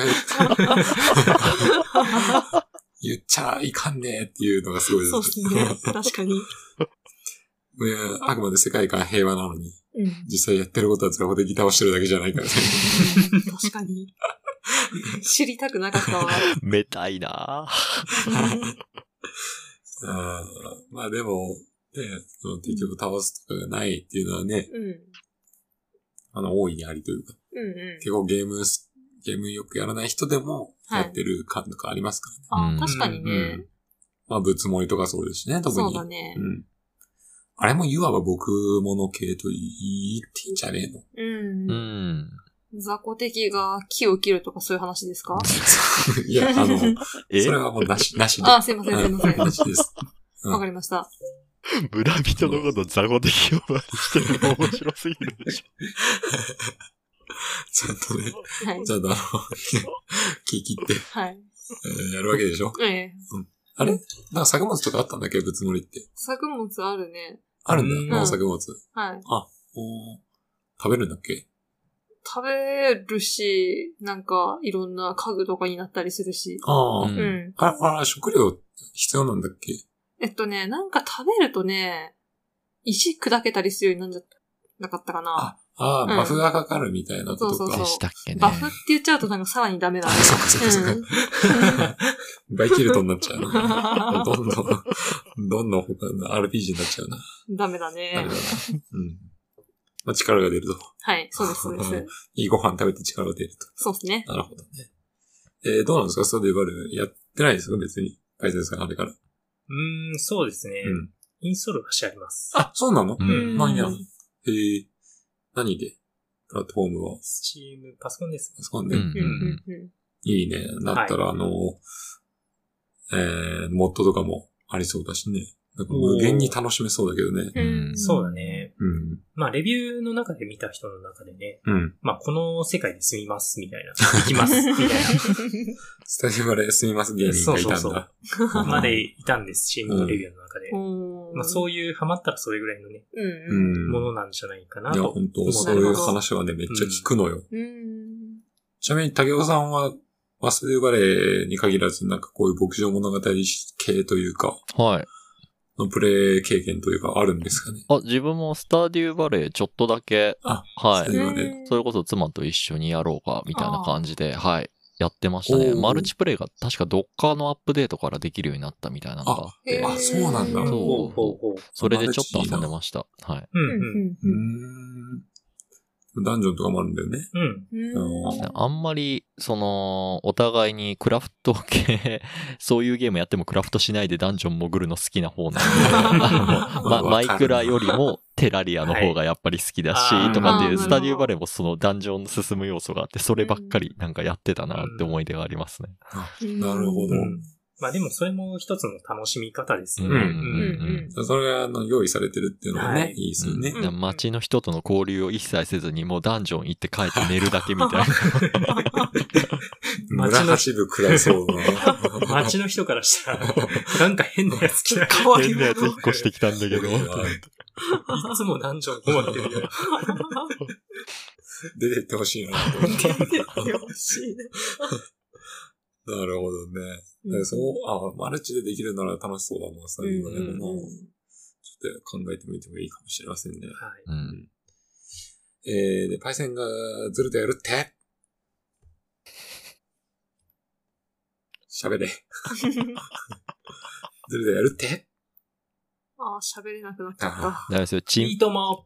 [SPEAKER 1] 言っちゃいかんねえっていうのがすごい
[SPEAKER 6] そうです ね。確かに。
[SPEAKER 1] ねあくまで世界観平和なのに、
[SPEAKER 6] うん。
[SPEAKER 1] 実際やってることはズラボでギターをしてるだけじゃな いからね。
[SPEAKER 6] 確かに。知りたくなかったわ。
[SPEAKER 4] めたいなぁ
[SPEAKER 1] あーまあでも、ね、その敵を倒すとかがないっていうのはね、
[SPEAKER 6] うん。うん
[SPEAKER 1] あの、大いにありというか、
[SPEAKER 6] うん。
[SPEAKER 1] 結構ゲームす、ゲームよくやらない人でも
[SPEAKER 6] は
[SPEAKER 1] や
[SPEAKER 6] い
[SPEAKER 1] ってる感とかありますからね。
[SPEAKER 6] あ、確かに
[SPEAKER 1] う
[SPEAKER 6] ね。
[SPEAKER 1] まあ、ぶつもりとかそうですしね、特に。
[SPEAKER 6] そうだね
[SPEAKER 1] う。ん。あれもいわば僕もの系と言っていいんじゃねえの
[SPEAKER 6] うん
[SPEAKER 4] う。ん。
[SPEAKER 6] 雑魚敵が木を切るとかそういう話ですか
[SPEAKER 1] いや、あの、
[SPEAKER 4] え
[SPEAKER 1] それはもうなし、なしで。
[SPEAKER 6] あ、すいません、すいません。
[SPEAKER 1] な
[SPEAKER 6] わ
[SPEAKER 1] しです。うん
[SPEAKER 6] かりました。
[SPEAKER 4] 村人のこと雑魚的呼ばわりしてるの面白すぎるでし
[SPEAKER 1] ちゃんとね、
[SPEAKER 6] はい。
[SPEAKER 1] ちゃんとあの、聞き切って、
[SPEAKER 6] はい。
[SPEAKER 1] えーやるわけでしょ。
[SPEAKER 6] ええ。
[SPEAKER 1] なんか作物とかあったんだっけぶつもりって。
[SPEAKER 6] 作物あるね。
[SPEAKER 1] あるんだ、
[SPEAKER 3] うん
[SPEAKER 1] もう作物。
[SPEAKER 6] はい。
[SPEAKER 1] おー食べるんだっけ
[SPEAKER 6] 食べるし、なんか、いろんな家具とかになったりするし。
[SPEAKER 1] あ
[SPEAKER 4] ょ。
[SPEAKER 1] あ、
[SPEAKER 6] う
[SPEAKER 4] うん
[SPEAKER 6] ん。
[SPEAKER 1] ああら、食料必要なんだっけ
[SPEAKER 6] えっとね、なんか食べるとね、石砕けたりするようになんじゃなかったかな。
[SPEAKER 1] あ、ああ、
[SPEAKER 6] ん
[SPEAKER 1] バフがかかるみたいなことか。
[SPEAKER 6] そうそう
[SPEAKER 4] で
[SPEAKER 6] そう
[SPEAKER 4] したっけね。
[SPEAKER 6] バフって言っちゃうとなんかさらにダメだね。
[SPEAKER 1] そっかそっかそっか。バイキルトになっちゃ うな。
[SPEAKER 6] う
[SPEAKER 1] どんどん、どんどん他の RPG になっちゃうな。
[SPEAKER 6] ん。ダメだ
[SPEAKER 1] ダ
[SPEAKER 6] ね
[SPEAKER 1] メだ。な。うん。まあ、力が出ると。
[SPEAKER 6] はい、そうです、そうです。
[SPEAKER 1] いいご飯食べて力が出る
[SPEAKER 6] そうですね。
[SPEAKER 1] と。なるほどね。えー、どうなんですかストデュバルやってないですか別に。改善さんあれから。
[SPEAKER 3] うーん、そうですね。
[SPEAKER 1] うん。
[SPEAKER 3] インストールはしてあります。
[SPEAKER 1] あ、そうなの
[SPEAKER 4] う。
[SPEAKER 6] うんん
[SPEAKER 1] なんや。えー、何でプラットフォームは。
[SPEAKER 3] スチーム、パソコンです。
[SPEAKER 1] そこ
[SPEAKER 4] う
[SPEAKER 1] ね。
[SPEAKER 4] ん
[SPEAKER 6] う
[SPEAKER 4] う
[SPEAKER 6] うん
[SPEAKER 4] ん。
[SPEAKER 6] んうん
[SPEAKER 1] いいね。だったら、あの、えー、モッドとかもありそうだしね。なんか無限に楽しめそうだけどね。
[SPEAKER 4] うん
[SPEAKER 6] ん
[SPEAKER 3] そうだね。
[SPEAKER 1] うん。
[SPEAKER 3] まあ、レビューの中で見た人の中でね、
[SPEAKER 1] うん。
[SPEAKER 3] まあ、この世界で住みます、みたいな。行きます、みたい
[SPEAKER 1] スタジオで住みます芸人がいたんだ。
[SPEAKER 3] そうそうな。 までいたんです、チームのレビューの中で。
[SPEAKER 6] おー
[SPEAKER 3] まあ、そういう、ハマったらそれぐらいのね、
[SPEAKER 6] う。
[SPEAKER 1] うんん。
[SPEAKER 3] ものなんじゃないかない
[SPEAKER 1] や、
[SPEAKER 3] と。
[SPEAKER 1] 本当そういう話はね、めっちゃ聞くのよ。
[SPEAKER 6] うん。
[SPEAKER 1] ちなみに、竹尾さんは、マスデュバレーに限らず、なんかこういう牧場物語系というか、
[SPEAKER 4] はい。
[SPEAKER 1] のプレイ経験というか、あるんですかね。
[SPEAKER 4] あ、自分もスターデューバレーちょっとだけ、
[SPEAKER 1] あ
[SPEAKER 4] は
[SPEAKER 1] スタ
[SPEAKER 4] い
[SPEAKER 1] デュ。バレー。
[SPEAKER 4] それこそ妻と一緒にやろうか、みたいな感じで、はい。やってましたね。
[SPEAKER 1] おー
[SPEAKER 4] マルチプレイが確かどっかのアップデートからできるようになったみたいなのがあって
[SPEAKER 6] あ、
[SPEAKER 1] あ、そうなんだ。
[SPEAKER 6] へー
[SPEAKER 1] う
[SPEAKER 3] ほうほうほう。
[SPEAKER 4] それでちょっと遊んでました。はい。
[SPEAKER 3] う
[SPEAKER 6] うん
[SPEAKER 3] うん。
[SPEAKER 6] ん。
[SPEAKER 1] ーん。ダンジョンとかもあるんだよね。
[SPEAKER 3] うん。
[SPEAKER 6] うん。うん
[SPEAKER 4] あんまり、その、お互いにクラフト系、 そういうゲームやってもクラフトしないでダンジョン潜るの好きな 方なんであの、ま、マイクラよりもテラリアの方がやっぱり好きだし、
[SPEAKER 3] はい
[SPEAKER 4] とかって
[SPEAKER 6] あーな
[SPEAKER 4] いう
[SPEAKER 6] るほど
[SPEAKER 4] スタデューバレーもそのダンジョンの進む要素があって、そればっかりなんかやってたなって思い出がありますね。
[SPEAKER 1] なるほど
[SPEAKER 3] う。ん。まあ、でもそれも一つの楽しみ方ですね。
[SPEAKER 1] うん
[SPEAKER 6] うんう
[SPEAKER 4] うん
[SPEAKER 6] ん。
[SPEAKER 1] それが、あの、用意されてるっていうのはね、
[SPEAKER 3] はいい、
[SPEAKER 1] いですよね。
[SPEAKER 6] うん
[SPEAKER 4] 街の人との交流を一切せずに、もうダンジョン行って帰って寝るだけみたいな。
[SPEAKER 3] 街の
[SPEAKER 1] 村八部くらいそうな。
[SPEAKER 3] 街の人からしたら、なんか変なやつ来た。
[SPEAKER 6] 変わり
[SPEAKER 4] 変な
[SPEAKER 6] 者
[SPEAKER 4] やつ引っ越してきたんだけど。
[SPEAKER 3] いつも男女困ってるよ。
[SPEAKER 1] 出てってほしいなと思って。なるほどね。でそう、あ、マルチでできるなら楽しそうだな、スタジオで
[SPEAKER 6] うん
[SPEAKER 1] も
[SPEAKER 6] うん
[SPEAKER 1] な。ちょっと考えてみてもいいかもしれませんね。
[SPEAKER 3] はい。
[SPEAKER 4] うん
[SPEAKER 1] えー、で、パイセンがずるとやるって喋れ。ずるとやるって
[SPEAKER 6] あー、喋れなくなっちゃった。
[SPEAKER 4] だからそれチ
[SPEAKER 3] い
[SPEAKER 4] ン
[SPEAKER 3] いとも。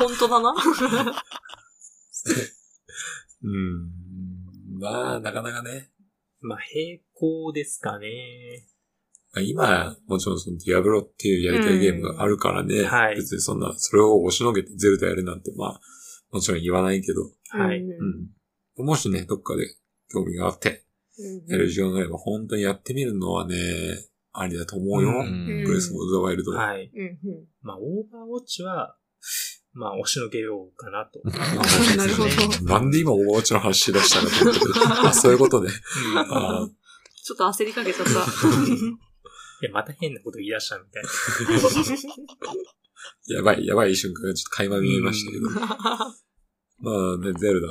[SPEAKER 6] 本当だな。
[SPEAKER 1] うん。まあ、なかなかね。
[SPEAKER 3] まあ、平行ですかね。
[SPEAKER 1] まあ今、もちろんそのディアブロっていうやりたいゲームがあるからね。
[SPEAKER 3] んはい
[SPEAKER 1] 別にそんな、それを押しのけてゼルダやるなんて、まあ、もちろん言わないけど。
[SPEAKER 3] は
[SPEAKER 6] う
[SPEAKER 3] い。
[SPEAKER 6] ん
[SPEAKER 1] うん。もしね、どっかで興味があって、やる時間があれば、本当にやってみるのはね、ありだと思うよ。
[SPEAKER 3] う
[SPEAKER 4] うん
[SPEAKER 1] グレース・オブ・ザ・ワイルド。い。
[SPEAKER 3] はい。
[SPEAKER 6] うんうん
[SPEAKER 3] まあ、オーバーウォッチは、まあ、押しのけようかなと。
[SPEAKER 6] なるほど。
[SPEAKER 1] なんで今、オーバーウォッチの話し出したのと思ったけどあ、そういうことね。あー
[SPEAKER 6] ちょっと焦り かけちゃった。
[SPEAKER 3] いや、また変なこと言い出したみたいな。
[SPEAKER 1] やばい、やばい瞬間がちょっと垣間見えましたけど。 まあね、ゼルダ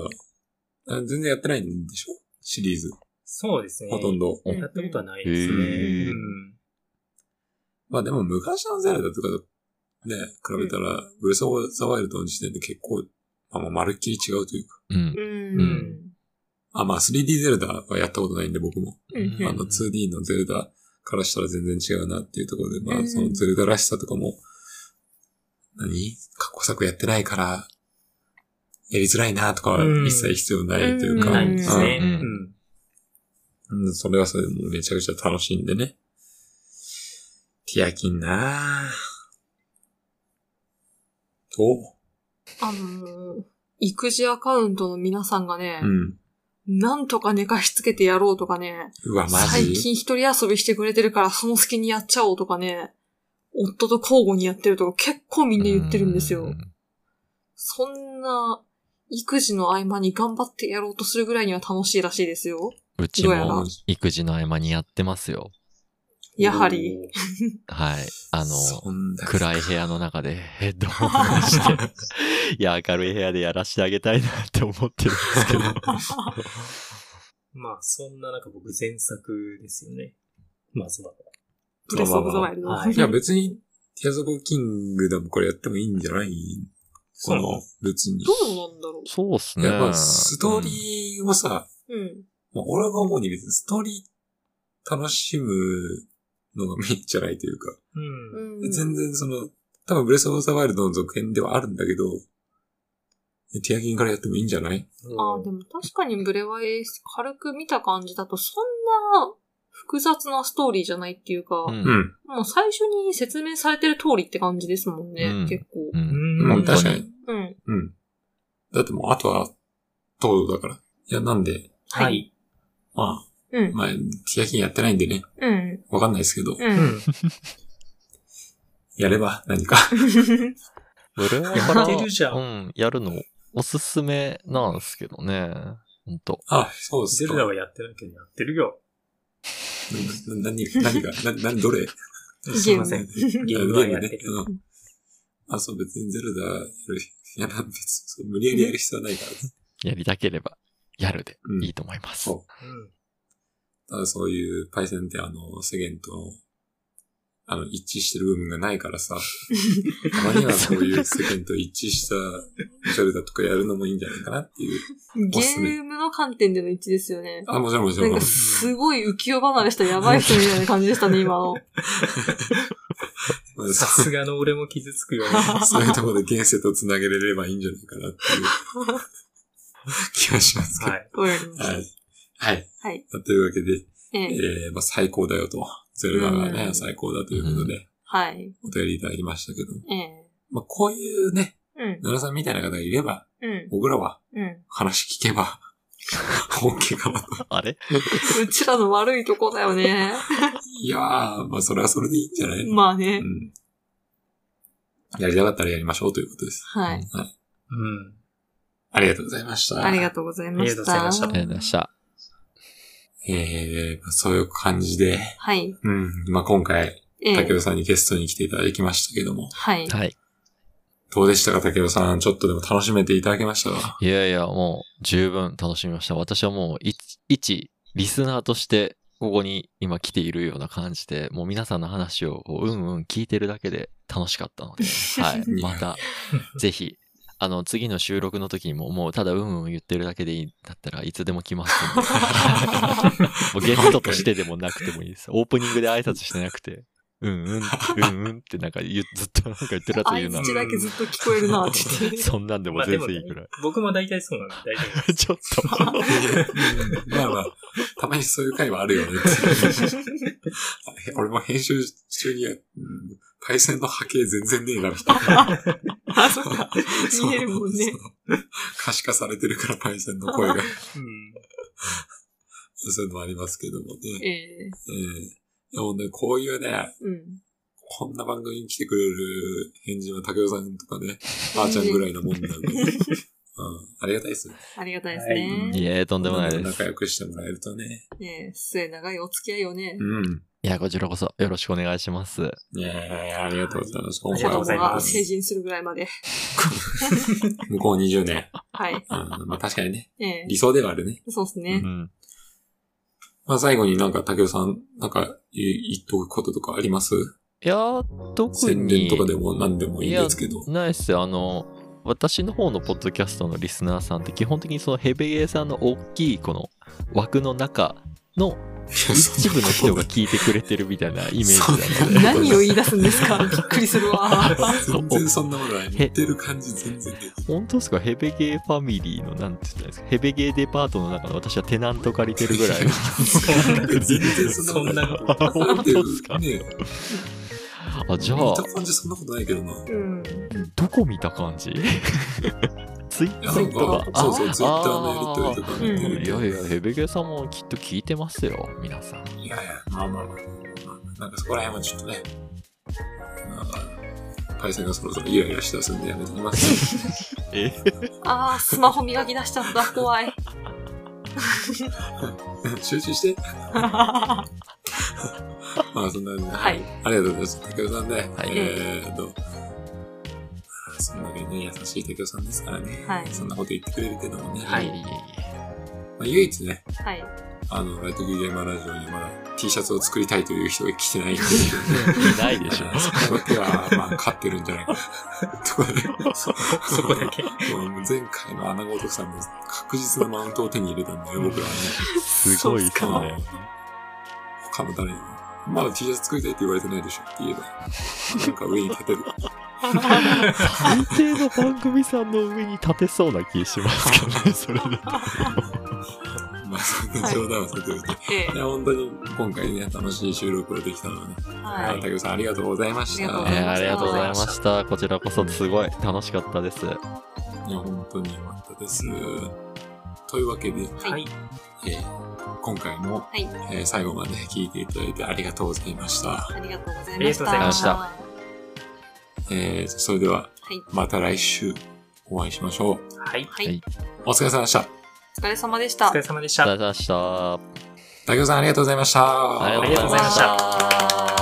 [SPEAKER 1] あ。全然やってないんでしょシリーズ。
[SPEAKER 3] そうですね。
[SPEAKER 1] ほとんど。
[SPEAKER 3] やったことはないですね。
[SPEAKER 4] へー
[SPEAKER 3] うん
[SPEAKER 1] まあでも昔のゼルダとかとね、比べたら、ブレスオブザワイルドの時点で結構、まあ、もうまるっきり違うというか。
[SPEAKER 4] うん。
[SPEAKER 2] うん。
[SPEAKER 1] あ、まあ 3D ゼルダはやったことないんで僕も。
[SPEAKER 2] うん
[SPEAKER 1] あの 2D のゼルダからしたら全然違うなっていうところで、ま
[SPEAKER 2] う
[SPEAKER 1] あ
[SPEAKER 2] ん
[SPEAKER 1] そのゼルダらしさとかも、何過去作やってないから、やりづらいなとかは一切必要ないというか。
[SPEAKER 2] うん
[SPEAKER 3] ないですね。
[SPEAKER 4] うん
[SPEAKER 3] うん
[SPEAKER 1] うん、それはそれでもうめちゃくちゃ楽しんでね。ティアキンなぁ。と、
[SPEAKER 2] あのー、育児アカウントの皆さんがね
[SPEAKER 1] う、ん。
[SPEAKER 2] なんとか寝かしつけてやろうとかね、
[SPEAKER 1] うわ、マ
[SPEAKER 2] 最
[SPEAKER 1] ジ
[SPEAKER 2] 近一人遊びしてくれてるからその隙にやっちゃおうとかね、夫と交互にやってるとか結構みんな言ってるんですよ。
[SPEAKER 4] う
[SPEAKER 2] そんな、育児の合間に頑張ってやろうとするぐらいには楽しいらしいですよ。
[SPEAKER 4] うち
[SPEAKER 2] どうやら
[SPEAKER 4] も育児の合間にやってますよ。
[SPEAKER 2] やはり。。
[SPEAKER 4] はい。あの、
[SPEAKER 1] そんだけ
[SPEAKER 4] 暗い部屋の中でヘッドホンをして、いや、明るい部屋でやらしてあげたいなって思ってるんですけど。
[SPEAKER 3] まあ、そんな中僕前作ですよね。まあ、その、
[SPEAKER 2] ブレスオブザワイルド。
[SPEAKER 3] まあまあまあはい
[SPEAKER 1] いや、別に、ティアズオブキングダムこれやってもいいんじゃないこ
[SPEAKER 3] そう
[SPEAKER 1] の、別に。
[SPEAKER 2] どうなんだろ
[SPEAKER 4] そうっす
[SPEAKER 1] い
[SPEAKER 4] ね。
[SPEAKER 1] やっぱ、ストーリーをさ、
[SPEAKER 2] う。うん。
[SPEAKER 1] まあ、俺が思うに別にストーリー楽しむのがメインじゃないというか。
[SPEAKER 3] うん。
[SPEAKER 2] うん、
[SPEAKER 1] 全然その、多分ブレスオブザワイルドの続編ではあるんだけど、ティアキンからやってもいいんじゃない
[SPEAKER 2] ああ、でも確かにブレワイ軽く見た感じだとそんな複雑なストーリーじゃないっていうか、
[SPEAKER 4] うん。
[SPEAKER 1] うん。
[SPEAKER 2] もう最初に説明されてる通りって感じですもんね、
[SPEAKER 4] うん
[SPEAKER 2] 結構
[SPEAKER 4] う。ん。
[SPEAKER 1] まあ
[SPEAKER 3] うん。
[SPEAKER 1] 確かに。
[SPEAKER 2] うん。
[SPEAKER 1] うん。だってもう、あとは、東洋だから。いや、なんで、
[SPEAKER 3] は
[SPEAKER 2] はいい。
[SPEAKER 1] まあ、
[SPEAKER 2] うん。
[SPEAKER 1] まあ、ティアキンやってないんでね、
[SPEAKER 2] うん。
[SPEAKER 1] わかんないですけど、
[SPEAKER 2] う。
[SPEAKER 3] うん ん。
[SPEAKER 1] やれば何か。
[SPEAKER 4] ブルー
[SPEAKER 3] やってるじゃん
[SPEAKER 4] うん、やるのおすすめなんですけどね。ほんと。
[SPEAKER 1] あ、そうです
[SPEAKER 3] ゼルダはやってないけどやってるよ。
[SPEAKER 1] な何、何が、な、 何、どれ
[SPEAKER 2] ム
[SPEAKER 3] すいません。ゲームはやってる。
[SPEAKER 1] うんあ、そう、別にゼルダやる、いや、まあ別にそう、無理やりやる必要はないから。
[SPEAKER 4] やりたければ、やるで
[SPEAKER 1] うん
[SPEAKER 4] いいと思います。
[SPEAKER 1] そうただそういうパイセンってあの、世間と、あの、一致してる部分がないからさ、たまにはそういう世間と一致したゼルダとかやるのもいいんじゃないかなっていう。
[SPEAKER 2] ゲームの観点での一致ですよね。
[SPEAKER 1] あ、もちろんもち
[SPEAKER 2] な
[SPEAKER 1] ろん。
[SPEAKER 2] んかすごい浮世離れしたやばい人みたいな感じでしたね、今の。
[SPEAKER 1] ま
[SPEAKER 3] う
[SPEAKER 1] あ
[SPEAKER 3] ん。さ
[SPEAKER 1] そ
[SPEAKER 3] すがの俺も傷つくよ。
[SPEAKER 1] うそういうところで現世と繋げれればいいんじゃないかなっていう 気がしますけど。
[SPEAKER 3] は。
[SPEAKER 1] はい
[SPEAKER 2] わかりました
[SPEAKER 1] い。はい。
[SPEAKER 2] はい。
[SPEAKER 1] というわけで、
[SPEAKER 2] ええ
[SPEAKER 1] えー、まあ最高だよと。ゼルダがね
[SPEAKER 2] う、ん
[SPEAKER 1] 最高だということで、
[SPEAKER 2] はい。
[SPEAKER 1] お便りいただきましたけど、
[SPEAKER 2] ええ
[SPEAKER 1] まあこういうね、
[SPEAKER 2] うん。
[SPEAKER 1] 奈良さんみたいな方がいれば、
[SPEAKER 2] う
[SPEAKER 1] 僕らは
[SPEAKER 2] ん。うん。
[SPEAKER 1] 話聞けば、OK かなと。
[SPEAKER 4] あれ
[SPEAKER 2] うちらの悪いとこだよね。
[SPEAKER 1] いやー、まあそれはそれでいいんじゃない、
[SPEAKER 2] まあ
[SPEAKER 1] う
[SPEAKER 2] ね。
[SPEAKER 1] ん。やりたかったらやりましょうということです。
[SPEAKER 2] はい。
[SPEAKER 3] うん。
[SPEAKER 1] ありがとうございました。
[SPEAKER 2] ありがとうございました。
[SPEAKER 3] ありがとうございました
[SPEAKER 4] ありがとうございました。
[SPEAKER 1] えー、まあそういう感じで、
[SPEAKER 2] はい。
[SPEAKER 1] うん、まあ今回、
[SPEAKER 2] え
[SPEAKER 1] 竹
[SPEAKER 2] え。
[SPEAKER 1] 雄さんにゲストに来ていただきましたけども、
[SPEAKER 2] はい。
[SPEAKER 4] はい。
[SPEAKER 1] どうでしたか竹雄さん、ちょっとでも楽しめていただけました か
[SPEAKER 4] いやいや、もう十分楽しみました。私はもう一、一、リスナーとして、ここに今来ているような感じで、もう皆さんの話をこううんうん聞いてるだけで楽しかったので、はい。また、ぜひ、あの、次の収録の時にも、もうただうんうん言ってるだけでいいんだったらいつでも来ますんで。もうゲストとしてでもなくてもいいです。オープニングで挨拶してなくて、うんうん、うんうんってなんか言うずっとなんか言ってるやつ
[SPEAKER 2] あ
[SPEAKER 4] いる
[SPEAKER 2] い
[SPEAKER 4] な。
[SPEAKER 2] つだけずっと聞こえるなって言って。
[SPEAKER 4] そんなんでも
[SPEAKER 3] まあで
[SPEAKER 4] 全
[SPEAKER 3] も
[SPEAKER 4] 然いい くらい。、
[SPEAKER 3] 僕も大体そうなんで大丈夫です。
[SPEAKER 4] ちょっと。
[SPEAKER 1] うんまあまあ、たまにそういう回はあるよねっていう。 俺も編集中には、うん、パイセンの波形全然ねえな、みたい な。
[SPEAKER 2] あ、そっか。
[SPEAKER 1] そう
[SPEAKER 2] 見えるもんね。
[SPEAKER 1] そう可視化されてるから、パイセンの声が。
[SPEAKER 3] うん。
[SPEAKER 1] そういうのもありますけどもね。
[SPEAKER 2] ええ。
[SPEAKER 1] ええでもね、こういうね、
[SPEAKER 2] うん。
[SPEAKER 1] こんな番組に来てくれる返事は竹雄さんとかね、ばあちゃんぐらいのもん なんで。うん、ありがたいですよ。
[SPEAKER 2] ありがたいですね。
[SPEAKER 4] いえ、とんでもないです。
[SPEAKER 1] 仲良くしてもらえるとね。
[SPEAKER 2] ねえ、末長いお付き合いをね、
[SPEAKER 1] うん。
[SPEAKER 4] いや、こちらこそよろしくお願いします。
[SPEAKER 1] いやいやいや、ありがとうございます。今
[SPEAKER 3] あり
[SPEAKER 1] 回
[SPEAKER 3] がとう
[SPEAKER 1] は
[SPEAKER 3] ござい
[SPEAKER 2] が
[SPEAKER 3] ま
[SPEAKER 2] 成人するぐらいまで。
[SPEAKER 1] 向こう20年。
[SPEAKER 2] はい。
[SPEAKER 1] うん、まあ確かにね、
[SPEAKER 2] ええ
[SPEAKER 1] 理想ではあるね。
[SPEAKER 2] そうです
[SPEAKER 4] う
[SPEAKER 2] ね。
[SPEAKER 4] ん。
[SPEAKER 1] まあ最後になんか竹雄さん、なんか言い言っとくこととかあります
[SPEAKER 4] いやー、特
[SPEAKER 1] 宣伝
[SPEAKER 4] に。
[SPEAKER 1] とかでも何でもいいんですけど。
[SPEAKER 4] ないっすよ。あの、私の方のポッドキャストのリスナーさんって基本的にそのヘベゲーさんの大きいこの枠の中の一部の人が聞いてくれてるみたいなイメージなので。
[SPEAKER 2] 何を言い出すん ですかびっくりするわ。
[SPEAKER 1] 全然そんなことない。似てる感じ全然できない。
[SPEAKER 4] 本当ですかヘベゲーファミリーのなんて言ったらいいんですかヘベゲーデパートの中の私はテナント借りてるぐらい。
[SPEAKER 1] 全然そ
[SPEAKER 3] そ
[SPEAKER 1] ん
[SPEAKER 3] ん
[SPEAKER 1] な
[SPEAKER 3] な
[SPEAKER 1] こ
[SPEAKER 3] こと
[SPEAKER 1] とない。
[SPEAKER 4] 本当ですか
[SPEAKER 1] ねえ
[SPEAKER 4] あ、じゃ
[SPEAKER 1] 見
[SPEAKER 4] あ
[SPEAKER 1] た、感じそんなことないけどな。
[SPEAKER 6] うん。
[SPEAKER 4] どこ見た感 じツイッ
[SPEAKER 1] い
[SPEAKER 4] タ
[SPEAKER 1] や、なん
[SPEAKER 4] ー
[SPEAKER 1] か
[SPEAKER 4] と、か。
[SPEAKER 1] そうそう、ツイッターのやりと
[SPEAKER 4] と
[SPEAKER 1] りとか見てる
[SPEAKER 4] い
[SPEAKER 1] と。
[SPEAKER 4] やいや、ヘベゲーさんもきっと聞いてますよ、皆さん。
[SPEAKER 1] いやいや、まあまあまあ。なんかそこら辺はちょっとね、なんか、パイセンがそろそろイライラしだすんでやめてきます。
[SPEAKER 4] え
[SPEAKER 2] ああ、スマホ磨き出しちゃった。怖い。
[SPEAKER 1] 集中して。 まあそんな感じで、
[SPEAKER 2] はい。
[SPEAKER 1] ありがとうございます。竹雄さんね、
[SPEAKER 4] い
[SPEAKER 1] えーっと、そんだけね、優しい竹雄さんですからね、
[SPEAKER 2] はい
[SPEAKER 1] そんなこと言ってくれるけどもね、
[SPEAKER 3] はい
[SPEAKER 4] いえいえい
[SPEAKER 1] まあ、唯一ね、
[SPEAKER 2] はい。
[SPEAKER 1] あの、ライトギーゲーマーラジオにまだ T シャツを作りたいという人が来てないってい
[SPEAKER 4] え。ない でしょ。
[SPEAKER 1] う、そこだけは、まあ、勝ってるんじゃないか な。とかね、
[SPEAKER 3] そ、そこだけ。
[SPEAKER 1] もう 前回の穴子男さんも確実なマウントを手に入れたんだよ、僕らはね。
[SPEAKER 4] すごいっす
[SPEAKER 1] まあ
[SPEAKER 4] ね。
[SPEAKER 1] 他の誰にも。まだ T シャツ作りたいって言われてないでしょって言えば、なんか上に立て る。
[SPEAKER 4] 最低の番組さんの上に立てそうな気しますけどね、それだ
[SPEAKER 1] まあ、そんな冗談はさておいて。
[SPEAKER 2] ええ
[SPEAKER 1] いや、本当に今回ね、楽しい収録ができたのでね。
[SPEAKER 2] はい。
[SPEAKER 1] 竹雄さんありがとうございました。い
[SPEAKER 2] ありがとうございます
[SPEAKER 4] えー、ありがとうございました。こちらこそすごい楽しかったです。
[SPEAKER 1] や、本当に良かったです。というわけで、
[SPEAKER 3] はい。
[SPEAKER 1] えー今回も、
[SPEAKER 2] い
[SPEAKER 1] えー最後まで聞いていただいてありがとうございました。
[SPEAKER 2] ありがとうございました。
[SPEAKER 3] ありがとうござい
[SPEAKER 4] ました
[SPEAKER 2] は
[SPEAKER 1] えーそれでは、
[SPEAKER 2] い。
[SPEAKER 1] また来週お会いしましょう。
[SPEAKER 3] はい。
[SPEAKER 2] はい。
[SPEAKER 4] はい
[SPEAKER 1] お疲れ様でした。
[SPEAKER 2] お疲れ様でし
[SPEAKER 3] お
[SPEAKER 2] た
[SPEAKER 3] 疲。れ様でし
[SPEAKER 4] あ
[SPEAKER 3] た
[SPEAKER 4] りがとうご。ざいました。
[SPEAKER 1] 竹雄さんありがとうございました。
[SPEAKER 4] ありが
[SPEAKER 3] とうございました
[SPEAKER 4] ありがとうございました